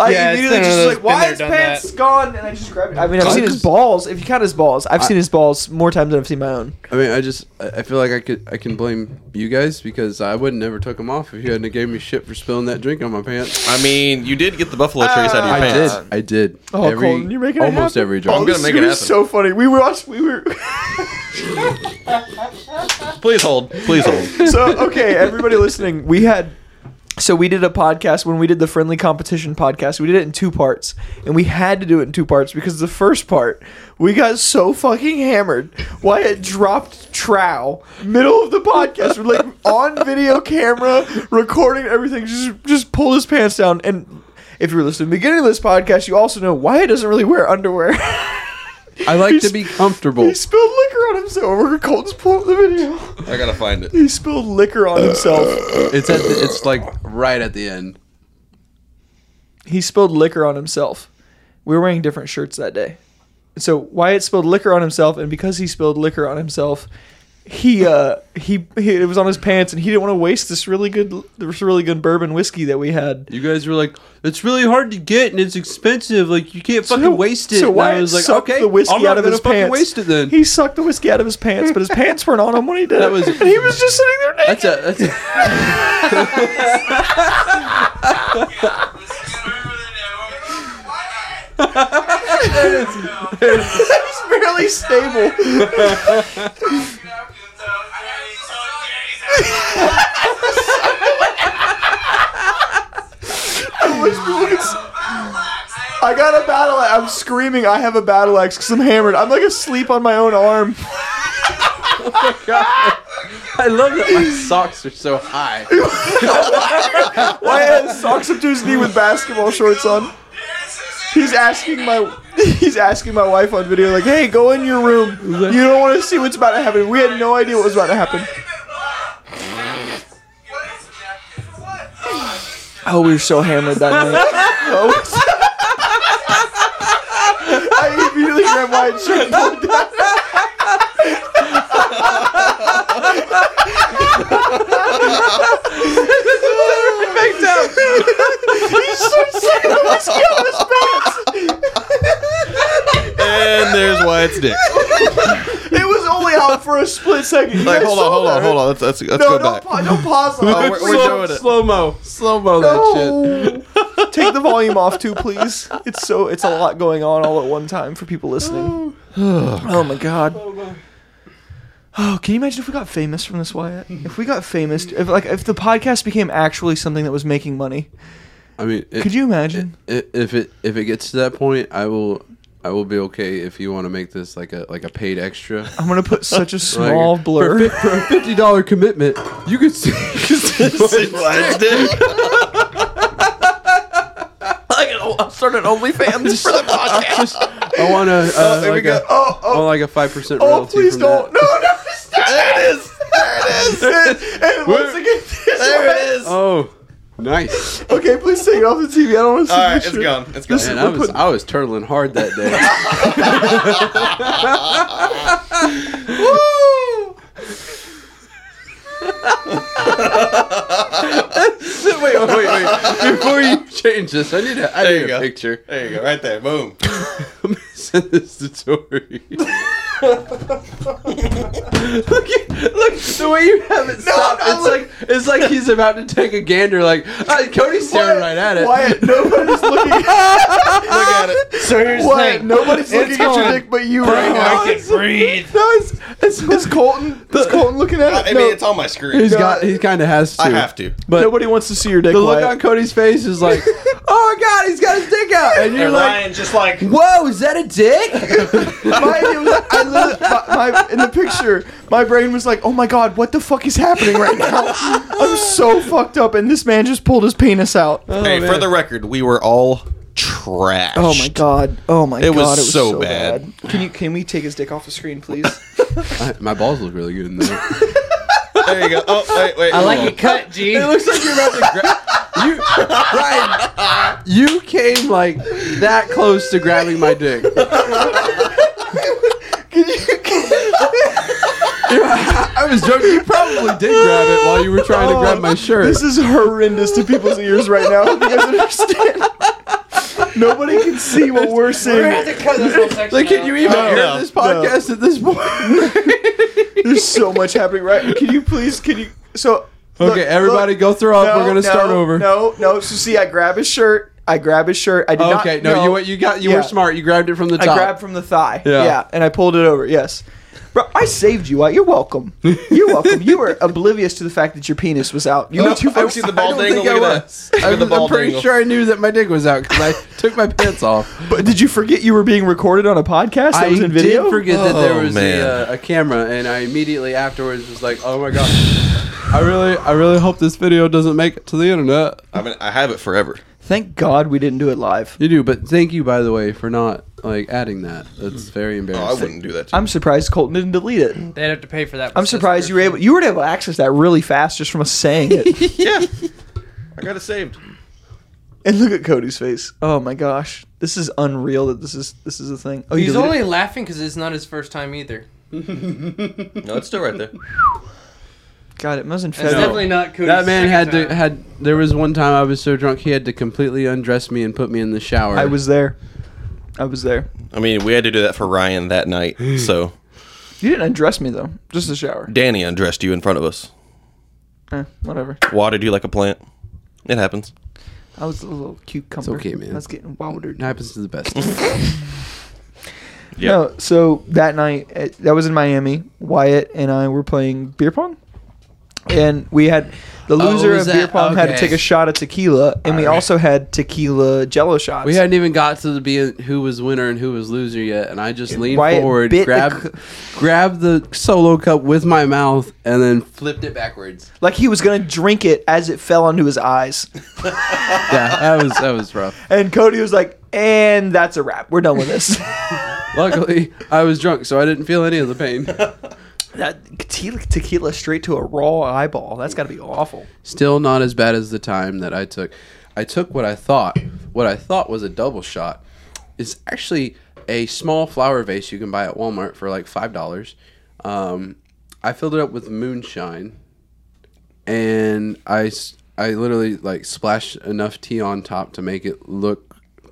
Speaker 3: I
Speaker 6: Yeah, it's
Speaker 3: immediately
Speaker 6: been one
Speaker 3: just
Speaker 6: of
Speaker 3: like
Speaker 6: those been
Speaker 3: why
Speaker 6: there,
Speaker 3: his
Speaker 6: done
Speaker 3: pants
Speaker 6: that.
Speaker 3: gone, and I just grabbed it. I mean, I've
Speaker 1: Just
Speaker 3: seen his
Speaker 1: 'cause-
Speaker 3: balls. If you count his balls, I've seen his balls more times than I've seen my own.
Speaker 1: I mean, I just I I feel like I could I can blame you guys because I would never took them off if you hadn't gave me shit for spilling that drink on my pants.
Speaker 4: I mean, you did get the buffalo trace out of your
Speaker 1: I
Speaker 4: pants.
Speaker 1: did. I did.
Speaker 3: Oh, Colton, you're making it
Speaker 1: almost
Speaker 3: happen. Oh,
Speaker 1: every
Speaker 4: I'm
Speaker 1: drink.
Speaker 4: gonna make it happen.
Speaker 3: so funny. We watched. We were
Speaker 4: Please hold. Please hold.
Speaker 3: so okay, everybody listening, we had so we did a podcast when we did the friendly competition podcast. We did it in two parts, and we had to do it in two parts because the first part we got so fucking hammered. Wyatt dropped trow middle of the podcast. We're like on video camera, recording everything. Just just pulled his pants down. And if you were listening to the beginning of this podcast, you also know Wyatt doesn't really wear underwear.
Speaker 1: I like to
Speaker 3: He's-
Speaker 1: be comfortable.
Speaker 3: he spilled liquor on himself. We're Colton's pulling up the video.
Speaker 4: I gotta find it.
Speaker 3: He spilled liquor on himself.
Speaker 1: It's at the, it's like right at the end.
Speaker 3: he spilled liquor on himself. We were wearing different shirts that day. So Wyatt spilled liquor on himself, and because he spilled liquor on himself, he uh he, he it was on his pants, and he didn't want to waste this really good this really good bourbon whiskey that we had.
Speaker 1: You guys were like, "It's really hard to get and it's expensive. Like you can't fucking
Speaker 3: So-
Speaker 1: waste it."
Speaker 3: So
Speaker 1: and
Speaker 3: Wyatt
Speaker 1: I was like,
Speaker 3: sucked
Speaker 1: "Okay,
Speaker 3: the whiskey
Speaker 1: I'm not
Speaker 3: out of
Speaker 1: gonna
Speaker 3: his
Speaker 1: fucking
Speaker 3: pants.
Speaker 1: waste it then."
Speaker 3: He sucked the whiskey out of his pants, but his pants weren't on him when he did
Speaker 1: That
Speaker 3: it.
Speaker 1: was-
Speaker 3: and he was just sitting there naked.
Speaker 1: that's a that's a
Speaker 3: He's barely stable. I got a battle axe. I'm screaming. I have a battle axe because I'm hammered. I'm like asleep on my own arm.
Speaker 1: I love that my socks are so high.
Speaker 3: Why has socks up to his knee with basketball shorts on? He's asking my he's asking my wife on video like, "Hey, go in your room. You don't want to see what's about to happen." We had no idea what was about to happen. Oh, we were so hammered that night. Oh, we- I immediately grabbed my shirt. and pulled it down.
Speaker 4: And there's why it's dick.
Speaker 3: It was only out for a split second. You
Speaker 4: Like,
Speaker 3: guys
Speaker 4: hold
Speaker 3: saw
Speaker 4: on, hold
Speaker 3: that,
Speaker 4: on,
Speaker 3: right?
Speaker 4: hold on. Let's let's, let's
Speaker 3: No,
Speaker 4: go
Speaker 3: don't,
Speaker 4: back.
Speaker 3: pa- don't pause. Oh,
Speaker 4: we're- we're doing it.
Speaker 1: Slow mo, slow mo that shit.
Speaker 3: No. Take the volume off too, please. It's so it's a lot going on all at one time for people listening. oh my god. Oh, can you imagine if we got famous from this, Wyatt? If we got famous, if like if the podcast became actually something that was making money,
Speaker 1: I mean, it,
Speaker 3: could you imagine?
Speaker 1: I- if it if it gets to that point, I will I will be okay if you want to make this like a like a paid extra.
Speaker 3: I'm gonna put such a
Speaker 1: Like,
Speaker 3: small
Speaker 1: for,
Speaker 3: blur.
Speaker 1: a fif- for a fifty dollar commitment. You could see, you could see
Speaker 4: Why it's dick. start an OnlyFans for the podcast.
Speaker 1: Just, I want to. Uh,
Speaker 4: there we
Speaker 1: like
Speaker 4: go.
Speaker 1: a,
Speaker 4: Oh, oh.
Speaker 1: I want like a five percent
Speaker 4: Oh,
Speaker 1: royalty.
Speaker 4: please
Speaker 1: from
Speaker 4: don't.
Speaker 1: That.
Speaker 4: No, no, stop. There it is. There it is. and, and once again, there it is.
Speaker 1: Oh, nice.
Speaker 3: Okay, please take it off the TV. I don't want to see
Speaker 4: All right,
Speaker 3: this
Speaker 4: it's
Speaker 3: shit.
Speaker 4: gone. It's gone.
Speaker 1: Man, I was I was turtling hard that day. wait, wait, wait! Before you change this, I need to. I
Speaker 4: There
Speaker 1: need
Speaker 4: you
Speaker 1: a
Speaker 4: go.
Speaker 1: picture.
Speaker 4: There you go. Right there. Boom.
Speaker 1: I'm gonna send this to Tori. look, at- look, the way you have it stopped. it's like it's like he's about to take a gander. Like uh, Cody's staring right at it.
Speaker 3: Wyatt, nobody's looking.
Speaker 4: Look at it.
Speaker 7: So here's
Speaker 3: Wyatt, nobody's looking at your dick but you right now. It's-
Speaker 7: breathe.
Speaker 3: No, it's, it's, it's Colton. It's Colton looking at
Speaker 4: I
Speaker 3: it.
Speaker 4: mean,
Speaker 3: No,
Speaker 4: it's on my screen.
Speaker 1: He's got. He kind of has to.
Speaker 4: I have to.
Speaker 1: But
Speaker 3: nobody wants to see your dick.
Speaker 1: the look
Speaker 3: Wyatt.
Speaker 1: on Cody's face is like, oh my god, he's got his dick out, and you're
Speaker 7: And
Speaker 1: like,
Speaker 7: Ryan's just like,
Speaker 1: whoa, is that a dick?
Speaker 3: my, it was, I lit- my, my, in the picture, my brain was like, "Oh my god, what the fuck is happening right now? I'm so fucked up." And this man just pulled his penis out. Oh
Speaker 4: hey, for the record, we were all trash.
Speaker 3: my god! Oh my
Speaker 4: It
Speaker 3: god!
Speaker 4: was so bad.
Speaker 3: Can you can we take his dick off the screen, please?
Speaker 1: I- my balls look really good in there.
Speaker 4: There you go. Oh, wait, wait.
Speaker 7: I like it cut, G.
Speaker 1: It looks like you're about to grab. You, Ryan, you came like that close to grabbing my dick. I was joking. You probably did grab it while you were trying to grab my shirt.
Speaker 3: This is horrendous to people's ears right now. You guys understand? Nobody can see what we're seeing.
Speaker 5: to cut this whole section.
Speaker 1: like, can you even hear
Speaker 4: no,
Speaker 1: this podcast at this point?
Speaker 3: There's so much happening right. Can you please? Can you? So look,
Speaker 1: okay, everybody,
Speaker 3: look.
Speaker 1: go throw up. we're gonna start
Speaker 3: no,
Speaker 1: over.
Speaker 3: No, no. So see, I grab his shirt. I grab his shirt. I did not.
Speaker 1: Okay, no, you you got you
Speaker 3: Yeah.
Speaker 1: were smart. You grabbed it from the
Speaker 3: I
Speaker 1: top.
Speaker 3: grabbed from the thigh.
Speaker 1: Yeah.
Speaker 3: Yeah. and I pulled it over. Yes. Bro, I saved you. out. You're welcome. You're welcome. You were oblivious to the fact that your penis was out. You were too
Speaker 4: I
Speaker 3: focused.
Speaker 4: see the ball
Speaker 1: don't think
Speaker 4: dangle. Look
Speaker 1: I
Speaker 4: at
Speaker 1: was.
Speaker 4: that. Look at
Speaker 1: I'm,
Speaker 4: the ball
Speaker 1: I'm pretty
Speaker 4: dangle.
Speaker 1: sure I knew that my dick was out because I took my pants off.
Speaker 3: But did you forget you were being recorded on a podcast that
Speaker 1: I
Speaker 3: was in video?
Speaker 1: did forget that there
Speaker 4: Oh,
Speaker 1: was
Speaker 4: man.
Speaker 1: a, uh, a camera, and I immediately afterwards was like, "Oh my god, I really, I really hope this video doesn't make it to the internet."
Speaker 4: I mean, I have it forever.
Speaker 3: Thank God we didn't do it live.
Speaker 1: You do, but thank you by the way for not like adding that. That's very
Speaker 4: Oh, I
Speaker 1: embarrassing.
Speaker 4: wouldn't do that. To you.
Speaker 3: I'm surprised Colton didn't delete it.
Speaker 5: They'd have to pay for that.
Speaker 3: I'm surprised you were able. You were able to access that really fast just from us saying it.
Speaker 4: yeah, I got it saved.
Speaker 3: and look at Cody's face. Oh my gosh, this is unreal. That this is this is a thing. Oh, you
Speaker 5: He's
Speaker 3: deleted
Speaker 5: only
Speaker 3: it?
Speaker 5: laughing because it's not his first time either.
Speaker 4: No, it's still right there.
Speaker 3: God, it wasn't
Speaker 5: That's definitely
Speaker 3: February.
Speaker 5: not Cody's
Speaker 1: That man had
Speaker 5: second
Speaker 1: to
Speaker 5: time.
Speaker 1: had. There was one time I was so drunk he had to completely undress me and put me in the shower.
Speaker 3: I was there. I was there.
Speaker 4: I mean, we had to do that for Ryan that night. So
Speaker 3: You didn't undress me though. Just the shower.
Speaker 4: Danny undressed you in front of us,
Speaker 3: Eh, whatever.
Speaker 4: watered you like a plant. It happens.
Speaker 3: I was a little cucumber.
Speaker 1: okay, man.
Speaker 3: I was getting wildered.
Speaker 1: It happens to the best.
Speaker 4: Yeah.
Speaker 3: No, so that night, eh, that was in Miami. Wyatt and I were playing beer pong, and we had the
Speaker 5: Oh,
Speaker 3: loser
Speaker 1: was
Speaker 3: of beer
Speaker 1: that-
Speaker 3: pong had to
Speaker 1: okay.
Speaker 3: take a shot of tequila, and we also had tequila Jello shots.
Speaker 1: We hadn't even got to the being who was winner and who was loser yet, and I just leaned
Speaker 3: Wyatt
Speaker 1: forward,
Speaker 3: bit the
Speaker 1: grabbed
Speaker 3: cu-
Speaker 1: grabbed the solo cup with my mouth, and then flipped it backwards.
Speaker 3: like he was gonna drink it as it fell onto his eyes,
Speaker 1: Yeah, that was that was rough.
Speaker 3: and Cody was like, "And that's a wrap. We're done with this."
Speaker 1: Luckily, I was drunk, so I didn't feel any of the pain.
Speaker 3: that tequila, tequila straight to a raw eyeball. That's gotta be awful.
Speaker 1: Still not as bad as the time that I took. I took what I thought what I thought was a double shot. It's actually a small flower vase you can buy at Walmart for like five dollars. Um, I filled it up with moonshine, and I s- I literally like splashed enough tea on top to make it look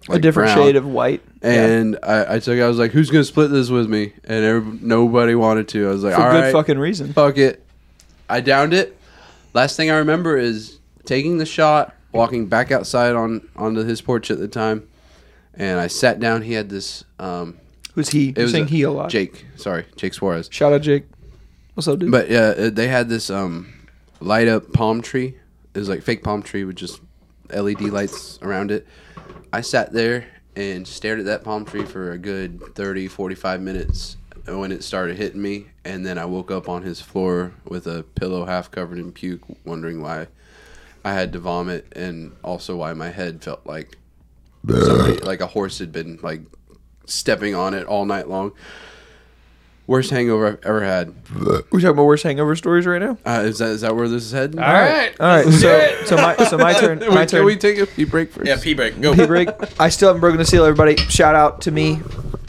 Speaker 1: like
Speaker 3: a different
Speaker 1: brown.
Speaker 3: shade of white. Yeah.
Speaker 1: And I, I took. I was like, "Who's gonna split this with me?" And every, nobody wanted to. I was like,
Speaker 3: for
Speaker 1: "All
Speaker 3: good
Speaker 1: right,
Speaker 3: fucking reason.
Speaker 1: fuck it." I downed it. Last thing I remember is taking the shot, walking back outside on onto his porch at the time, and I sat down. He had this. Um,
Speaker 3: Who's he?
Speaker 1: it
Speaker 3: You're
Speaker 1: was
Speaker 3: saying
Speaker 1: a-
Speaker 3: he a lot.
Speaker 1: Jake. Sorry, Jake Suarez.
Speaker 3: Shout out Jake. What's up, dude?
Speaker 1: But yeah, uh, they had this um, light up palm tree. It was like fake palm tree with just LED lights around it. I sat there and stared at that palm tree for a good 30, 45 minutes when it started hitting me. And then I woke up on his floor with a pillow half covered in puke, wondering why I had to vomit and also why my head felt like somebody like a horse had been like stepping on it all night long. Worst hangover I've ever had.
Speaker 3: We're talking about worst hangover stories right now.
Speaker 1: Uh, is that is that where this is heading?
Speaker 3: All right, all right. So, so my, so my turn.
Speaker 1: Wait,
Speaker 3: My
Speaker 1: can we
Speaker 3: turn.
Speaker 1: take a pee break first?
Speaker 4: Yeah, pee break. Go.
Speaker 3: Pee break. I still haven't broken the seal. Everybody, shout out to me.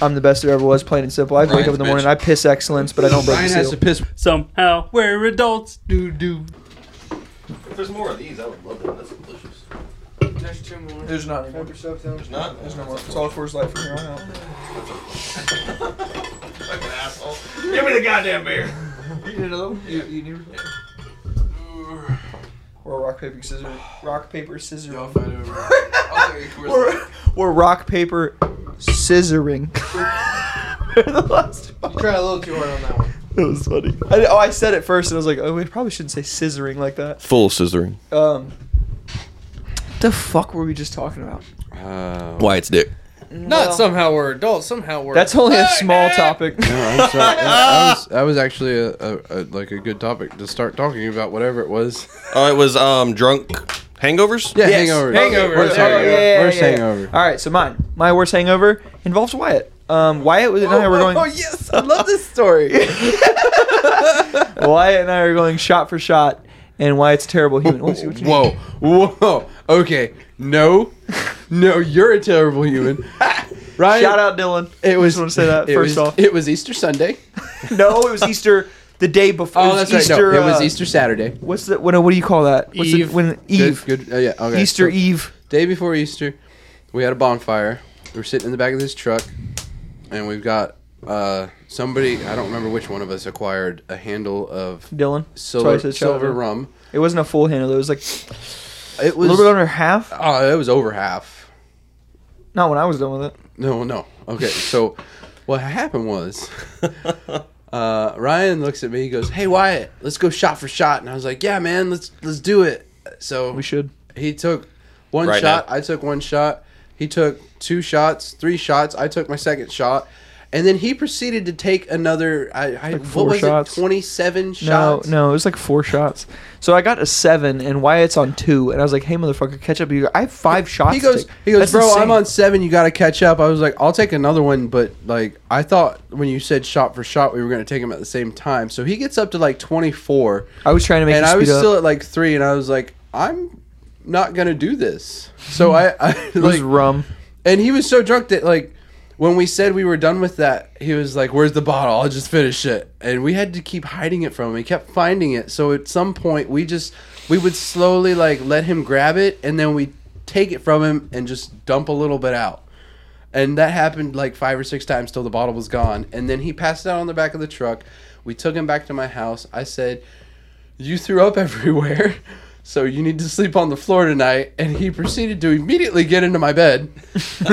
Speaker 3: I'm the best there ever was. Plain and simple. I wake
Speaker 4: Ryan's
Speaker 3: up in the morning.
Speaker 4: bitch.
Speaker 3: I piss excellence, but I don't break the
Speaker 1: Ryan has
Speaker 3: seal.
Speaker 1: to piss.
Speaker 7: Somehow we're adults. Do do.
Speaker 4: If there's more of these, I would love them. That's delicious.
Speaker 5: There's two more.
Speaker 3: There's not anymore.
Speaker 5: Have yourself down.
Speaker 4: Not. There's
Speaker 3: more. It's all Coors Light from here on out.
Speaker 4: Fucking asshole. Give me the goddamn beer.
Speaker 3: Or rock paper scissors. Rock paper scissors.
Speaker 1: Or-
Speaker 3: Or, or rock paper scissoring. the last one.
Speaker 5: You tried a little too hard on that one.
Speaker 3: That was funny. I, oh, I said it first, and I was like, oh, we probably shouldn't say scissoring like that.
Speaker 4: Full scissoring.
Speaker 3: Um, the fuck were we just talking about?
Speaker 1: Uh,
Speaker 4: Why it's dick.
Speaker 6: Not somehow we're adults. Somehow we're.
Speaker 3: That's only a small topic.
Speaker 1: no, I'm sorry. That was, that was actually a, a, a like a good topic to start talking about whatever it was.
Speaker 4: Oh, it was um drunk hangovers.
Speaker 1: Yeah,
Speaker 3: Yes,
Speaker 1: hangover.
Speaker 3: hangover.
Speaker 1: Worst
Speaker 3: Oh,
Speaker 1: hangover.
Speaker 3: yeah,
Speaker 1: Worst
Speaker 3: yeah, yeah.
Speaker 1: hangover.
Speaker 3: All right, so mine, my worst hangover involves Wyatt. Um, Wyatt was and I were going.
Speaker 1: Oh, yes, I love this story.
Speaker 3: Wyatt and I are going shot for shot, and Wyatt's a terrible human. What, what you mean?
Speaker 1: whoa, whoa. Okay, no, no, you're a terrible human. Ryan,
Speaker 3: Shout out Dylan.
Speaker 1: It was.
Speaker 3: Just want to say that
Speaker 1: it was-
Speaker 3: first off.
Speaker 1: it was Easter Sunday.
Speaker 3: no, it was Easter the day before. it
Speaker 1: Oh,
Speaker 3: was
Speaker 1: that's right. No,
Speaker 3: Easter,
Speaker 1: it was
Speaker 3: uh,
Speaker 1: Easter Saturday.
Speaker 3: What's the what? What do you call that? What's
Speaker 1: Eve.
Speaker 3: The, when Eve.
Speaker 1: Good- Good. uh, yeah. Okay.
Speaker 3: Easter
Speaker 1: so-
Speaker 3: Eve.
Speaker 1: day before Easter, we had a bonfire. We were sitting in the back of this truck, and we've got uh, somebody. I don't remember which one of us acquired a handle of
Speaker 3: Dylan.
Speaker 1: silver,
Speaker 3: That's why I said shout out
Speaker 1: silver
Speaker 3: Dylan.
Speaker 1: rum.
Speaker 3: It wasn't a full handle. It was like
Speaker 1: It
Speaker 3: a
Speaker 1: was.
Speaker 3: little bit under half.
Speaker 1: oh, it was over half.
Speaker 3: Not when I was done with it.
Speaker 1: No, no. Okay, so what happened was. Uh, Ryan looks at me. He goes, "Hey Wyatt, let's go shot for shot." And I was like, "Yeah, man, let's let's do it." So
Speaker 3: We should.
Speaker 1: He took one
Speaker 4: Right
Speaker 1: shot. I took one shot. He took two shots, three shots. I took my second shot, and then he proceeded to take another. I, I
Speaker 3: Like
Speaker 1: what
Speaker 3: four
Speaker 1: was
Speaker 3: shots.
Speaker 1: it? Twenty seven shots.
Speaker 3: No, no, it was like four shots. So I got a seven, and Wyatt's on two, and I was like, "Hey, motherfucker, catch up!" You, go, I have five shots.
Speaker 1: He
Speaker 3: to
Speaker 1: goes.
Speaker 3: take."
Speaker 1: He goes,
Speaker 3: That's
Speaker 1: bro.
Speaker 3: insane."
Speaker 1: I'm on seven. You got to catch up. I was like, I'll take another one, but like I thought when you said shot for shot, we were going to take him at the same time. So he gets up to like twenty four,
Speaker 3: I was trying to make
Speaker 1: and
Speaker 3: you
Speaker 1: I
Speaker 3: speed
Speaker 1: was
Speaker 3: up.
Speaker 1: still at like three, and I was like, I'm not going to do this. So I, I
Speaker 3: it was
Speaker 1: like,
Speaker 3: rum.
Speaker 1: And he was so drunk that like when we said we were done with that, he was like, "Where's the bottle? I'll just finish it." And we had to keep hiding it from him. He kept finding it. So at some point, we just we would slowly like let him grab it, and then we take it from him and just dump a little bit out. And that happened like five or six times till the bottle was gone. And then he passed out on the back of the truck. We took him back to my house. I said, you threw up everywhere, so you need to sleep on the floor tonight. And he proceeded to immediately get into my bed. so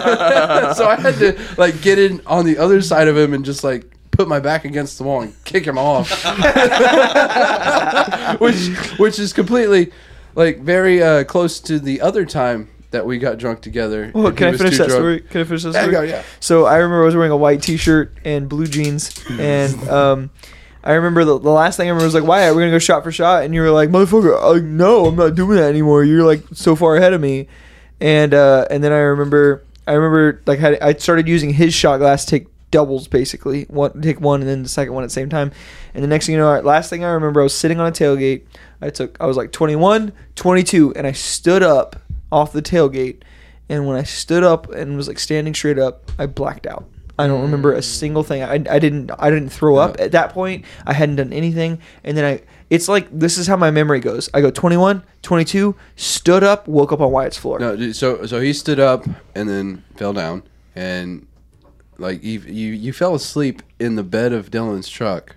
Speaker 1: I had to like get in on the other side of him and just like put my back against the wall and kick him off. which which is completely like very uh, close to the other time that we got drunk together.
Speaker 3: Well,
Speaker 1: and he
Speaker 3: Oh, can I
Speaker 1: was
Speaker 3: finish
Speaker 1: too
Speaker 3: that
Speaker 1: drunk.
Speaker 3: story? Can I finish that
Speaker 1: Yeah,
Speaker 3: story?
Speaker 1: go, yeah.
Speaker 3: So I remember I was wearing a white T-shirt and blue jeans, and um, I remember the, the last thing I remember was like, "Why are we gonna go shot for shot?" And you were like, "Motherfucker, uh, no, I'm not doing that anymore. You're like so far ahead of me." And uh, and then I remember I remember like had, I started using his shot glass to take doubles basically, one take one and then the second one at the same time. And the next thing you know, last thing I remember, I was sitting on a tailgate. I took I was like 21, 22, and I stood up off the tailgate. And when I stood up and was like standing straight up, I blacked out. I don't remember a single thing. I, I didn't I didn't throw up at that point. I hadn't done anything. And then I it's like this is how my memory goes. I go 21, 22, stood up, woke up on Wyatt's floor.
Speaker 1: No, dude, so so he stood up and then fell down and like you you, you fell asleep in the bed of Dylan's truck.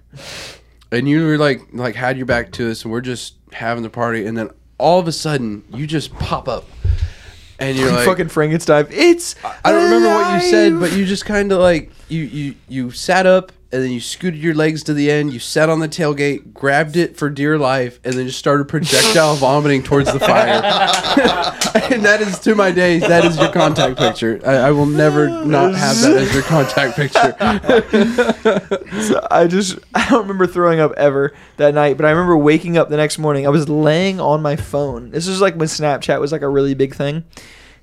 Speaker 1: And you were like like had your back to us and we're just having the party and then all of a sudden you just pop up and you're like
Speaker 3: fucking Frankenstein. It's
Speaker 1: I don't remember what you said,
Speaker 3: alive.
Speaker 1: but you just kind of like you you you sat up and then you scooted your legs to the end. You sat on the tailgate, grabbed it for dear life, and then just started projectile vomiting towards the fire. and that is to my day. That is your contact picture. I, I will never not have that as your contact picture.
Speaker 3: I just I don't remember throwing up ever that night, but I remember waking up the next morning. I was laying on my phone. This was like when Snapchat was like a really big thing.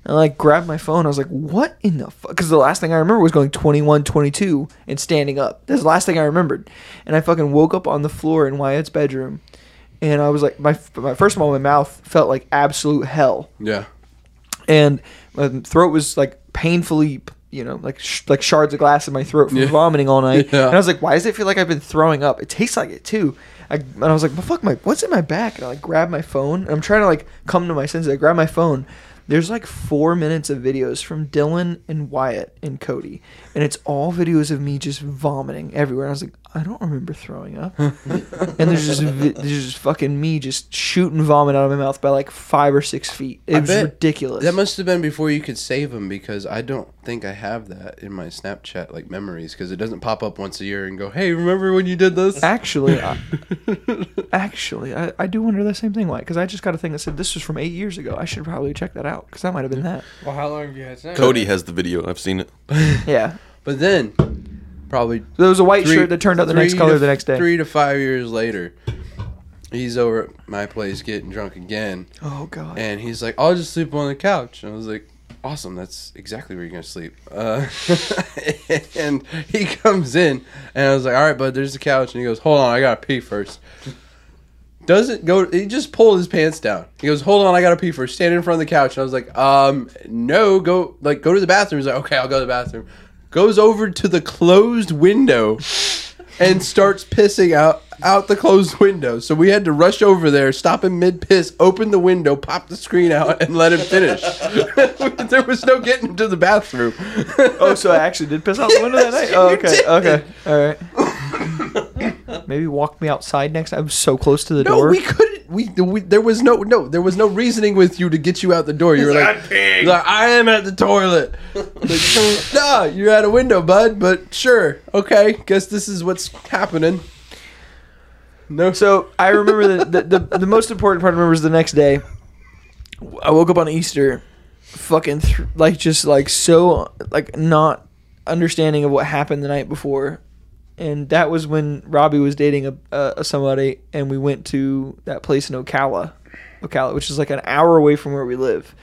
Speaker 3: And I like grabbed my phone. I was like, what in the fuck? Because the last thing I remember was going 21, 22 and standing up. That's the last thing I remembered. And I fucking woke up on the floor in Wyatt's bedroom. And I was like, my, my first of all, my mouth felt like absolute hell
Speaker 1: Yeah.
Speaker 3: and my throat was like painfully you know like sh- like shards of glass in my throat from
Speaker 1: Yeah.
Speaker 3: vomiting all night
Speaker 1: Yeah.
Speaker 3: and i was like why does it feel like i've been throwing up it tastes like it too I, and i was like well, fuck my what's in my back and i like grab my phone and i'm trying to like come to my senses i grab my phone there's like four minutes of videos from dylan and wyatt and cody and it's all videos of me just vomiting everywhere and i was like i don't remember throwing up and there's just vi- there's just fucking me just shooting vomit out of my mouth by like five or six feet it
Speaker 1: I
Speaker 3: was
Speaker 1: bet
Speaker 3: ridiculous
Speaker 1: That must have been before you could save them because I don't think I have that in my Snapchat like memories because it doesn't pop up once a year and go, "Hey, remember when you did this?"
Speaker 3: Actually, I, actually, I, I do wonder the same thing. Why? Because I just got a thing that said this was from eight years ago. I should probably check that out because that might have been that.
Speaker 6: Well, how long have you had Snapchat?
Speaker 4: Cody has the video. I've seen it.
Speaker 3: Yeah,
Speaker 1: But then, probably
Speaker 3: there was a white
Speaker 1: three-
Speaker 3: shirt that turned out the next
Speaker 1: three
Speaker 3: color
Speaker 1: to-
Speaker 3: the next day.
Speaker 1: Three to five years later, he's over at my place getting drunk again,
Speaker 3: Oh god.
Speaker 1: and he's like, "I'll just sleep on the couch." And I was like, "Awesome, that's exactly where you're gonna sleep." Uh, and he comes in, and I was like, "All right, bud, there's the couch." And he goes, "Hold on, I gotta pee first. Doesn't go. He just pulled his pants down. He goes, "Hold on, I gotta pee first. Stand in front of the couch." And I was like, "Um, no, go like go to the bathroom." He's like, "Okay, I'll go to the bathroom." Goes over to the closed window and starts pissing out out the closed window. So we had to rush over there, stop him mid piss, open the window, pop the screen out, and let him finish. there was no getting him to the bathroom.
Speaker 3: Oh, so I actually did piss out the window that night. Oh, okay, okay, all right. Maybe walk me outside next. I was so close to the
Speaker 1: No,
Speaker 3: door.
Speaker 1: we couldn't. We, we there was no no there was no reasoning with you to get you out the door. You were like, like, I am at the toilet. Like, nah, you're at a window, bud. But sure, okay, guess this is what's happening. No,
Speaker 3: So I remember the, the, the, the most important part I remember is the next day. I woke up on Easter, fucking th- like just like so like not understanding of what happened the night before, and that was when Robbie was dating a, a, a somebody, and we went to that place in Ocala, Ocala, which is like an hour away from where we live.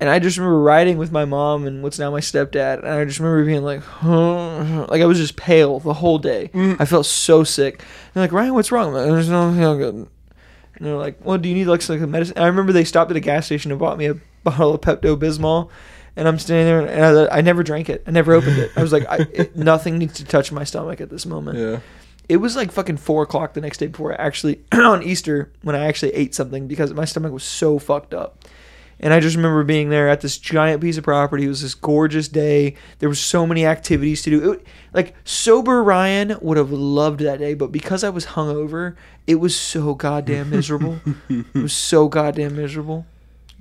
Speaker 3: And I just remember riding with my mom and what's now my stepdad, and I just remember being like, huh. like I was just pale the whole day. I felt so sick. And they're like, Ryan, what's wrong? I'm like, There's no feel good. And they're like, "Well, do you need like some medicine?" I remember they stopped at a gas station and bought me a bottle of Pepto Bismol, and I'm standing there and I, I never drank it. I never opened it. I was like, I, it, "Nothing needs to touch my stomach at this moment."
Speaker 1: Yeah.
Speaker 3: It was like fucking four o'clock the next day before I actually on Easter when I actually ate something because my stomach was so fucked up. And I just remember being there at this giant piece of property. It was this gorgeous day. There were so many activities to do. It, like sober Ryan would have loved that day, but because I was hungover, it was so goddamn miserable. it was so goddamn miserable.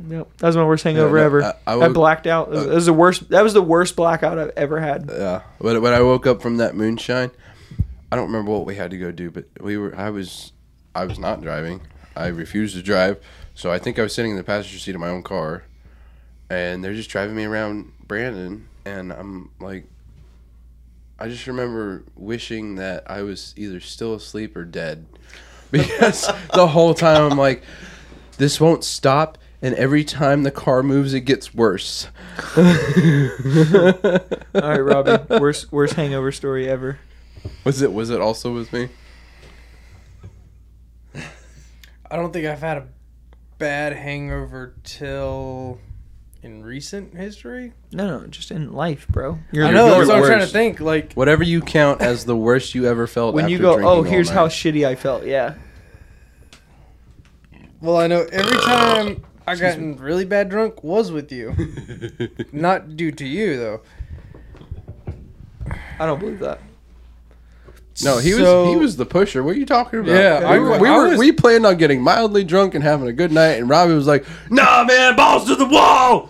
Speaker 3: Yep, that was my worst hangover
Speaker 1: no,
Speaker 3: ever.
Speaker 1: I-
Speaker 3: I,
Speaker 1: I uh, woke-
Speaker 3: blacked out. That was, that was the worst. That was the worst blackout I've ever had.
Speaker 1: Yeah. When, when I woke up from that moonshine, I don't remember what we had to go do, but we were. I was, I was not driving. I refused to drive, so I think I was sitting in the passenger seat of my own car, and they're just driving me around Brandon, and I'm like, I just remember wishing that I was either still asleep or dead, because the whole time I'm like, this won't stop. And every time the car moves, it gets worse.
Speaker 3: All right, Robbie, worst worst hangover story ever.
Speaker 1: Was it? Was it also with me?
Speaker 6: I don't think I've had a bad hangover till in recent history.
Speaker 3: No, no, just in life, bro. You're
Speaker 6: I know.
Speaker 1: you're
Speaker 6: That's what I'm trying to
Speaker 1: worse.
Speaker 6: think. Like,
Speaker 1: Whatever you count as the worst you ever felt.
Speaker 3: when
Speaker 1: after
Speaker 3: you go,
Speaker 1: drinking
Speaker 3: oh,
Speaker 1: all
Speaker 3: here's how
Speaker 1: night."
Speaker 3: shitty I felt. Yeah.
Speaker 6: well, I know every time I gotten really bad drunk was with you, not due to you though.
Speaker 3: I don't believe that.
Speaker 1: no, he
Speaker 6: So-
Speaker 1: was he was the pusher. What are you talking about?
Speaker 6: Yeah,
Speaker 1: we
Speaker 6: I
Speaker 1: were,
Speaker 6: wa-
Speaker 1: we,
Speaker 6: I
Speaker 1: were
Speaker 6: was-
Speaker 1: we planned on getting mildly drunk and having a good night, and Robbie was like, "Nah, man, balls to the wall."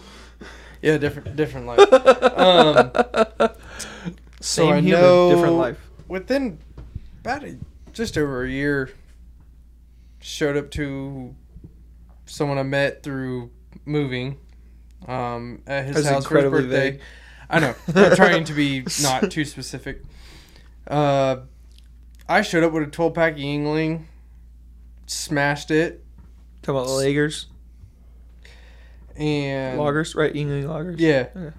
Speaker 6: Yeah, different, different life. um, so
Speaker 3: Same
Speaker 6: I
Speaker 3: human,
Speaker 6: know
Speaker 3: different life.
Speaker 6: Within about a, just over a year, showed up to someone I met through moving um, at his
Speaker 3: That's
Speaker 6: house for his
Speaker 3: incredibly
Speaker 6: birthday.
Speaker 3: vague.
Speaker 6: I know. I'm trying to be not too specific. Uh, I showed up with a 12 pack of Yingling, smashed it,
Speaker 3: Talking about the Lakers.
Speaker 6: and
Speaker 3: Loggers, right? Yingling loggers.
Speaker 6: yeah,
Speaker 3: Okay.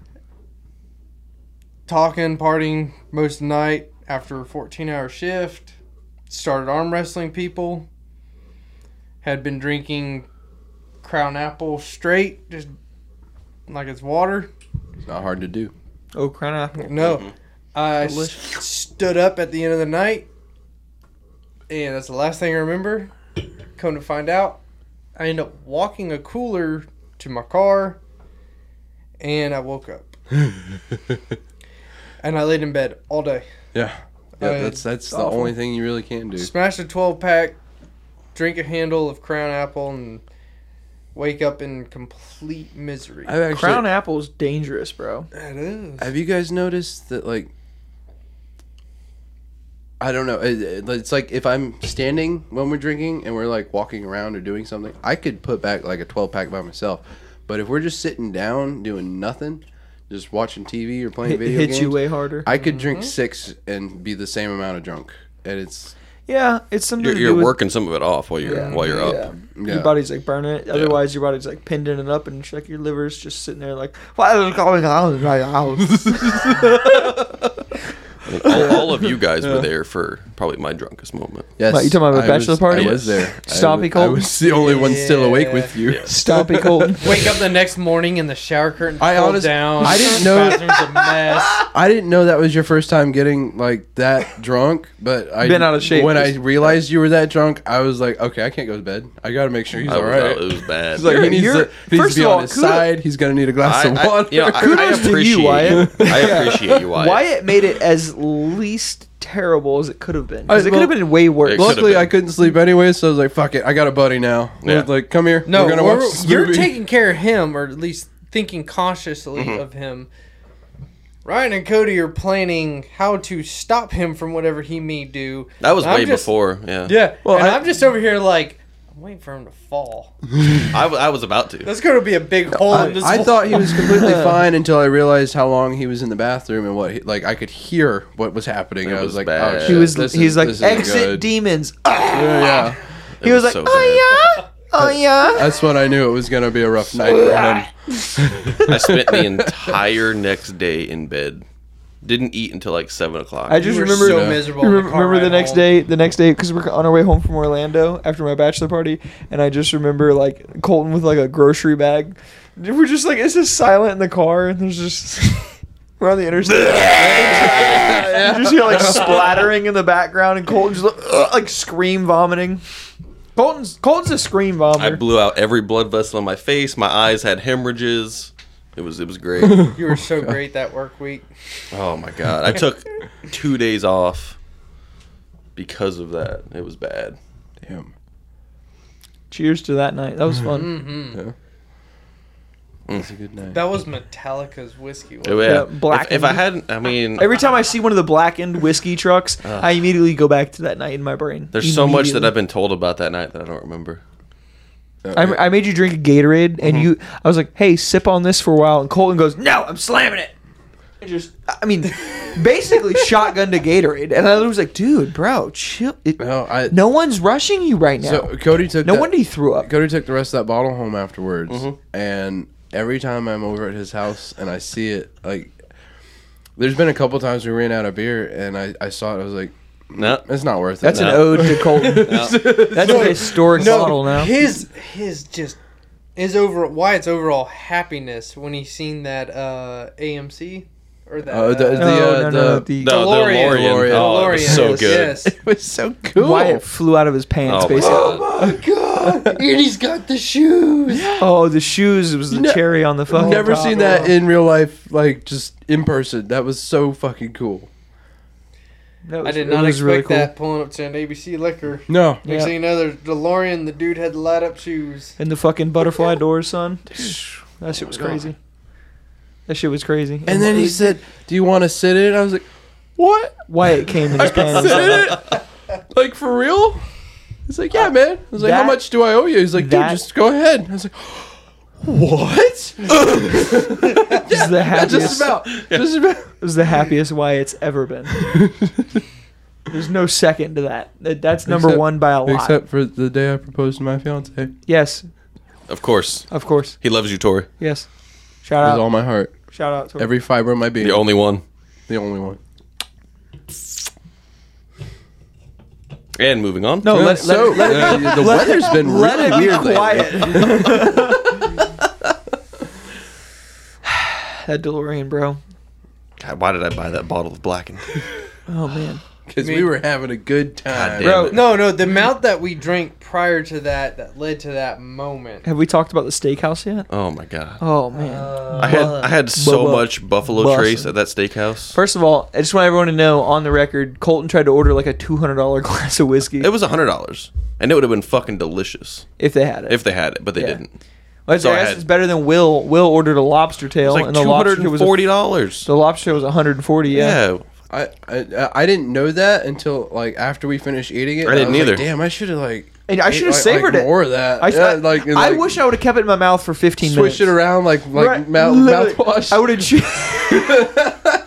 Speaker 6: talking, partying most of the night after a 14 hour shift. Started arm wrestling people. Had been drinking Crown Apple straight, just like it's water.
Speaker 1: It's not hard to do.
Speaker 3: Oh, crown apple.
Speaker 6: No.
Speaker 1: Mm-hmm.
Speaker 6: I s-
Speaker 3: Delicious.
Speaker 6: stood up at the end of the night, and that's the last thing I remember. Come to find out, I ended up walking a cooler to my car, and I woke up. and I laid in bed all day.
Speaker 1: Yeah. Yeah,
Speaker 6: Uh,
Speaker 1: that's that's the only thing you really can do.
Speaker 6: Smash a 12 pack, drink a handle of Crown Apple, and wake up in complete misery.
Speaker 1: I've actually,
Speaker 3: Crown apple's dangerous, bro.
Speaker 6: That is.
Speaker 1: Have you guys noticed that like I don't know. it- it- It's like if I'm standing when we're drinking and we're like walking around or doing something, I could put back like a 12 pack by myself. But if we're just sitting down doing nothing, just watching TV or playing
Speaker 3: It
Speaker 1: video
Speaker 3: hits
Speaker 1: games,
Speaker 3: you way harder.
Speaker 1: I could drink six and be the same amount of drunk, and it's
Speaker 3: yeah, it's something.
Speaker 4: You're,
Speaker 3: to
Speaker 4: you're
Speaker 3: do with-
Speaker 4: working some of it off while you're
Speaker 3: Yeah.
Speaker 4: while you're up.
Speaker 3: Yeah.
Speaker 1: yeah.
Speaker 3: Your body's like burning it. Otherwise, your body's like pinning it up, and it's like your liver's just sitting there, like, what is going on right now?
Speaker 4: I think all, all of you guys were there for probably my drunkest moment.
Speaker 1: Yes,
Speaker 3: What, you talking about a
Speaker 1: I
Speaker 3: bachelor
Speaker 1: was-
Speaker 3: party?
Speaker 1: I was there.
Speaker 3: Stompy
Speaker 1: I, wa- I
Speaker 3: Colton?
Speaker 1: was the only one still awake
Speaker 6: Yeah.
Speaker 1: with you.
Speaker 3: Stompy Colton.
Speaker 6: Wake up the next morning and the shower curtain
Speaker 1: I
Speaker 6: I
Speaker 1: honest-
Speaker 6: down.
Speaker 1: I didn't know-
Speaker 6: Bathroom's a mess.
Speaker 1: I didn't know that was your first time getting like that drunk, but I
Speaker 3: Been out of shape.
Speaker 1: When I realized you were that drunk, I was like, okay, I can't go to bed. I got to make sure he's
Speaker 4: I
Speaker 1: all
Speaker 4: was,
Speaker 1: right.
Speaker 4: I- it was bad.
Speaker 1: He's like, he
Speaker 3: You're-
Speaker 1: needs,
Speaker 3: you're-
Speaker 1: to, he needs
Speaker 3: first
Speaker 1: to be
Speaker 3: of all,
Speaker 1: on his
Speaker 3: kudos-
Speaker 1: side. He's gonna need a glass
Speaker 4: I,
Speaker 1: of
Speaker 4: I,
Speaker 1: water.
Speaker 4: you know, I, I
Speaker 3: Kudos to you,
Speaker 4: appreciate you,
Speaker 3: Wyatt.
Speaker 4: I appreciate you, Wyatt.
Speaker 3: Wyatt made it as least terrible as it could have been. 'Cause
Speaker 1: I-
Speaker 3: it could have
Speaker 1: well-
Speaker 3: been way worse.
Speaker 4: It could've
Speaker 1: Luckily,
Speaker 4: been.
Speaker 1: I couldn't sleep anyway, so I was like, fuck it, I got a buddy now.
Speaker 4: Yeah.
Speaker 1: We're Like, come here.
Speaker 6: No,
Speaker 1: we're gonna
Speaker 6: we're-
Speaker 1: watch this
Speaker 6: you're
Speaker 1: movie.
Speaker 6: taking care of him, or at least thinking consciously
Speaker 4: Mm-hmm.
Speaker 6: of him. Ryan and Cody are planning how to stop him from whatever he may do.
Speaker 4: That was
Speaker 6: I'm
Speaker 4: way
Speaker 6: just-
Speaker 4: before. Yeah.
Speaker 6: Yeah,
Speaker 3: Well,
Speaker 6: and
Speaker 3: I-
Speaker 6: I, am just over here like I'm waiting for him to fall.
Speaker 4: I, w- I was about to.
Speaker 6: That's going to be a big hole in this.
Speaker 1: I
Speaker 6: wall.
Speaker 1: thought he was completely fine until I realized how long he was in the bathroom and what he, like I could hear what was happening.
Speaker 4: It
Speaker 1: I was,
Speaker 4: was
Speaker 1: like,
Speaker 4: bad.
Speaker 1: oh shit,
Speaker 3: he was,
Speaker 1: this is-
Speaker 3: he's like,
Speaker 1: this isn't
Speaker 3: exit
Speaker 1: good."
Speaker 3: demons. Ah!
Speaker 1: Yeah, yeah.
Speaker 4: It
Speaker 3: He was, like,
Speaker 4: so
Speaker 3: oh yeah, oh yeah.
Speaker 1: That's when I knew it was gonna be a rough night for him.
Speaker 4: bad. I spent the entire next day in bed. Didn't eat until like seven o'clock.
Speaker 3: I
Speaker 6: You
Speaker 3: just
Speaker 6: were
Speaker 3: remember.
Speaker 6: so miserable. in the
Speaker 3: Remember,
Speaker 6: car
Speaker 3: remember the
Speaker 6: ride
Speaker 3: next
Speaker 6: home.
Speaker 3: day, the next day, because we're on our way home from Orlando after my bachelor party, and I just remember like Colton with like a grocery bag. We're just like it's just silent in the car, and there's just we're on the interstate. You just hear like splattering in the background, and Colton's just like, "Ugh," like scream vomiting. Colton's Colton's a scream
Speaker 4: I
Speaker 3: vomiter.
Speaker 4: blew out every blood vessel in my face. My eyes had hemorrhages. It was it was great.
Speaker 6: You were so great that work week.
Speaker 4: oh my god! I took two days off because of that. It was bad.
Speaker 1: Damn.
Speaker 3: Cheers to that night. That was fun.
Speaker 4: Mm-hmm.
Speaker 6: hmm
Speaker 1: That's a good night.
Speaker 6: That was Metallica's whiskey.
Speaker 4: Oh,
Speaker 6: Wasn't it?
Speaker 4: yeah.
Speaker 3: Yeah, black
Speaker 4: If, if I
Speaker 3: and-
Speaker 4: hadn't, I mean,
Speaker 3: Every time I see one of the blackened whiskey trucks, I immediately go back to that night in my brain.
Speaker 4: there's so much that
Speaker 3: Immediately.
Speaker 4: I've been told about that night that I don't remember.
Speaker 3: I, I made you drink a Gatorade,
Speaker 1: Mm-hmm.
Speaker 3: and you. I was like, "Hey, sip on this for a while," and Colton goes, "No, I'm slamming it." And just, I mean, basically shotgun to Gatorade, and I was like, "Dude, bro, chill. It,
Speaker 1: No, I
Speaker 3: no one's rushing you right now.
Speaker 1: So Cody took.
Speaker 3: no
Speaker 1: that-
Speaker 3: wonder you threw up."
Speaker 1: Cody took the rest of that bottle home afterwards, and every time I'm over at his house and I see it, like, there's been a couple times we ran out of beer, and I, I saw it. I was like,
Speaker 4: No,
Speaker 1: it's not worth it.
Speaker 3: That's an
Speaker 4: No.
Speaker 3: ode to Colton. That's a historic bottle now.
Speaker 6: His his just his over Wyatt's overall happiness when he seen that uh AMC or that
Speaker 1: Oh, the-
Speaker 6: uh,
Speaker 1: the-
Speaker 3: No,
Speaker 1: uh,
Speaker 3: no, no, no,
Speaker 1: the-
Speaker 3: Oh, the-
Speaker 4: no,
Speaker 6: DeLorean.
Speaker 4: the DeLorean.
Speaker 1: DeLorean.
Speaker 4: Oh, it was
Speaker 6: DeLorean,
Speaker 4: so
Speaker 6: yes,
Speaker 4: good.
Speaker 6: Yes.
Speaker 1: it was so cool.
Speaker 3: Wyatt flew out of his pants,
Speaker 4: Oh my
Speaker 3: basically.
Speaker 4: god.
Speaker 1: Edie's got the shoes.
Speaker 3: Oh, the shoes was the
Speaker 1: No.
Speaker 3: cherry on the fucking.
Speaker 1: I've never
Speaker 3: top.
Speaker 1: seen that in real life, like just in person. That was so fucking cool.
Speaker 3: That
Speaker 6: I
Speaker 3: was-
Speaker 6: did
Speaker 3: it
Speaker 6: not
Speaker 3: was
Speaker 6: expect
Speaker 3: really cool.
Speaker 6: that pulling up to an ABC liquor.
Speaker 1: No,
Speaker 6: Next
Speaker 3: Yeah.
Speaker 6: thing you know, there's DeLorean, the dude had light up shoes.
Speaker 3: And the fucking butterfly doors, son. That shit was
Speaker 1: Oh God.
Speaker 3: crazy. That shit was crazy.
Speaker 1: and then he said, "Do you want to sit in?" it?" I was like, "What?
Speaker 3: Wyatt came in his pants.
Speaker 1: Sit in it? Like for real?" He's like, "Yeah, man." I was like, "How
Speaker 3: uh, That-
Speaker 1: much do I owe you?" He's like, "Dude,
Speaker 3: that-
Speaker 1: just go ahead." I was like, "What?"
Speaker 3: This is the happiest.
Speaker 1: just about. Just about.
Speaker 3: This is the happiest Wyatt's ever been. There's no second to that. That- That's number
Speaker 1: Except-
Speaker 3: one by a lot.
Speaker 1: Except for the day I proposed to my fiance.
Speaker 3: yes.
Speaker 4: Of course.
Speaker 3: Of course.
Speaker 4: He loves you, Tori.
Speaker 3: Yes. Shout
Speaker 1: With
Speaker 3: out.
Speaker 1: all my heart,
Speaker 3: Shout out. To
Speaker 1: every fiber of my being,
Speaker 4: The only one.
Speaker 1: the only one.
Speaker 4: And moving on.
Speaker 3: no, let,
Speaker 1: so
Speaker 3: let, let,
Speaker 1: uh, the weather's been really
Speaker 3: let it be
Speaker 1: weird lately.
Speaker 3: quiet. that DeLorean, bro.
Speaker 4: God, why did I buy that bottle of Blacken?
Speaker 3: Oh man.
Speaker 1: because we were having a good time.
Speaker 4: damn
Speaker 3: Bro,
Speaker 4: it.
Speaker 6: No, no, the amount that we drank prior to that that led to that moment.
Speaker 3: Have we talked about the steakhouse yet?
Speaker 4: Oh my god.
Speaker 3: Oh man.
Speaker 4: I had I had so
Speaker 3: bu-
Speaker 4: much Buffalo
Speaker 3: bussin'.
Speaker 4: Trace at that steakhouse.
Speaker 3: First of all, I just want everyone to know on the record, Colton tried to order like a two hundred dollar glass of whiskey
Speaker 4: It was hundred dollars, and it would have been fucking delicious
Speaker 3: if they had it.
Speaker 4: if they had it, but they
Speaker 3: Yeah.
Speaker 4: didn't. It
Speaker 3: Well, that's
Speaker 4: so I
Speaker 3: that's-
Speaker 4: had-
Speaker 3: it's better than Will. Will ordered a lobster tail,
Speaker 4: was like
Speaker 3: and the
Speaker 4: two
Speaker 3: lobster
Speaker 4: hundred
Speaker 3: tail
Speaker 4: and
Speaker 3: was a,
Speaker 4: forty dollars.
Speaker 3: the lobster tail was one hundred and forty. Yeah.
Speaker 4: Yeah,
Speaker 1: I, I I didn't know that until like after we finished eating it.
Speaker 4: I didn't
Speaker 1: was like,
Speaker 4: either.
Speaker 1: Damn, I should have like.
Speaker 3: And I
Speaker 1: ate,
Speaker 3: should have
Speaker 1: like-
Speaker 3: savored
Speaker 1: like,
Speaker 3: it.
Speaker 1: more of that.
Speaker 3: I,
Speaker 1: yeah,
Speaker 3: I-
Speaker 1: like, and,
Speaker 3: I
Speaker 1: like,
Speaker 3: wish I would have kept it in my mouth for fifteen minutes.
Speaker 1: switched it around like like
Speaker 3: Right,
Speaker 1: mouth,
Speaker 3: literally.
Speaker 1: mouthwash.
Speaker 3: I would have. Che-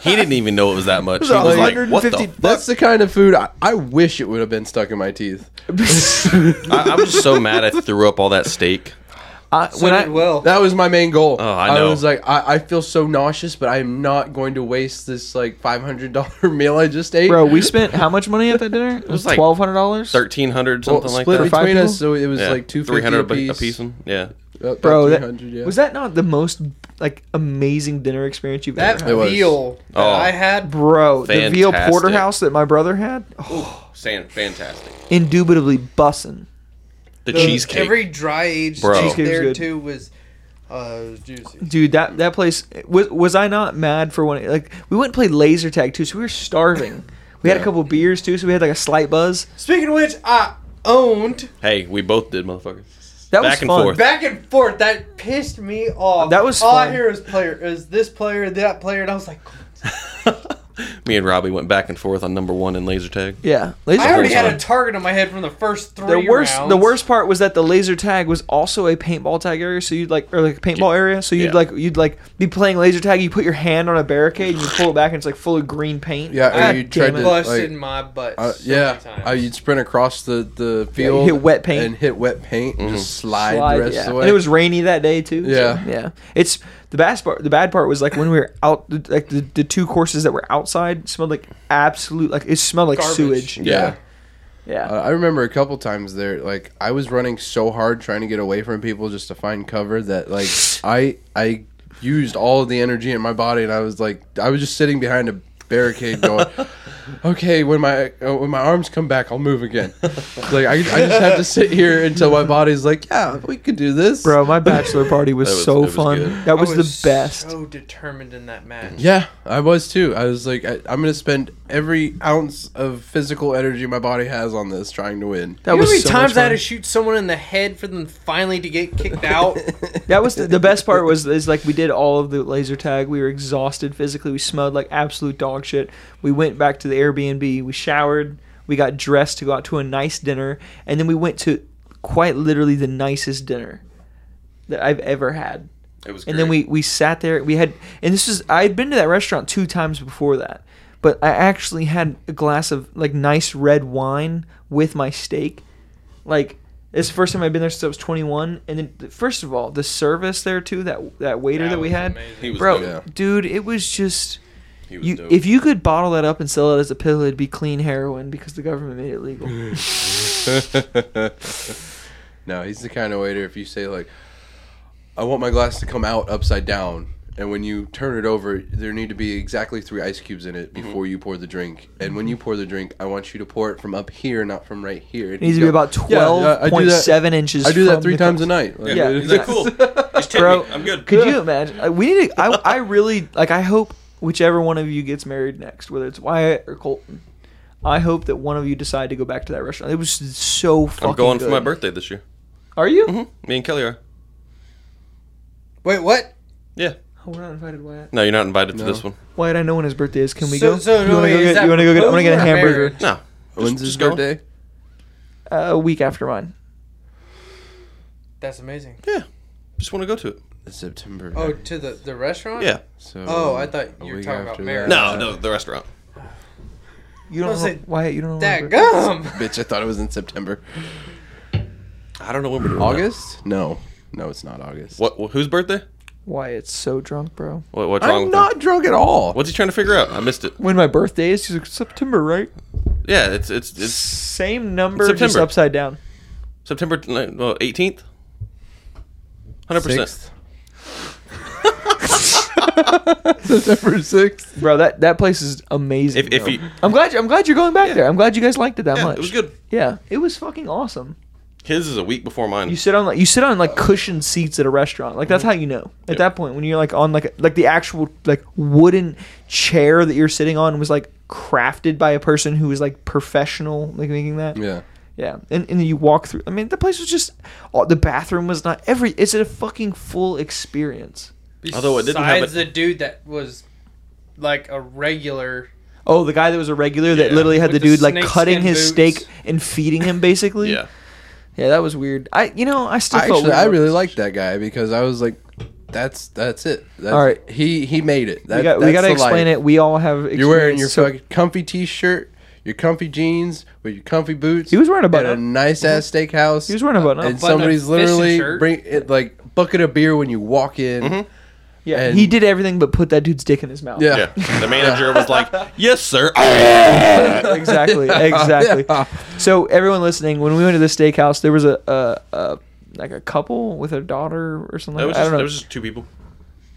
Speaker 4: he didn't even know it was that much.
Speaker 3: was
Speaker 4: he was like, "What the?"
Speaker 3: 150
Speaker 4: fuck?"
Speaker 1: That's the kind of food I, I wish it would have been stuck in my teeth.
Speaker 4: I, I was so mad. I threw up all that steak.
Speaker 3: I,
Speaker 6: So
Speaker 3: when
Speaker 6: did
Speaker 3: I
Speaker 6: Will.
Speaker 1: That was my main goal.
Speaker 4: Oh, I know.
Speaker 1: was like, I, I feel so nauseous, but I am not going to waste this like five hundred dollar meal I just ate.
Speaker 3: bro, we spent how much money at that dinner? It was
Speaker 4: like
Speaker 3: twelve hundred dollars.
Speaker 4: Thirteen hundred
Speaker 1: Well,
Speaker 4: something like
Speaker 1: split
Speaker 4: that.
Speaker 3: For five
Speaker 1: between
Speaker 3: people?
Speaker 1: us, so it was
Speaker 4: Yeah,
Speaker 1: like two
Speaker 4: three
Speaker 1: fifty
Speaker 4: hundred
Speaker 1: a
Speaker 4: a piece.
Speaker 1: piece.
Speaker 4: A piece and- yeah.
Speaker 1: About
Speaker 3: Bro, that,
Speaker 1: 300, yeah.
Speaker 3: was that not the most like amazing dinner experience you've
Speaker 6: That
Speaker 3: ever?
Speaker 1: It was.
Speaker 6: meal that
Speaker 4: Oh.
Speaker 6: I had,
Speaker 3: Bro, the veal
Speaker 4: Fantastic.
Speaker 3: porterhouse that my brother had, oh,
Speaker 4: San- fantastic.
Speaker 3: indubitably bussin'.
Speaker 4: The,
Speaker 6: the-
Speaker 4: cheesecake.
Speaker 6: every dry aged
Speaker 4: Bro.
Speaker 6: steak
Speaker 3: Cheesecake's
Speaker 6: there
Speaker 3: good.
Speaker 6: too was uh, it was juicy.
Speaker 3: Dude, that that place was was I not mad for when like we went and played laser tag too, so we were starving. We had a couple beers too, so we had like a slight buzz.
Speaker 6: Speaking of which, I owned
Speaker 4: hey, we both did, motherfucker.
Speaker 3: That was
Speaker 4: Back and
Speaker 3: fun.
Speaker 4: forth.
Speaker 6: back and forth. That pissed me off.
Speaker 3: That was
Speaker 6: all I
Speaker 3: fun.
Speaker 6: hear is player is this player that player, and I was like,
Speaker 4: Me and Robbie went back and forth on number one in laser tag.
Speaker 3: Yeah, laser
Speaker 6: I already
Speaker 4: whole
Speaker 6: had a
Speaker 4: time.
Speaker 6: target on my head from the first three.
Speaker 3: The worst
Speaker 6: rounds.
Speaker 3: the worst part was that the laser tag was also a paintball tag area, so you'd like or like a paintball area, so you'd
Speaker 4: Yeah.
Speaker 3: like you'd like be playing laser tag, you put your hand on a barricade, and you pull it back, and it's like full of green paint.
Speaker 1: Yeah, or
Speaker 3: God
Speaker 1: you
Speaker 3: damn
Speaker 1: tried to-
Speaker 3: it.
Speaker 6: busted
Speaker 1: like,
Speaker 6: my butt.
Speaker 1: Uh,
Speaker 6: so
Speaker 1: yeah,
Speaker 6: many times.
Speaker 1: uh, you'd sprint across the the field,
Speaker 3: hit wet paint. Mm-hmm.
Speaker 1: and hit wet paint, and just slide,
Speaker 3: Slide,
Speaker 1: the rest
Speaker 3: yeah.
Speaker 1: of the way.
Speaker 3: And it was rainy that day too. so,
Speaker 1: Yeah.
Speaker 3: yeah. It's the bad part. The bad part was like when we were out, the- like the, the two courses that were outside smelled like absolute, like it smelled like
Speaker 6: Garbage.
Speaker 3: sewage.
Speaker 1: yeah.
Speaker 3: Yeah.
Speaker 1: Uh, I remember a couple times there, like I was running so hard trying to get away from people just to find cover that like I I used all of the energy in my body and I was like I was just sitting behind a barricade going, okay, when my uh, when my arms come back, I'll move again. like I, I just have to sit here until my body's like, yeah, we could do this,
Speaker 3: Bro, my bachelor party was,
Speaker 4: That was-
Speaker 3: so
Speaker 4: that was
Speaker 3: fun.
Speaker 4: good.
Speaker 3: That
Speaker 6: I
Speaker 3: was, the best.
Speaker 6: So determined in that match.
Speaker 1: Yeah, I was too. I was like, I, I'm gonna spend every ounce of physical energy my body has on this trying to win.
Speaker 3: that
Speaker 6: you know
Speaker 3: was
Speaker 6: how many
Speaker 3: so
Speaker 6: times
Speaker 3: much
Speaker 6: I had to
Speaker 3: fun.
Speaker 6: shoot someone in the head for them finally to get kicked out?
Speaker 3: That was the, the best part was is like we did all of the laser tag. We were exhausted physically. We smelled like absolute dog shit. We went back to the Airbnb. We showered. We got dressed to go out to a nice dinner, and then we went to quite literally the nicest dinner that I've ever had.
Speaker 4: It was.
Speaker 3: And then we we sat there. We had and this is I had been to that restaurant two times before that, but I actually had a glass of like nice red wine with my steak. Like it's the first time I've been there since I was 21. And then th- first of all, the service there too that that waiter that, we
Speaker 6: was
Speaker 3: had,
Speaker 6: amazing.
Speaker 4: He was
Speaker 3: bro,
Speaker 4: dope.
Speaker 3: dude, it was just.
Speaker 4: He was
Speaker 3: You,
Speaker 4: dope.
Speaker 3: if you could bottle that up and sell it as a pill, it'd be clean heroin because the government made it legal.
Speaker 1: no, he's the kind of waiter. If you say like, "I want my glass to come out upside down," and when you turn it over, there need to be exactly three ice cubes in it
Speaker 6: Mm-hmm.
Speaker 1: before you pour the drink. And when you pour the drink, I want you to pour it from up here, not from right here.
Speaker 3: It needs to be about
Speaker 1: Yeah, yeah, I do that-
Speaker 3: 12.7 inches.
Speaker 1: I do that
Speaker 3: from
Speaker 1: three
Speaker 3: the
Speaker 1: times
Speaker 3: cup.
Speaker 1: a night. Like,
Speaker 3: Yeah,
Speaker 1: it's-
Speaker 3: He's like, exactly.
Speaker 4: Just tip
Speaker 3: Bro,
Speaker 4: me. I'm good.
Speaker 3: Could you imagine? Like, we need to. I, I really like. I hope whichever one of you gets married next, whether it's Wyatt or Colton, I hope that one of you decide to go back to that restaurant. It was so fucking.
Speaker 4: I'm going for
Speaker 3: good.
Speaker 4: my birthday this year.
Speaker 3: Are you?
Speaker 4: Mhm. Me and Kelly are.
Speaker 6: Wait, what?
Speaker 4: Yeah.
Speaker 3: Oh, we're not invited, Wyatt.
Speaker 4: No, you're not invited
Speaker 1: No.
Speaker 4: to this one.
Speaker 3: Wyatt, I know when his birthday is. Can we
Speaker 6: So-
Speaker 3: go?
Speaker 6: so
Speaker 3: you
Speaker 6: no,
Speaker 3: wanna
Speaker 6: wait,
Speaker 3: go
Speaker 6: is
Speaker 3: get?
Speaker 6: that
Speaker 3: You want to go get? I want to get a
Speaker 6: proposal or
Speaker 3: hamburger.
Speaker 6: marriage?
Speaker 4: No.
Speaker 1: When's his
Speaker 4: just go.
Speaker 1: birthday?
Speaker 3: Uh, a week after mine.
Speaker 6: That's amazing.
Speaker 4: Just want to go to it.
Speaker 1: It's September.
Speaker 6: Oh, to the, the restaurant?
Speaker 4: Yeah.
Speaker 1: So
Speaker 6: Oh, I thought
Speaker 1: a
Speaker 6: you were
Speaker 1: week
Speaker 6: talking about
Speaker 1: after
Speaker 6: marriage.
Speaker 1: that.
Speaker 4: No, no, the restaurant.
Speaker 3: You don't
Speaker 6: was
Speaker 3: know,
Speaker 6: it?
Speaker 3: Wyatt. You don't know. when my
Speaker 6: That
Speaker 3: birthday is.
Speaker 6: gum.
Speaker 1: bitch, I thought it was in September.
Speaker 4: I don't know when we're doing that.
Speaker 1: August? No. No, it's not August.
Speaker 4: What? wh- Whose birthday?
Speaker 3: Why it's so drunk, bro?
Speaker 4: What, what's wrong?
Speaker 1: I'm
Speaker 4: with him?
Speaker 1: not drunk at all.
Speaker 4: What's he trying to figure out? I missed it.
Speaker 3: When my birthday is, he's like, September, right?
Speaker 4: Yeah, it's it's it's
Speaker 3: Same number, just
Speaker 4: September.
Speaker 3: upside down.
Speaker 4: September eighteenth. Hundred percent.
Speaker 1: September sixth.
Speaker 3: Bro, that, that place is amazing.
Speaker 4: If if
Speaker 3: bro.
Speaker 4: you
Speaker 3: I'm glad you, I'm glad you're going back
Speaker 4: Yeah.
Speaker 3: there. I'm glad you guys liked it that
Speaker 4: yeah,
Speaker 3: much.
Speaker 4: it was good.
Speaker 3: Yeah, it was fucking awesome.
Speaker 4: His is a week before mine.
Speaker 3: You sit on like you sit on like cushioned seats at a restaurant. Like that's
Speaker 4: Mhm.
Speaker 3: how you know. At
Speaker 4: Yep.
Speaker 3: that point, when you're like on like a- like the actual like wooden chair that you're sitting on was like crafted by a person who was like professional like making that.
Speaker 1: Yeah.
Speaker 3: Yeah, and and you walk through. I mean, the place was just all, the bathroom was not every. It's a fucking full experience.
Speaker 4: Although it didn't have
Speaker 6: Besides
Speaker 4: a-
Speaker 6: the dude that was like a regular.
Speaker 3: Oh, the guy that was a regular that
Speaker 4: Yeah.
Speaker 3: literally had
Speaker 6: With
Speaker 3: the
Speaker 6: the
Speaker 3: dude like
Speaker 6: snakeskin
Speaker 3: cutting his
Speaker 6: boots.
Speaker 3: steak and feeding him basically.
Speaker 4: yeah.
Speaker 3: yeah, that was weird. I you know I still
Speaker 1: I
Speaker 3: felt
Speaker 1: actually,
Speaker 3: weird
Speaker 1: I
Speaker 3: about
Speaker 1: really
Speaker 3: this.
Speaker 1: liked that guy because I was like, that's that's it. That's,
Speaker 3: All right.
Speaker 1: he he made it. That,
Speaker 3: we got we
Speaker 1: that's
Speaker 3: gotta
Speaker 1: the
Speaker 3: explain
Speaker 1: life.
Speaker 3: it. We all have.
Speaker 1: You're wearing your
Speaker 3: experience, so-
Speaker 1: fucking comfy t-shirt, your comfy jeans with your comfy boots.
Speaker 3: He was wearing a button
Speaker 1: at a
Speaker 3: up. Mm-hmm.
Speaker 1: nice ass steakhouse.
Speaker 3: He was wearing a button up.
Speaker 1: and
Speaker 6: Button up
Speaker 1: somebody's
Speaker 6: fishing
Speaker 1: literally
Speaker 6: shirt.
Speaker 1: bring it like bucket of beer when you walk in.
Speaker 3: Yeah,
Speaker 1: And-
Speaker 3: he did everything but put that dude's dick in his mouth.
Speaker 1: Yeah.
Speaker 4: Yeah. The manager was like, "Yes, sir."
Speaker 3: exactly, exactly.
Speaker 1: Yeah.
Speaker 3: So everyone listening, when we went to the steakhouse, there was a, a, a like a couple with a daughter or something.
Speaker 4: That
Speaker 3: Like,
Speaker 4: was
Speaker 3: that. I
Speaker 4: just,
Speaker 3: don't
Speaker 4: that
Speaker 3: know.
Speaker 4: was just two people.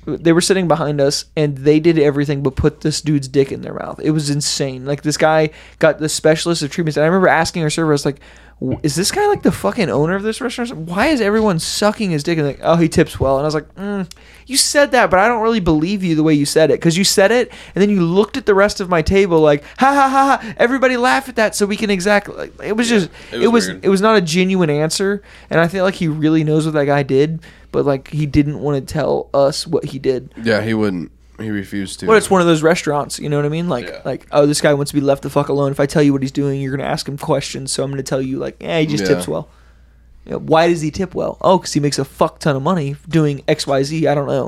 Speaker 3: they were sitting behind us, and they did everything but put this dude's dick in their mouth. It was insane. Like this guy got the specialist of treatments, and I remember asking our server, I was like. "W- Is this guy like the fucking owner of this restaurant? Why is everyone sucking his dick? And like, oh, he tips well. And I was like, mm, you said that, but I don't really believe you the way you said it because you said it, and then you looked at the rest of my table like, ha ha ha, ha everybody laugh at that so we can exactly. Like, it was just,
Speaker 4: it
Speaker 3: it
Speaker 4: was
Speaker 3: was,
Speaker 4: weird.
Speaker 3: it was not a genuine answer, and I feel like he really knows what that guy did, but like he didn't want to tell us what he did.
Speaker 1: Yeah, he wouldn't. He refused to.
Speaker 3: But it's one of those restaurants, you know what I mean? Like,
Speaker 4: Yeah.
Speaker 3: like oh, this guy wants to be left the fuck alone. If I tell you what he's doing, you're gonna ask him questions. So I'm gonna tell you like, eh, he just
Speaker 1: Yeah.
Speaker 3: tips well. You know, why does he tip well? Oh, because he makes a fuck ton of money doing X Y Z. I don't know.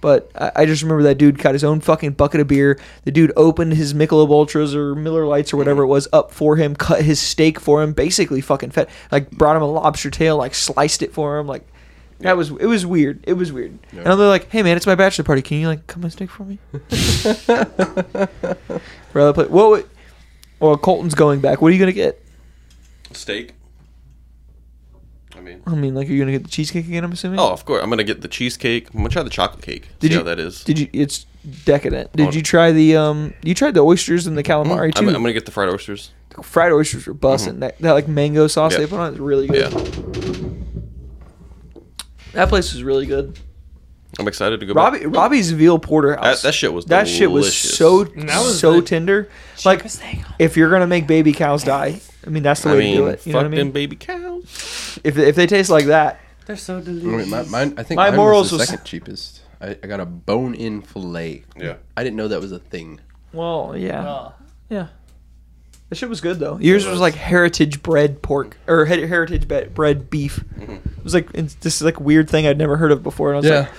Speaker 3: But I, I just remember that dude got his own fucking bucket of beer. The dude opened his Michelob Ultras or Miller Lights or whatever it was up for him, cut his steak for him, basically fucking fed, like brought him a lobster tail, like sliced it for him, like that was it was weird. It was weird. And they're like, "Hey man, it's my bachelor party. Can you like cut my steak for me?" Rather play. Well, wait. well, Colton's going back. What are you gonna get?
Speaker 4: Steak. I mean.
Speaker 3: I mean, like, are you gonna get the cheesecake again? I'm assuming.
Speaker 4: Oh, of course. I'm gonna get the cheesecake. I'm gonna try the chocolate cake.
Speaker 3: Mm-hmm. Did
Speaker 4: See
Speaker 3: you-
Speaker 4: how that is.
Speaker 3: Did you? It's decadent. Did
Speaker 4: Hold Mm-hmm.
Speaker 3: you try the um? You tried the oysters and the calamari
Speaker 4: I'm,
Speaker 3: too.
Speaker 4: I'm gonna get the fried oysters.
Speaker 3: Fried oysters were busting. That, that like mango sauce
Speaker 4: Yeah.
Speaker 3: they put on it is really
Speaker 4: Yeah,
Speaker 3: good. That place was really good.
Speaker 4: I'm excited to go. back.
Speaker 3: Robbie Robbie's veal porterhouse.
Speaker 4: That- that shit was
Speaker 3: that shit was
Speaker 4: delicious.
Speaker 3: so
Speaker 6: that was
Speaker 3: so
Speaker 6: the
Speaker 3: tender. Like if you're gonna make baby cows die, I mean that's the
Speaker 4: I
Speaker 3: way
Speaker 4: mean,
Speaker 3: to do it. You know
Speaker 4: fuck
Speaker 3: what I
Speaker 4: them
Speaker 3: mean?
Speaker 4: baby cows.
Speaker 3: If if they taste like that,
Speaker 7: They're so
Speaker 1: Wait,
Speaker 7: delicious.
Speaker 1: my, mine, I think
Speaker 3: My
Speaker 1: mine was
Speaker 3: morals
Speaker 1: the
Speaker 3: was-
Speaker 1: second cheapest. I, I got a bone-in fillet.
Speaker 4: Yeah.
Speaker 1: I didn't know that was a thing.
Speaker 3: well, yeah,
Speaker 7: Oh.
Speaker 3: yeah. That shit was good though. Yours was like heritage bread pork or he- heritage be- bread beef. It was like it's this like weird thing I'd never heard of before, and I was like,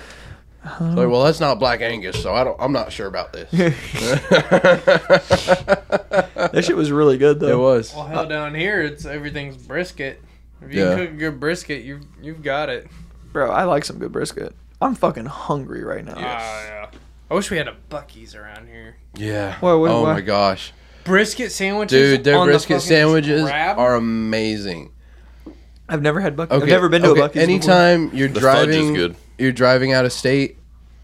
Speaker 1: Like, well, that's not Black Angus, so I don't. I'm not sure about this.
Speaker 3: that shit was really good though.
Speaker 1: It was.
Speaker 6: Well, hell, down here it's everything's brisket. If you
Speaker 1: Uh, Yeah.
Speaker 6: cook a good brisket, you you've got it.
Speaker 3: bro. I like some good brisket. I'm fucking hungry right now.
Speaker 6: Ah, yeah. I wish we had a Bucky's around here.
Speaker 1: Yeah.
Speaker 3: Why- why-
Speaker 1: oh
Speaker 3: why?
Speaker 1: my gosh,
Speaker 6: Brisket sandwiches,
Speaker 1: dude, their
Speaker 6: on the
Speaker 1: brisket
Speaker 6: fucking
Speaker 1: sandwiches
Speaker 6: grab.
Speaker 1: are amazing.
Speaker 3: I've never had Buc-
Speaker 1: Okay.
Speaker 3: I've never been to
Speaker 1: okay,
Speaker 3: a Buc-
Speaker 1: Anytime you're
Speaker 4: The fudge is
Speaker 1: driving,
Speaker 4: good.
Speaker 1: you're driving out of state.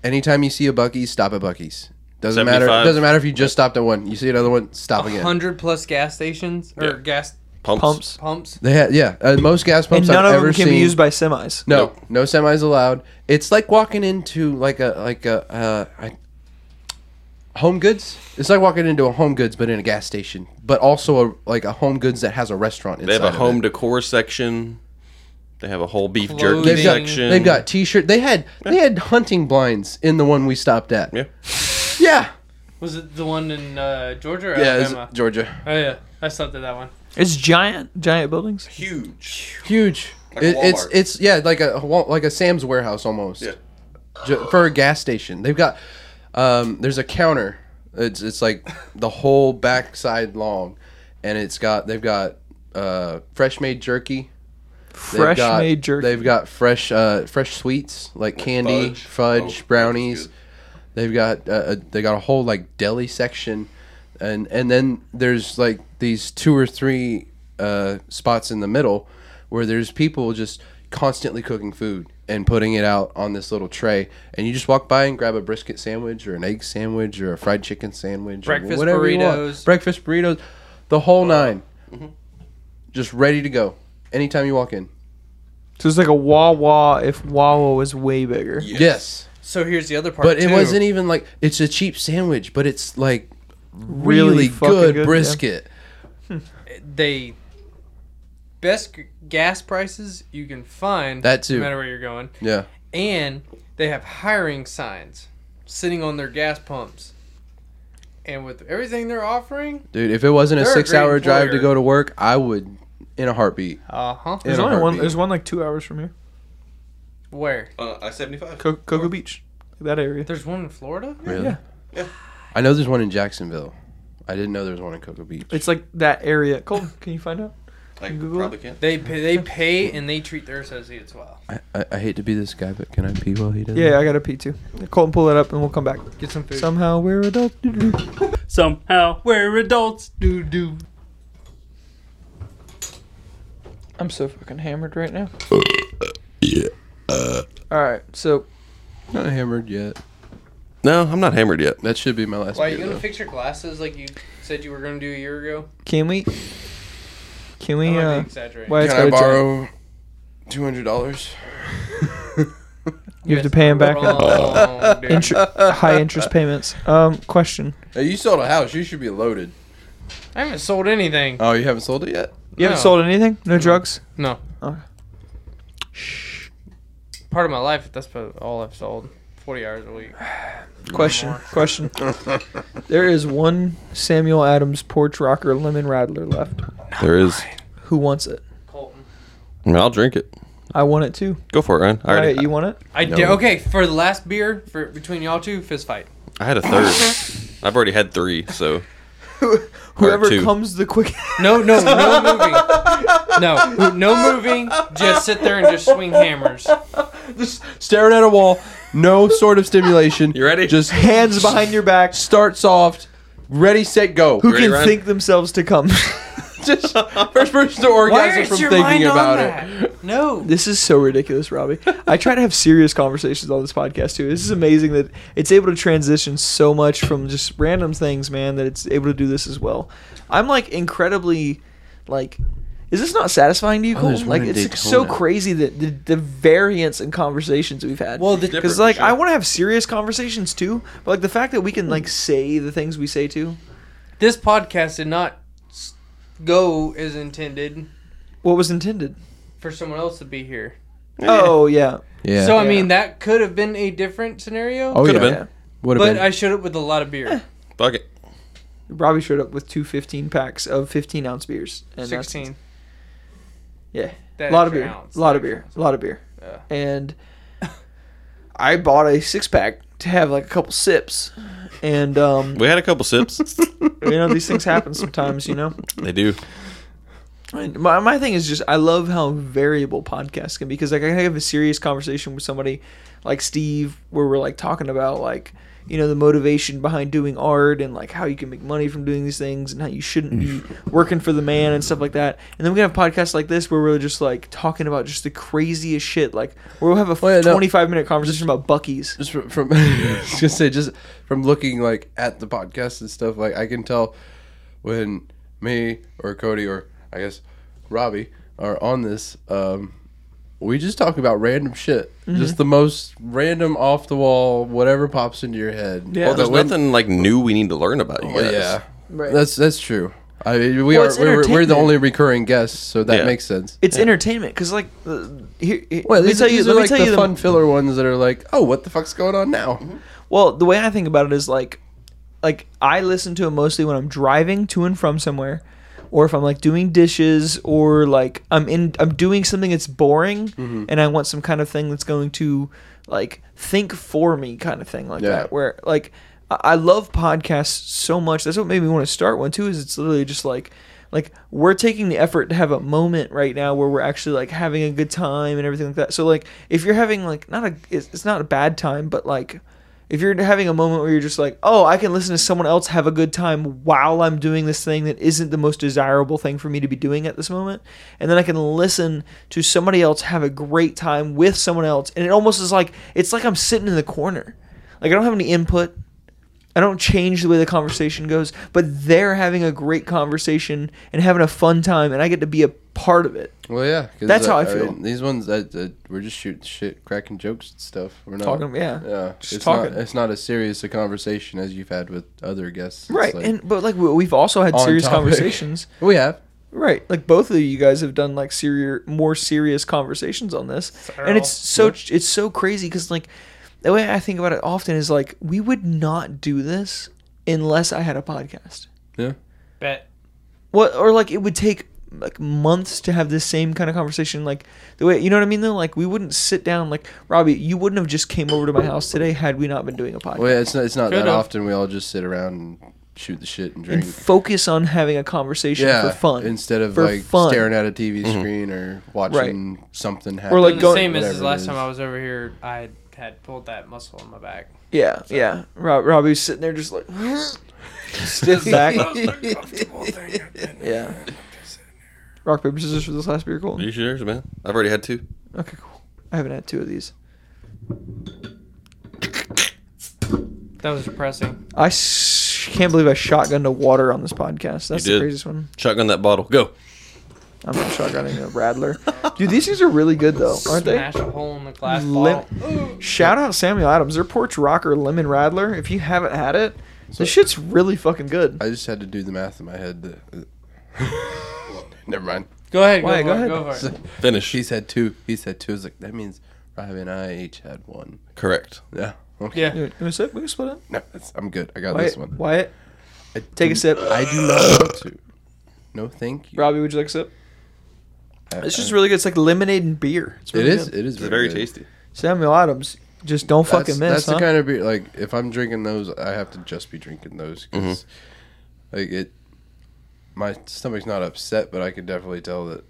Speaker 1: Anytime you see a Bucky's, stop at Bucky's. Doesn't matter.
Speaker 4: 75.
Speaker 1: Doesn't matter if you just stopped at one. You see another one, stop
Speaker 6: A
Speaker 1: again.
Speaker 6: hundred plus gas stations or
Speaker 4: Yeah.
Speaker 6: gas
Speaker 4: Pumps.
Speaker 3: pumps.
Speaker 6: pumps.
Speaker 1: They had yeah. Uh, most gas
Speaker 3: and
Speaker 1: pumps
Speaker 3: none
Speaker 1: I've
Speaker 3: of
Speaker 1: ever
Speaker 3: them can
Speaker 1: seen.
Speaker 3: be used by semis.
Speaker 1: no,
Speaker 4: Nope.
Speaker 1: no semis allowed. It's like walking into like a like a uh, I, home goods. It's like walking into a home goods, but in a gas station, but also a like a home goods that has a restaurant.
Speaker 4: They have a
Speaker 1: inside of
Speaker 4: home
Speaker 1: it.
Speaker 4: decor section. They have a whole beef jerky
Speaker 6: Clothing.
Speaker 1: They've got,
Speaker 4: section.
Speaker 1: they've got t-shirt. They had they had hunting blinds in the one we stopped at.
Speaker 4: Yeah.
Speaker 1: Yeah.
Speaker 6: Was it the one in uh, Georgia or
Speaker 1: Yeah, it's
Speaker 6: Alabama?
Speaker 1: Georgia.
Speaker 6: Oh yeah, I stopped at that one.
Speaker 3: It's giant, giant buildings.
Speaker 4: huge.
Speaker 1: Huge.
Speaker 4: Like
Speaker 1: It- it's
Speaker 4: Walmart.
Speaker 1: it's yeah, like a Wal- like a Sam's warehouse almost.
Speaker 4: Yeah.
Speaker 1: Ju- for a gas station. They've got um there's a counter. It's it's like the whole backside long and it's got they've got uh fresh made jerky. They've
Speaker 3: Fresh
Speaker 1: got-
Speaker 3: made jerky.
Speaker 1: They've got fresh uh, fresh sweets like candy,
Speaker 4: fudge. Oh,
Speaker 1: fudge,
Speaker 4: fudge is
Speaker 1: brownies.
Speaker 4: good.
Speaker 1: They've got uh, a, they got a whole like deli section, and and then there's like these two or three uh, spots in the middle where there's people just constantly cooking food and putting it out on this little tray, and you just walk by and grab a brisket sandwich or an egg sandwich or a fried chicken sandwich, or
Speaker 6: Breakfast
Speaker 1: whatever you want.
Speaker 6: burritos.
Speaker 1: breakfast burritos, the whole 9
Speaker 4: Mm-hmm.
Speaker 1: just ready to go anytime you walk in.
Speaker 3: So it's like a Wawa if Wawa was way bigger.
Speaker 1: Yes.
Speaker 6: So here's the other part.
Speaker 1: But it
Speaker 6: too.
Speaker 1: wasn't even like it's a cheap sandwich, but it's like
Speaker 3: Really
Speaker 1: really,
Speaker 3: fucking
Speaker 1: good,
Speaker 3: good,
Speaker 1: brisket. e-
Speaker 6: they best g- gas prices you can find.
Speaker 1: That too.
Speaker 6: No matter where you're going,
Speaker 1: Yeah.
Speaker 6: and they have hiring signs sitting on their gas pumps. And with everything they're offering,
Speaker 1: Dude, if it wasn't
Speaker 6: They're
Speaker 1: a
Speaker 6: a
Speaker 1: six hour
Speaker 6: great
Speaker 1: drive to
Speaker 6: employer.
Speaker 1: go to work, I would in a heartbeat.
Speaker 6: uh huh.
Speaker 1: In
Speaker 3: There's
Speaker 1: a
Speaker 3: only one.
Speaker 1: heartbeat.
Speaker 3: There's one like two hours from here,
Speaker 6: Where?
Speaker 4: Uh, I seventy five.
Speaker 3: Co- Cocoa Beach, that area.
Speaker 6: There's one in Florida.
Speaker 1: Really?
Speaker 3: Yeah.
Speaker 4: Yeah.
Speaker 1: I know there's one in Jacksonville. I didn't know there was one in Cocoa Beach.
Speaker 3: It's like that area. Colton, can you find out?
Speaker 4: I
Speaker 3: Google
Speaker 4: probably can.
Speaker 6: They pay, they pay and they treat their associates well.
Speaker 1: I, I, I hate to be this guy, but can I pee while he does?
Speaker 3: Yeah, I got a P two. Colton, pull that up and we'll come back.
Speaker 6: Get some food.
Speaker 3: Somehow we're adults.
Speaker 7: Somehow we're adults. Do do.
Speaker 3: I'm so fucking hammered right now. yeah. All right, so
Speaker 1: it. Not hammered yet.
Speaker 4: No, I'm not hammered yet.
Speaker 1: That should be my last.
Speaker 6: Why are you
Speaker 1: beer,
Speaker 6: gonna
Speaker 1: though.
Speaker 6: fix your glasses like you said you were gonna do a year ago?
Speaker 3: can we? Can we?
Speaker 6: I might be
Speaker 3: Uh,
Speaker 6: exaggerating.
Speaker 3: why it's
Speaker 1: Can I
Speaker 3: gotta jump?
Speaker 1: borrow two hundred dollars?
Speaker 3: You have to pay him back up.
Speaker 6: Wrong, dude.
Speaker 3: Inter- high interest payments. Um, question.
Speaker 1: Hey, you sold a house. You should be loaded.
Speaker 6: I haven't sold anything.
Speaker 1: Oh, you haven't sold it yet.
Speaker 3: You haven't
Speaker 6: No.
Speaker 3: sold anything? No drugs?
Speaker 6: No.
Speaker 3: Okay.
Speaker 6: Part of my life. That's about all I've sold. Forty hours a week.
Speaker 3: Question. Question. there is one Samuel Adams porch rocker lemon rattler left.
Speaker 4: There is.
Speaker 3: Who wants it?
Speaker 6: Colton.
Speaker 4: I mean, I'll drink it.
Speaker 3: I want it too.
Speaker 4: Go for it, Ryan. I,
Speaker 3: All
Speaker 4: already,
Speaker 3: right, you want it?
Speaker 6: I
Speaker 1: No.
Speaker 6: did. Okay, for the last beer for between y'all two, fist fight.
Speaker 4: I had a third. I've already had three, so
Speaker 3: Whoever
Speaker 4: two.
Speaker 3: comes the quickest.
Speaker 6: No, no, no moving. No, no moving. Just sit there and just swing hammers.
Speaker 1: Just staring at a wall, no sort of stimulation.
Speaker 4: You ready?
Speaker 1: Just
Speaker 3: Hands behind your back.
Speaker 1: start soft, ready, set, go.
Speaker 3: Who
Speaker 4: Ready,
Speaker 3: can
Speaker 4: Ryan?
Speaker 3: think themselves to come?
Speaker 1: Just first person to orgasm from thinking about it.
Speaker 6: it? No.
Speaker 3: This is so ridiculous, Robbie. I try to have serious conversations on this podcast too. This is amazing that it's able to transition so much from just random things, man, that it's able to do this as well. I'm like incredibly like is this not satisfying to you,
Speaker 1: Oh, there's
Speaker 3: Colton?
Speaker 1: one
Speaker 3: Like
Speaker 1: in
Speaker 3: it's so
Speaker 1: Daytona.
Speaker 3: crazy that the, the variance in conversations we've had. Well,
Speaker 4: different
Speaker 3: because
Speaker 4: for
Speaker 3: like I
Speaker 4: sure.
Speaker 3: want to have serious conversations too, but like the fact that we can like say the things we say too.
Speaker 6: This podcast did not s- go as intended
Speaker 3: What was intended?
Speaker 6: for someone else to be here.
Speaker 3: Oh yeah,
Speaker 1: Yeah.
Speaker 6: So I mean, that could have been a different scenario.
Speaker 1: oh
Speaker 4: Could've
Speaker 1: yeah.
Speaker 4: been.
Speaker 1: Would have
Speaker 6: but
Speaker 1: been.
Speaker 6: I showed up with a lot of beer.
Speaker 4: fuck it.
Speaker 3: Robbie showed up with two 15 packs of 15 ounce beers. And that's-
Speaker 6: Sixteen.
Speaker 3: Yeah.
Speaker 6: That
Speaker 3: a lot of
Speaker 6: extra
Speaker 3: beer,
Speaker 6: ounce,
Speaker 3: a lot
Speaker 6: that
Speaker 3: of beer,
Speaker 6: extra
Speaker 3: a lot of beer.
Speaker 6: Yeah.
Speaker 3: And I bought a six pack to have like a couple sips, and um,
Speaker 4: We had a couple sips.
Speaker 3: you know these things happen sometimes. You know,
Speaker 4: they do.
Speaker 3: And my my thing is just I love how variable podcasts can be because like I can have a serious conversation with somebody like Steve where we're like talking about like you know the motivation behind doing art and like how you can make money from doing these things and how you shouldn't be working for the man and stuff like that and then we can have podcasts like this where we're just like talking about just the craziest shit like we'll have a
Speaker 1: Well, yeah, no.
Speaker 3: 25 minute conversation about Bucky's
Speaker 1: just from, from I was gonna say just from looking like at the podcast and stuff, like I can tell when me or Cody or I guess Robbie are on this. Um, we just talk about random shit,
Speaker 6: Mm-hmm.
Speaker 1: just the most random, off the wall, whatever pops into your head.
Speaker 3: Yeah.
Speaker 4: Well, there's
Speaker 1: But when-
Speaker 4: nothing like new we need to learn about you
Speaker 1: Well,
Speaker 4: guys.
Speaker 1: yeah,
Speaker 3: Right.
Speaker 1: that's that's true. I mean, we are
Speaker 3: Well, it's
Speaker 1: we're, we're the
Speaker 3: entertainment.
Speaker 1: only recurring guests, so that
Speaker 4: Yeah.
Speaker 1: makes sense.
Speaker 3: it's entertainment because like uh, here, here
Speaker 1: Well,
Speaker 3: let me
Speaker 1: these,
Speaker 3: tell you
Speaker 1: these
Speaker 3: let
Speaker 1: are
Speaker 3: me
Speaker 1: like
Speaker 3: tell
Speaker 1: the
Speaker 3: you the- Mm-hmm.
Speaker 1: fun filler ones that are like, oh, what the fuck's going on now?
Speaker 3: Well, the way I think about it is like, like I listen to it mostly when I'm driving to and from somewhere, or if I'm like doing dishes, or like I'm in I'm doing something that's boring, and I want some kind of thing that's going to like think for me, kind of thing like
Speaker 1: Yeah.
Speaker 3: that. Where like I I love podcasts so much. That's what made me want to start one too. Is it's literally just like like we're taking the effort to have a moment right now where we're actually like having a good time and everything like that. So like if you're having like not a it's, it's not a bad time, but like if you're having a moment where you're just like, "Oh, I can listen to someone else have a good time while I'm doing this thing that isn't the most desirable thing for me to be doing at this moment," and then I can listen to somebody else have a great time with someone else, and it almost is like it's like I'm sitting in the corner. Like I don't have any input. I don't change the way the conversation goes, but they're having a great conversation and having a fun time, and I get to be a part of it.
Speaker 1: Well, yeah, 'cause,
Speaker 3: That's how I
Speaker 1: uh,
Speaker 3: feel.
Speaker 1: these ones that uh, we're just shooting shit, cracking jokes and stuff. We're not
Speaker 3: Talking- yeah.
Speaker 1: yeah.
Speaker 3: Just
Speaker 1: it's
Speaker 3: talking.
Speaker 1: Not, it's not as serious a conversation as you've had with other guests. It's
Speaker 3: Right,
Speaker 1: like-
Speaker 3: and but like we- we've also had
Speaker 1: On
Speaker 3: serious
Speaker 1: topic.
Speaker 3: conversations.
Speaker 1: we have.
Speaker 3: Right. Like both of you guys have done like serious more serious conversations on this. And it's so it's so crazy cuz like the way I think about it often is like we would not do this unless I had a podcast.
Speaker 1: Yeah.
Speaker 6: Bet.
Speaker 3: What or like it would take like months to have this same kind of conversation like the way you know what I mean though like we wouldn't sit down like Robbie you wouldn't have just came over to my house today had we not been doing a podcast.
Speaker 1: Well, yeah, it's not. It's not that
Speaker 6: enough.
Speaker 1: often we all just sit around and shoot the shit and drink.
Speaker 3: and focus on having a conversation
Speaker 1: yeah,
Speaker 3: for fun
Speaker 1: instead of
Speaker 3: For
Speaker 1: like
Speaker 3: fun.
Speaker 1: staring at a TV
Speaker 6: Mm-hmm.
Speaker 1: screen or watching something happen.
Speaker 3: like,
Speaker 6: the
Speaker 3: go-
Speaker 6: same as
Speaker 1: whatever
Speaker 6: the
Speaker 1: it
Speaker 6: last
Speaker 1: is.
Speaker 6: time I was over here. I had pulled that muscle in my back.
Speaker 3: Yeah, yeah. Rob, Robbie's sitting there just like stiff back. yeah. Rock paper scissors for this last beer cold.
Speaker 4: You sure, man? I've already had two.
Speaker 3: Okay, cool. I haven't had two of these.
Speaker 6: That was depressing.
Speaker 3: I s- can't believe I shotgunned a water on this podcast. That's
Speaker 4: You
Speaker 3: the
Speaker 4: did.
Speaker 3: craziest one.
Speaker 4: Shotgun that bottle. Go.
Speaker 3: I'm not shotgunning a rattler. Dude, these things are really good though, aren't they?
Speaker 6: Smash a hole in the glass
Speaker 3: Lim-
Speaker 6: bottle.
Speaker 3: Shout out Samuel Adams. Their porch rocker lemon rattler. If you haven't had it, this shit's really fucking good.
Speaker 1: I just had to do the math in my head. That, uh, never mind.
Speaker 6: Go ahead. Go,
Speaker 3: Why?
Speaker 6: for
Speaker 3: Go
Speaker 6: it,
Speaker 3: ahead.
Speaker 6: Go for it.
Speaker 4: Finish.
Speaker 1: He said two. He said two. I was like, that means Robbie and I each had one.
Speaker 4: Correct.
Speaker 1: Yeah. Okay.
Speaker 6: Yeah.
Speaker 3: You want to sip? We can split it.
Speaker 1: No, that's, I'm good. I got
Speaker 3: Wyatt,
Speaker 1: this one.
Speaker 3: Wyatt,
Speaker 1: I
Speaker 3: take a
Speaker 1: do-
Speaker 3: sip.
Speaker 1: I do not want to. No, thank you.
Speaker 3: Robbie, would you like a sip?
Speaker 1: I-
Speaker 3: It's just
Speaker 1: I-
Speaker 3: really good. It's like lemonade and beer. It's
Speaker 1: It
Speaker 3: really
Speaker 1: is.
Speaker 3: good.
Speaker 1: It is
Speaker 4: It's
Speaker 1: really
Speaker 4: very
Speaker 1: good.
Speaker 4: tasty.
Speaker 3: Samuel Adams. Just don't
Speaker 1: That's,
Speaker 3: fucking miss.
Speaker 1: That's
Speaker 3: huh?
Speaker 1: the kind of beer. Like if I'm drinking those, I have to just be drinking those
Speaker 6: Mm-hmm.
Speaker 1: because, like it, my stomach's not upset, but I can definitely tell that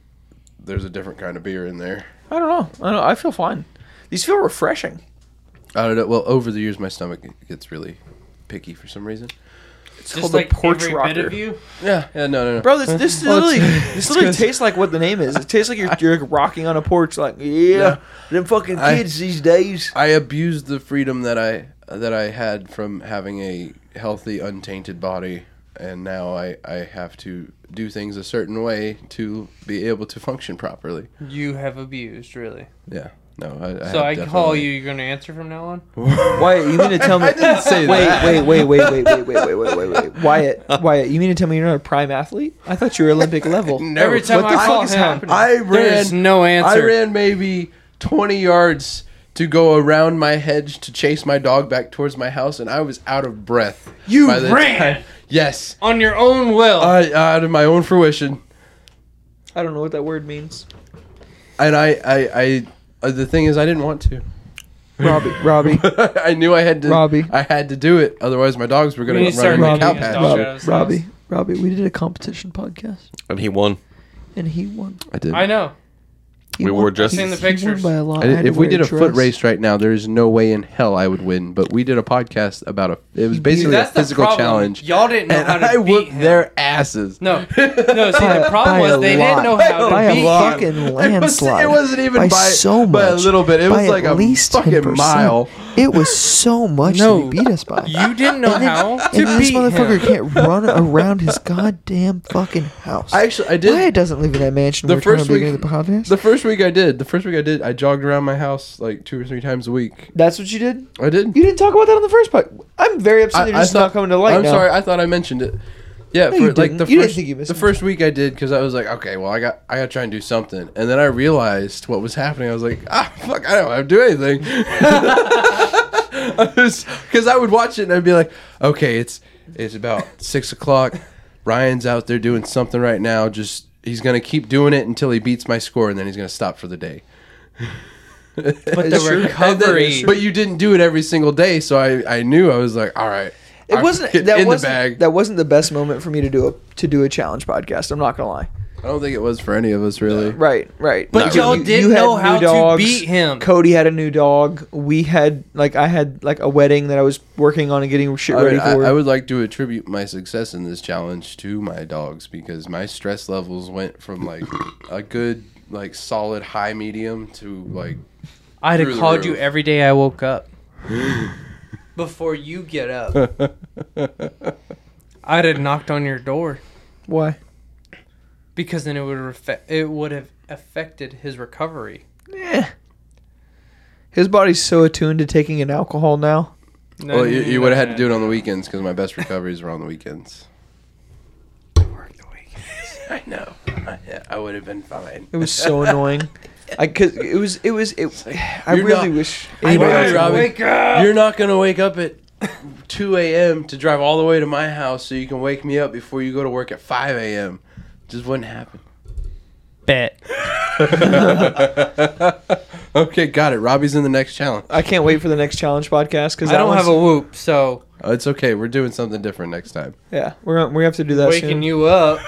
Speaker 1: there's a different kind of beer in there.
Speaker 3: I don't know. I don't. I feel fine. These feel refreshing.
Speaker 1: I don't know. Well, over the years, my stomach gets really picky for some reason.
Speaker 3: It's
Speaker 6: Just
Speaker 3: called
Speaker 6: like
Speaker 3: the porch
Speaker 6: every
Speaker 3: rocker,
Speaker 6: bit of you.
Speaker 1: Yeah. Yeah. No. No. no.
Speaker 3: bro. This this literally this literally tastes like what the name is. It tastes like you're, you're like rocking on a porch. Like yeah, them fucking
Speaker 1: I-
Speaker 3: kids these days.
Speaker 1: I abused the freedom that I that I had from having a healthy, untainted body, and now I I have to do things a certain way to be able to function properly.
Speaker 6: You have abused, really.
Speaker 1: Yeah. No. I, I
Speaker 6: so
Speaker 1: have
Speaker 6: I call
Speaker 1: definitely-
Speaker 6: you. You're gonna answer from now on.
Speaker 3: Wyatt, you mean to tell me? I didn't say wait, that. wait, wait, wait, wait, wait, wait, wait, wait, wait, wait. Wyatt, Wyatt, you mean to tell me you're not a prime athlete? I thought you were Olympic level.
Speaker 1: No,
Speaker 6: Every time
Speaker 1: what the
Speaker 6: I
Speaker 1: fuck
Speaker 6: call
Speaker 1: is
Speaker 6: him,
Speaker 1: happening? I
Speaker 6: There's
Speaker 1: ran.
Speaker 6: no answer.
Speaker 1: I ran maybe twenty yards to go around my hedge to chase my dog back towards my house, and I was out of breath.
Speaker 6: You
Speaker 1: by the
Speaker 6: ran?
Speaker 1: time- Yes.
Speaker 6: on your own will.
Speaker 1: I, out of my own fruition.
Speaker 3: I don't know what that word means.
Speaker 1: and I, I, I uh, the thing is, I didn't want to.
Speaker 3: Robbie, Robbie,
Speaker 1: I knew I had to.
Speaker 3: Robbie.
Speaker 1: I had to do it, otherwise my dogs were
Speaker 6: We
Speaker 1: going
Speaker 6: need
Speaker 1: to
Speaker 6: to
Speaker 1: run
Speaker 6: start
Speaker 1: into
Speaker 6: making
Speaker 1: cow
Speaker 6: it a
Speaker 1: pasture.
Speaker 6: dog.
Speaker 3: Robbie,
Speaker 6: Robbie,
Speaker 3: Robbie, Robbie. We did a competition podcast.
Speaker 4: And he won.
Speaker 3: and he won.
Speaker 1: I did.
Speaker 6: I know.
Speaker 3: He
Speaker 4: We
Speaker 3: won-
Speaker 4: were just-
Speaker 3: he-
Speaker 6: Seen the
Speaker 3: he won
Speaker 6: pictures.
Speaker 3: by a lot.
Speaker 1: I
Speaker 3: I
Speaker 1: did-
Speaker 3: had to
Speaker 1: if we
Speaker 3: wear
Speaker 1: did a foot
Speaker 3: dress.
Speaker 1: race right now, there is no way in hell I would win. But we did a podcast about a. It was basically a
Speaker 6: That's the
Speaker 1: physical
Speaker 6: problem.
Speaker 1: challenge,
Speaker 6: Y'all didn't know
Speaker 1: and
Speaker 6: how to
Speaker 1: I
Speaker 6: beat
Speaker 1: whooped
Speaker 6: him.
Speaker 1: their asses.
Speaker 6: No, no. See, the
Speaker 3: By-
Speaker 6: problem
Speaker 3: by a
Speaker 6: was they
Speaker 3: lot.
Speaker 6: didn't know how
Speaker 3: by
Speaker 6: to
Speaker 3: a
Speaker 6: beat you.
Speaker 3: fucking
Speaker 1: It, was,
Speaker 3: landslide.
Speaker 1: not even by,
Speaker 3: so much,
Speaker 1: by a little bit. It
Speaker 3: by
Speaker 1: was like
Speaker 3: at
Speaker 1: a
Speaker 3: least
Speaker 1: fucking
Speaker 3: 10%.
Speaker 1: mile.
Speaker 3: It was so much
Speaker 6: No.
Speaker 3: that he beat us by.
Speaker 6: You didn't know how
Speaker 3: and
Speaker 6: to
Speaker 3: this
Speaker 6: beat
Speaker 3: motherfucker
Speaker 6: him.
Speaker 3: can't run around his goddamn fucking house.
Speaker 1: I actually I did.
Speaker 3: Wyatt doesn't live in that mansion.
Speaker 1: The
Speaker 3: we were talking
Speaker 1: first
Speaker 3: about beginning
Speaker 1: week-
Speaker 3: of the podcast.
Speaker 1: The first week I did. The first week I did. I jogged around my house like two or three times a week.
Speaker 3: That's what you did.
Speaker 1: I did.
Speaker 3: You didn't talk about that on the first podcast. I'm very upset that it's not coming to light.
Speaker 1: I'm
Speaker 3: now.
Speaker 1: sorry. I thought I mentioned it. Yeah, for
Speaker 3: No, you
Speaker 1: like
Speaker 3: didn't.
Speaker 1: the
Speaker 3: You didn't
Speaker 1: first
Speaker 3: think you missed
Speaker 1: the
Speaker 3: it.
Speaker 1: first week I did because I was like, okay, well, I got I got to try and do something, and then I realized what was happening. I was like, ah, fuck, I don't have to do anything. Because I would watch it and I'd be like, okay, it's it's about six o'clock. Ryan's out there doing something right now. Just he's gonna keep doing it until he beats my score, and then he's gonna stop for the day.
Speaker 6: But
Speaker 3: It's
Speaker 6: the
Speaker 3: true.
Speaker 1: And then-
Speaker 6: recovery.
Speaker 1: but you didn't do it every single day, so I I knew I was like, all right.
Speaker 3: It wasn't
Speaker 1: Get
Speaker 3: that
Speaker 1: in the
Speaker 3: wasn't
Speaker 1: bag.
Speaker 3: that wasn't the best moment for me to do a to do a challenge podcast. I'm not gonna lie.
Speaker 1: I don't think it was for any of us really.
Speaker 3: Right, right.
Speaker 6: But y'all did
Speaker 3: had
Speaker 6: know
Speaker 3: new
Speaker 6: how to beat him.
Speaker 3: Cody had a new dog. We had like I had like a wedding that I was working on and getting shit
Speaker 1: I,
Speaker 3: ready
Speaker 1: mean, I,
Speaker 3: for.
Speaker 1: I would like to attribute my success in this challenge to my dogs because my stress levels went from like a good, like solid high medium to like
Speaker 6: I'd
Speaker 1: Through
Speaker 6: have
Speaker 1: the
Speaker 6: called you
Speaker 1: roof.
Speaker 6: every day I woke up. Before you get up, I'd have knocked on your door
Speaker 3: Why?
Speaker 6: because then it would have affe- it would have affected his recovery.
Speaker 3: Eh. His body's so attuned to taking in alcohol now.
Speaker 6: No,
Speaker 1: well, you, you would have had to do it on the weekends because my best recoveries were on the weekends. I know. Yeah, I would have been fine.
Speaker 3: It was so annoying. I cause it was it was it. I
Speaker 1: You're
Speaker 3: really
Speaker 1: not-
Speaker 3: wish.
Speaker 1: Wait,
Speaker 3: anybody-
Speaker 1: Robbie, You're not gonna wake up at 2 a.m. to drive all the way to my house so you can wake me up before you go to work at 5 a.m. Just wouldn't happen.
Speaker 6: Bet.
Speaker 1: Okay, got it. Robbie's in the next challenge.
Speaker 3: I can't wait for the next challenge podcast because
Speaker 6: I don't have a whoop, so
Speaker 1: Uh, it's okay. We're doing something different next time.
Speaker 3: Yeah, we're gonna, we have to do that
Speaker 6: waking
Speaker 3: soon.
Speaker 6: you up.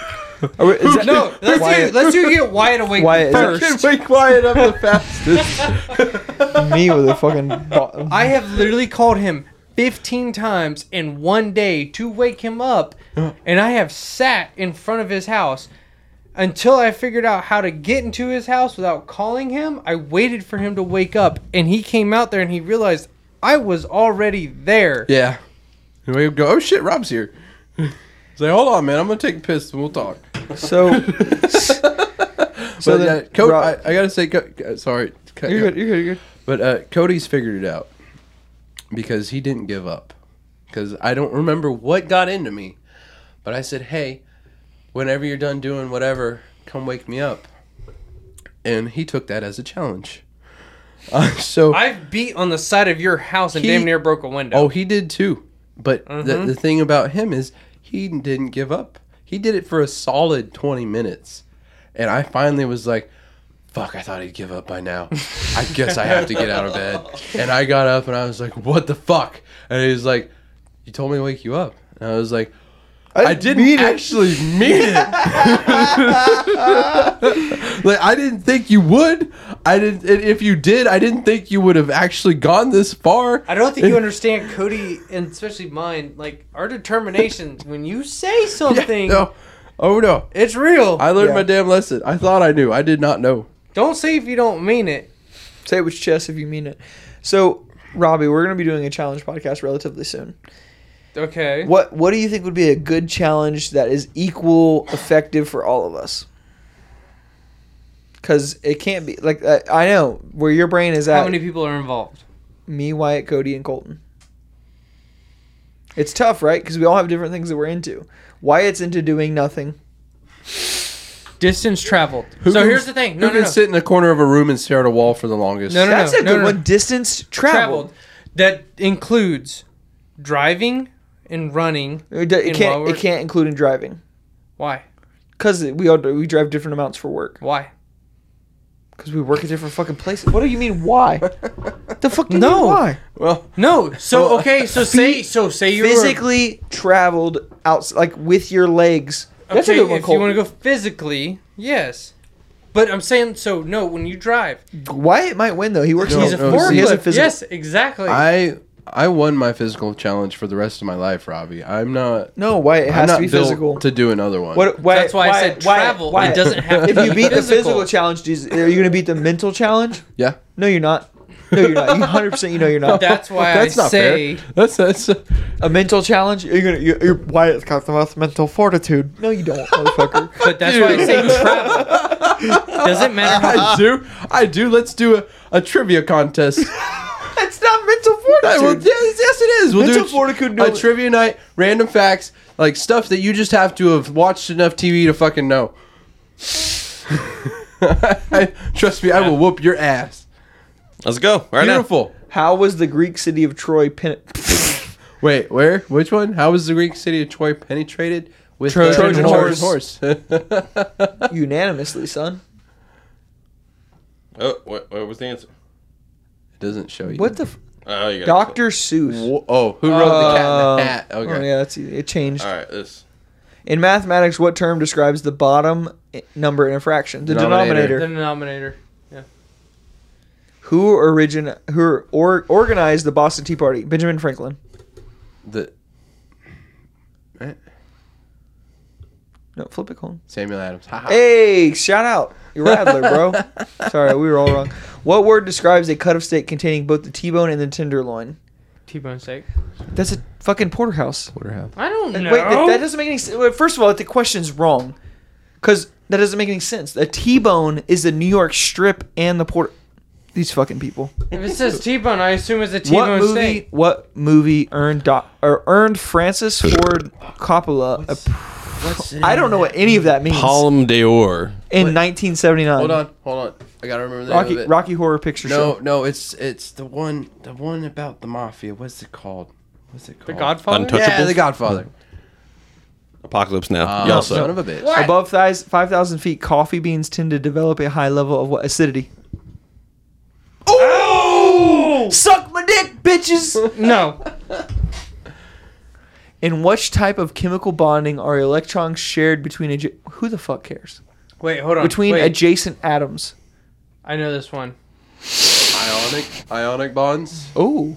Speaker 3: Are we- is that-
Speaker 6: No, let's do, let's do get wide awake
Speaker 3: Wyatt, is that-
Speaker 6: first.
Speaker 1: wake Wyatt up the fastest.
Speaker 3: me with a fucking. bo-
Speaker 6: I have literally called him 15 times in one day to wake him up, and I have sat in front of his house until I figured out how to get into his house without calling him. I waited for him to wake up, and he came out there and he realized I was already there.
Speaker 1: yeah. And we go, oh shit, Rob's here. Say, hold on, man. I'm going to take a piss and we'll talk.
Speaker 3: So,
Speaker 1: So
Speaker 3: so
Speaker 1: but, yeah,
Speaker 3: then,
Speaker 1: Co-
Speaker 3: Rob-
Speaker 1: I, I got to say, Co- uh, sorry. Cut-
Speaker 3: you're good. You're good. You're good.
Speaker 1: But uh, Cody's figured it out because he didn't give up. Because I don't remember what got into me, but I said, "Hey, whenever you're done doing whatever, come wake me up." And he took that as a challenge. Uh, so,
Speaker 6: I've beat on the side of your house and
Speaker 1: He-
Speaker 6: damn near broke a window.
Speaker 1: oh, he did too. But the, the thing about him is he didn't give up. He did it for a solid 20 minutes, and I finally was like. Fuck, I thought he'd give up by now. I guess I have to get out of bed. And I got up and I was like, what the fuck? And he was like, you told me to wake you up. And I was like, I, didn't actually mean it. like I didn't think you would. I didn't. And if you did, I didn't think you would have actually gone this far.
Speaker 6: I don't think you understand Cody and especially mine. Like our determination when you say something,
Speaker 1: No. Oh no.
Speaker 6: it's real.
Speaker 1: I learned
Speaker 3: Yeah.
Speaker 1: my damn lesson. I thought I knew. I did not know.
Speaker 6: don't say if you don't mean it.
Speaker 3: Say it with your chest if you mean it. So, Robbie, we're gonna be doing a challenge podcast relatively soon.
Speaker 6: Okay.
Speaker 3: What What do you think would be a good challenge that is equal effective for all of us? Because it can't be like I, I know where your brain is at.
Speaker 6: How many people are involved?
Speaker 3: me, Wyatt, Cody, and Colton. It's tough, right? Because we all have different things that we're into. Wyatt's into doing nothing.
Speaker 6: Distance traveled.
Speaker 1: Who
Speaker 6: so
Speaker 1: can-
Speaker 6: here's the thing.
Speaker 1: Who
Speaker 6: No, no,
Speaker 1: can
Speaker 6: no.
Speaker 1: sit in the corner of a room and stare at a wall for the longest?
Speaker 6: No, no,
Speaker 3: That's a good
Speaker 6: no, no.
Speaker 3: one. Distance traveled.
Speaker 6: traveled. That includes driving and running.
Speaker 3: It, d- it
Speaker 6: And while
Speaker 3: can't.
Speaker 6: we're-
Speaker 3: It can't include in driving
Speaker 6: Why?
Speaker 3: because we all do- we drive different amounts for work
Speaker 6: Why?
Speaker 3: because we work at different fucking places. What do you mean? Why? the fuck? Do you
Speaker 6: No.
Speaker 3: mean why?
Speaker 1: Well,
Speaker 6: No.
Speaker 1: Oh,
Speaker 6: So okay. So say. So say you're
Speaker 3: Physically traveled out like with your legs. That's
Speaker 6: okay,
Speaker 3: a good one,
Speaker 6: If you
Speaker 3: Colton.
Speaker 6: want to go physically, yes. But I'm saying so. No, when you drive,
Speaker 3: Wyatt might win though. He works.
Speaker 1: No,
Speaker 6: he's a
Speaker 1: no,
Speaker 6: forklift.
Speaker 3: he has a physical.
Speaker 6: Yes, exactly.
Speaker 1: I I won my physical challenge for the rest of my life, Robbie. I'm not.
Speaker 3: No, Wyatt it
Speaker 1: I'm
Speaker 3: has
Speaker 1: not
Speaker 3: to be
Speaker 1: built
Speaker 3: physical.
Speaker 1: to do another one.
Speaker 3: What, Wyatt,
Speaker 6: That's why I
Speaker 3: Wyatt,
Speaker 6: said
Speaker 3: Wyatt,
Speaker 6: travel.
Speaker 3: Wyatt.
Speaker 6: It doesn't have to
Speaker 3: If you
Speaker 6: be
Speaker 3: beat the
Speaker 6: physical.
Speaker 3: physical challenge, geez, are you going to beat the mental challenge?
Speaker 1: Yeah.
Speaker 3: No, you're not. No, you're not. You 100 percent you know you're not.
Speaker 6: That's why
Speaker 1: That's
Speaker 6: I
Speaker 1: not
Speaker 6: say
Speaker 1: fair. That's that's.
Speaker 3: A mental challenge? You're gonna. You're, you're, Wyatt's got the most mental fortitude. No, you don't, motherfucker.
Speaker 6: But that's why I say travel. Doesn't matter how
Speaker 1: I do. I do. Let's do a, a trivia contest.
Speaker 3: That's not mental
Speaker 1: I will- yes,
Speaker 3: fortitude.
Speaker 1: yes, it is. We'll
Speaker 3: Mental
Speaker 1: do a,
Speaker 3: fortitude,
Speaker 1: a
Speaker 3: no-
Speaker 1: trivia night, random facts, like stuff that you just have to have watched enough TV to fucking know. I- trust me, I will whoop your ass.
Speaker 4: Let's go right
Speaker 1: Beautiful.
Speaker 3: How was the Greek city of Troy? Pen-
Speaker 1: Wait, where? Which one? How was the Greek city of Troy penetrated with
Speaker 6: Trojan
Speaker 1: Trojan
Speaker 3: horse.
Speaker 1: horse?
Speaker 3: Unanimously, son.
Speaker 4: now. Oh, what, what was the answer?
Speaker 1: It doesn't show you.
Speaker 3: What the? F-
Speaker 4: Oh, you got
Speaker 3: Dr. Seuss.
Speaker 8: Wh- oh, who wrote the cat in the
Speaker 3: Uh,
Speaker 8: hat? Okay.
Speaker 3: Oh, yeah, that's easy. it changed.
Speaker 4: All right, this.
Speaker 3: In mathematics, what term describes the bottom i- number in a fraction? The
Speaker 8: Denominator.
Speaker 3: denominator.
Speaker 6: The denominator.
Speaker 3: Who origin who or, organized the Boston Tea Party? Benjamin Franklin.
Speaker 8: The
Speaker 3: No, flip it, Colin.
Speaker 8: Samuel Adams. Ha, ha.
Speaker 3: Eh, Hey, shout out. You're Radler, bro. Sorry, we were all wrong. What word describes a cut of steak containing both the T-bone and the tenderloin?
Speaker 6: T-bone steak.
Speaker 3: That's a fucking porterhouse.
Speaker 6: I don't
Speaker 3: And
Speaker 6: know.
Speaker 3: Wait, that, that doesn't make any sense. First of all, the question's wrong. Because that doesn't make any sense. The T-bone is the New York strip and the port. These fucking people.
Speaker 6: if it says T-bone, I assume it's a
Speaker 3: What
Speaker 6: T-bone
Speaker 3: movie?
Speaker 6: steak.
Speaker 3: What movie earned doc, or earned Francis Ford Coppola? I I don't know what any of that means.
Speaker 4: Palm d'Or.
Speaker 3: in 1979,
Speaker 8: Hold on, hold on. I gotta remember the
Speaker 3: Rocky
Speaker 8: name of it.
Speaker 3: Rocky Horror Picture
Speaker 8: no,
Speaker 3: Show.
Speaker 8: no, it's it's the one the one about the mafia. What's it called? What's it called?
Speaker 6: The Godfather.
Speaker 4: Untouchables.
Speaker 8: Yeah, The Godfather.
Speaker 4: Apocalypse Now.
Speaker 1: Uh,
Speaker 8: Ah,
Speaker 4: Y'all
Speaker 8: son
Speaker 4: suck.
Speaker 8: of a bitch.
Speaker 3: Above thighs, 5,000 feet, coffee beans tend to develop a high level of what acidity? Oh! Suck my dick, bitches!
Speaker 6: No.
Speaker 3: In which type of chemical bonding are electrons shared between adja- who the fuck cares?
Speaker 6: Wait, hold on.
Speaker 3: Between
Speaker 6: Wait,
Speaker 3: adjacent atoms.
Speaker 6: I know this one.
Speaker 8: Ionic ionic bonds.
Speaker 3: Oh,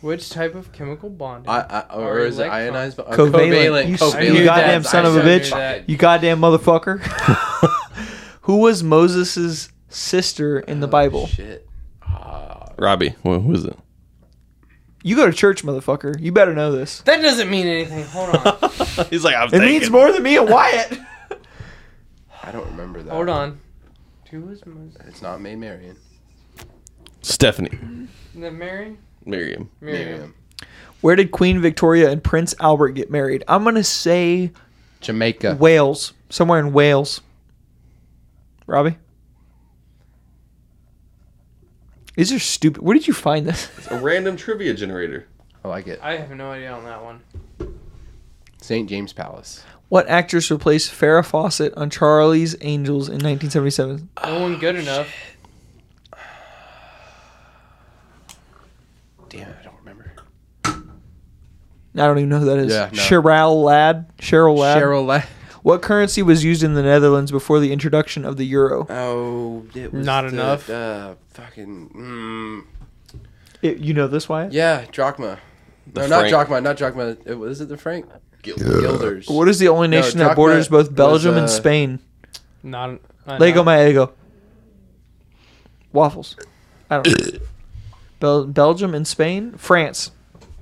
Speaker 6: Which type of chemical bonding?
Speaker 8: I, I, or
Speaker 6: Or
Speaker 8: is it
Speaker 6: electron.
Speaker 8: ionized? bo- uh,
Speaker 3: covalent. You, s-
Speaker 6: I
Speaker 8: covalent.
Speaker 6: knew
Speaker 3: you goddamn
Speaker 6: that.
Speaker 3: son
Speaker 6: I
Speaker 3: of a
Speaker 6: knew
Speaker 3: bitch.
Speaker 6: that.
Speaker 3: You goddamn motherfucker. who was Moses' sister in the Bible?
Speaker 8: Shit. Ah,
Speaker 4: Robbie, wha- who is it?
Speaker 3: You go to church, motherfucker. You better know this.
Speaker 6: that doesn't mean anything. Hold on.
Speaker 4: He's like, I'm
Speaker 3: It means more than me and Wyatt.
Speaker 8: I don't remember that.
Speaker 6: hold on. Two is Moses.
Speaker 8: It's not May Marian.
Speaker 4: Stephanie.
Speaker 6: The Mary.
Speaker 4: Miriam.
Speaker 6: Miriam.
Speaker 3: Where did Queen Victoria and Prince Albert get married? I'm gonna say
Speaker 8: Jamaica.
Speaker 3: Wales, somewhere in Wales. Robbie, these are stupid. Where did you find this?
Speaker 4: A random trivia generator.
Speaker 8: I like it.
Speaker 6: I have no idea on that one.
Speaker 8: St. James Palace.
Speaker 3: What actress replaced Farrah Fawcett on Charlie's Angels in 1977?
Speaker 6: No one
Speaker 3: Oh,
Speaker 6: good enough.
Speaker 8: Damn, I don't remember.
Speaker 3: I don't even know who that is.
Speaker 8: Yeah, no.
Speaker 3: Cheryl Ladd. Cheryl Ladd.
Speaker 8: Cheryl. La-
Speaker 3: What currency was used in the Netherlands before the introduction of the euro?
Speaker 8: oh, it was
Speaker 6: Not
Speaker 8: the-
Speaker 6: enough.
Speaker 8: the fucking. Mm,
Speaker 3: It- you know this, Wyatt?
Speaker 8: yeah, drachma. No,
Speaker 4: The
Speaker 8: not
Speaker 4: franc.
Speaker 8: drachma. Not drachma. It, was it the franc?
Speaker 4: Gilder.
Speaker 8: Guilders.
Speaker 3: What is the only
Speaker 8: No,
Speaker 3: nation
Speaker 8: drachma
Speaker 3: that borders both
Speaker 8: was,
Speaker 3: Belgium
Speaker 8: uh,
Speaker 3: and Spain?
Speaker 6: Not. not
Speaker 3: Lego
Speaker 6: enough.
Speaker 3: my ego. Waffles. I don't know. Bel- Belgium and Spain? France.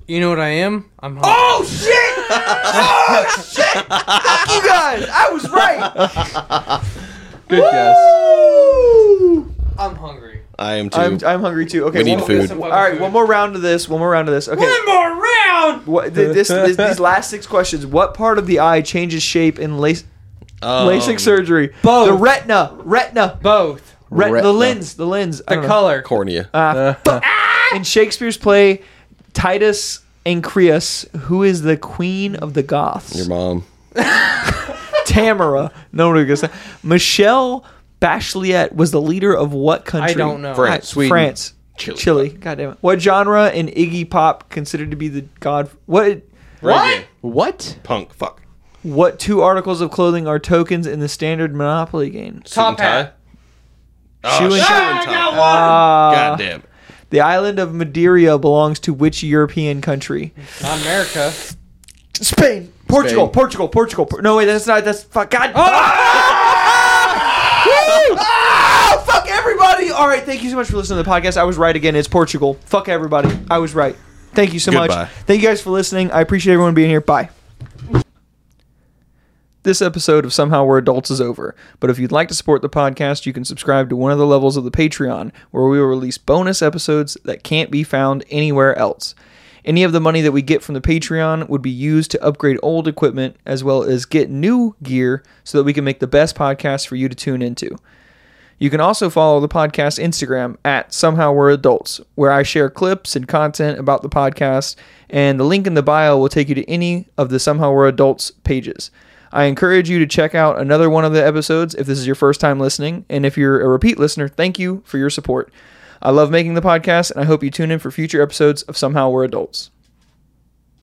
Speaker 6: You know what I am? I'm. Hungry.
Speaker 3: Oh shit! Oh shit! Fuck you guys! I was right!
Speaker 8: Good guess.
Speaker 6: I'm hungry.
Speaker 4: I am too.
Speaker 3: I'm, I'm hungry too. Okay,
Speaker 4: We need
Speaker 3: one-
Speaker 4: food.
Speaker 3: All right, one more round of this. One more round of this. Okay.
Speaker 6: One more round.
Speaker 3: What, th- this, this, these last six questions. What part of the eye changes shape in LAS-
Speaker 4: Um,
Speaker 3: LASIK surgery?
Speaker 6: both.
Speaker 3: The retina. Retina.
Speaker 6: Both.
Speaker 3: Ret-
Speaker 8: Retina.
Speaker 3: The lens. The lens. I
Speaker 6: The
Speaker 3: don't know.
Speaker 6: color.
Speaker 4: Cornea.
Speaker 3: Uh, fuck. in Shakespeare's play Titus and Creus, who is the queen of the
Speaker 4: Your
Speaker 3: Goths?
Speaker 4: mom.
Speaker 3: Tamara. No one goes. Michelle Bachelet was the leader of what
Speaker 6: I
Speaker 3: country?
Speaker 6: don't know.
Speaker 4: France.
Speaker 3: I-
Speaker 4: Sweden.
Speaker 3: uh, France.
Speaker 4: Chile.
Speaker 3: Chile. God damn it. What genre in Iggy Pop considered to be the god? What?
Speaker 4: What?
Speaker 8: What?
Speaker 4: Punk. Fuck.
Speaker 3: What two articles of clothing are tokens in the standard Monopoly game?
Speaker 6: Top
Speaker 4: Suit and
Speaker 6: hat.
Speaker 4: tie? Oh,
Speaker 3: Shoe and-
Speaker 4: shoe
Speaker 3: Ah,
Speaker 4: and tie.
Speaker 3: Uh,
Speaker 4: God damn it.
Speaker 3: The island of Madeira belongs to which European country?
Speaker 6: Not America.
Speaker 3: Spain, Portugal,
Speaker 8: Spain.
Speaker 3: Portugal, Portugal. Por- no wait, that's not. That's fuck. God. Woo! Ah, fuck everybody. All right, thank you so much for listening to the podcast. I was right again. It's Portugal. Fuck everybody. I was right. Thank you so
Speaker 4: Goodbye.
Speaker 3: much. Thank you guys for listening. I appreciate everyone being here. Bye. This episode of Somehow We're Adults is over, but if you'd like to support the podcast, you can subscribe to one of the levels of the Patreon, where we will release bonus episodes that can't be found anywhere else. Any of the money that we get from the Patreon would be used to upgrade old equipment as well as get new gear so that we can make the best podcast for you to tune into. You can also follow the podcast Instagram at Somehow We're Adults, where I share clips and content about the podcast, and the link in the bio will take you to any of the Somehow We're Adults pages. I encourage you to check out another one of the episodes if this is your first time listening, and if you're a repeat listener, thank you for your support. I love making the podcast, and I hope you tune in for future episodes of Somehow We're Adults.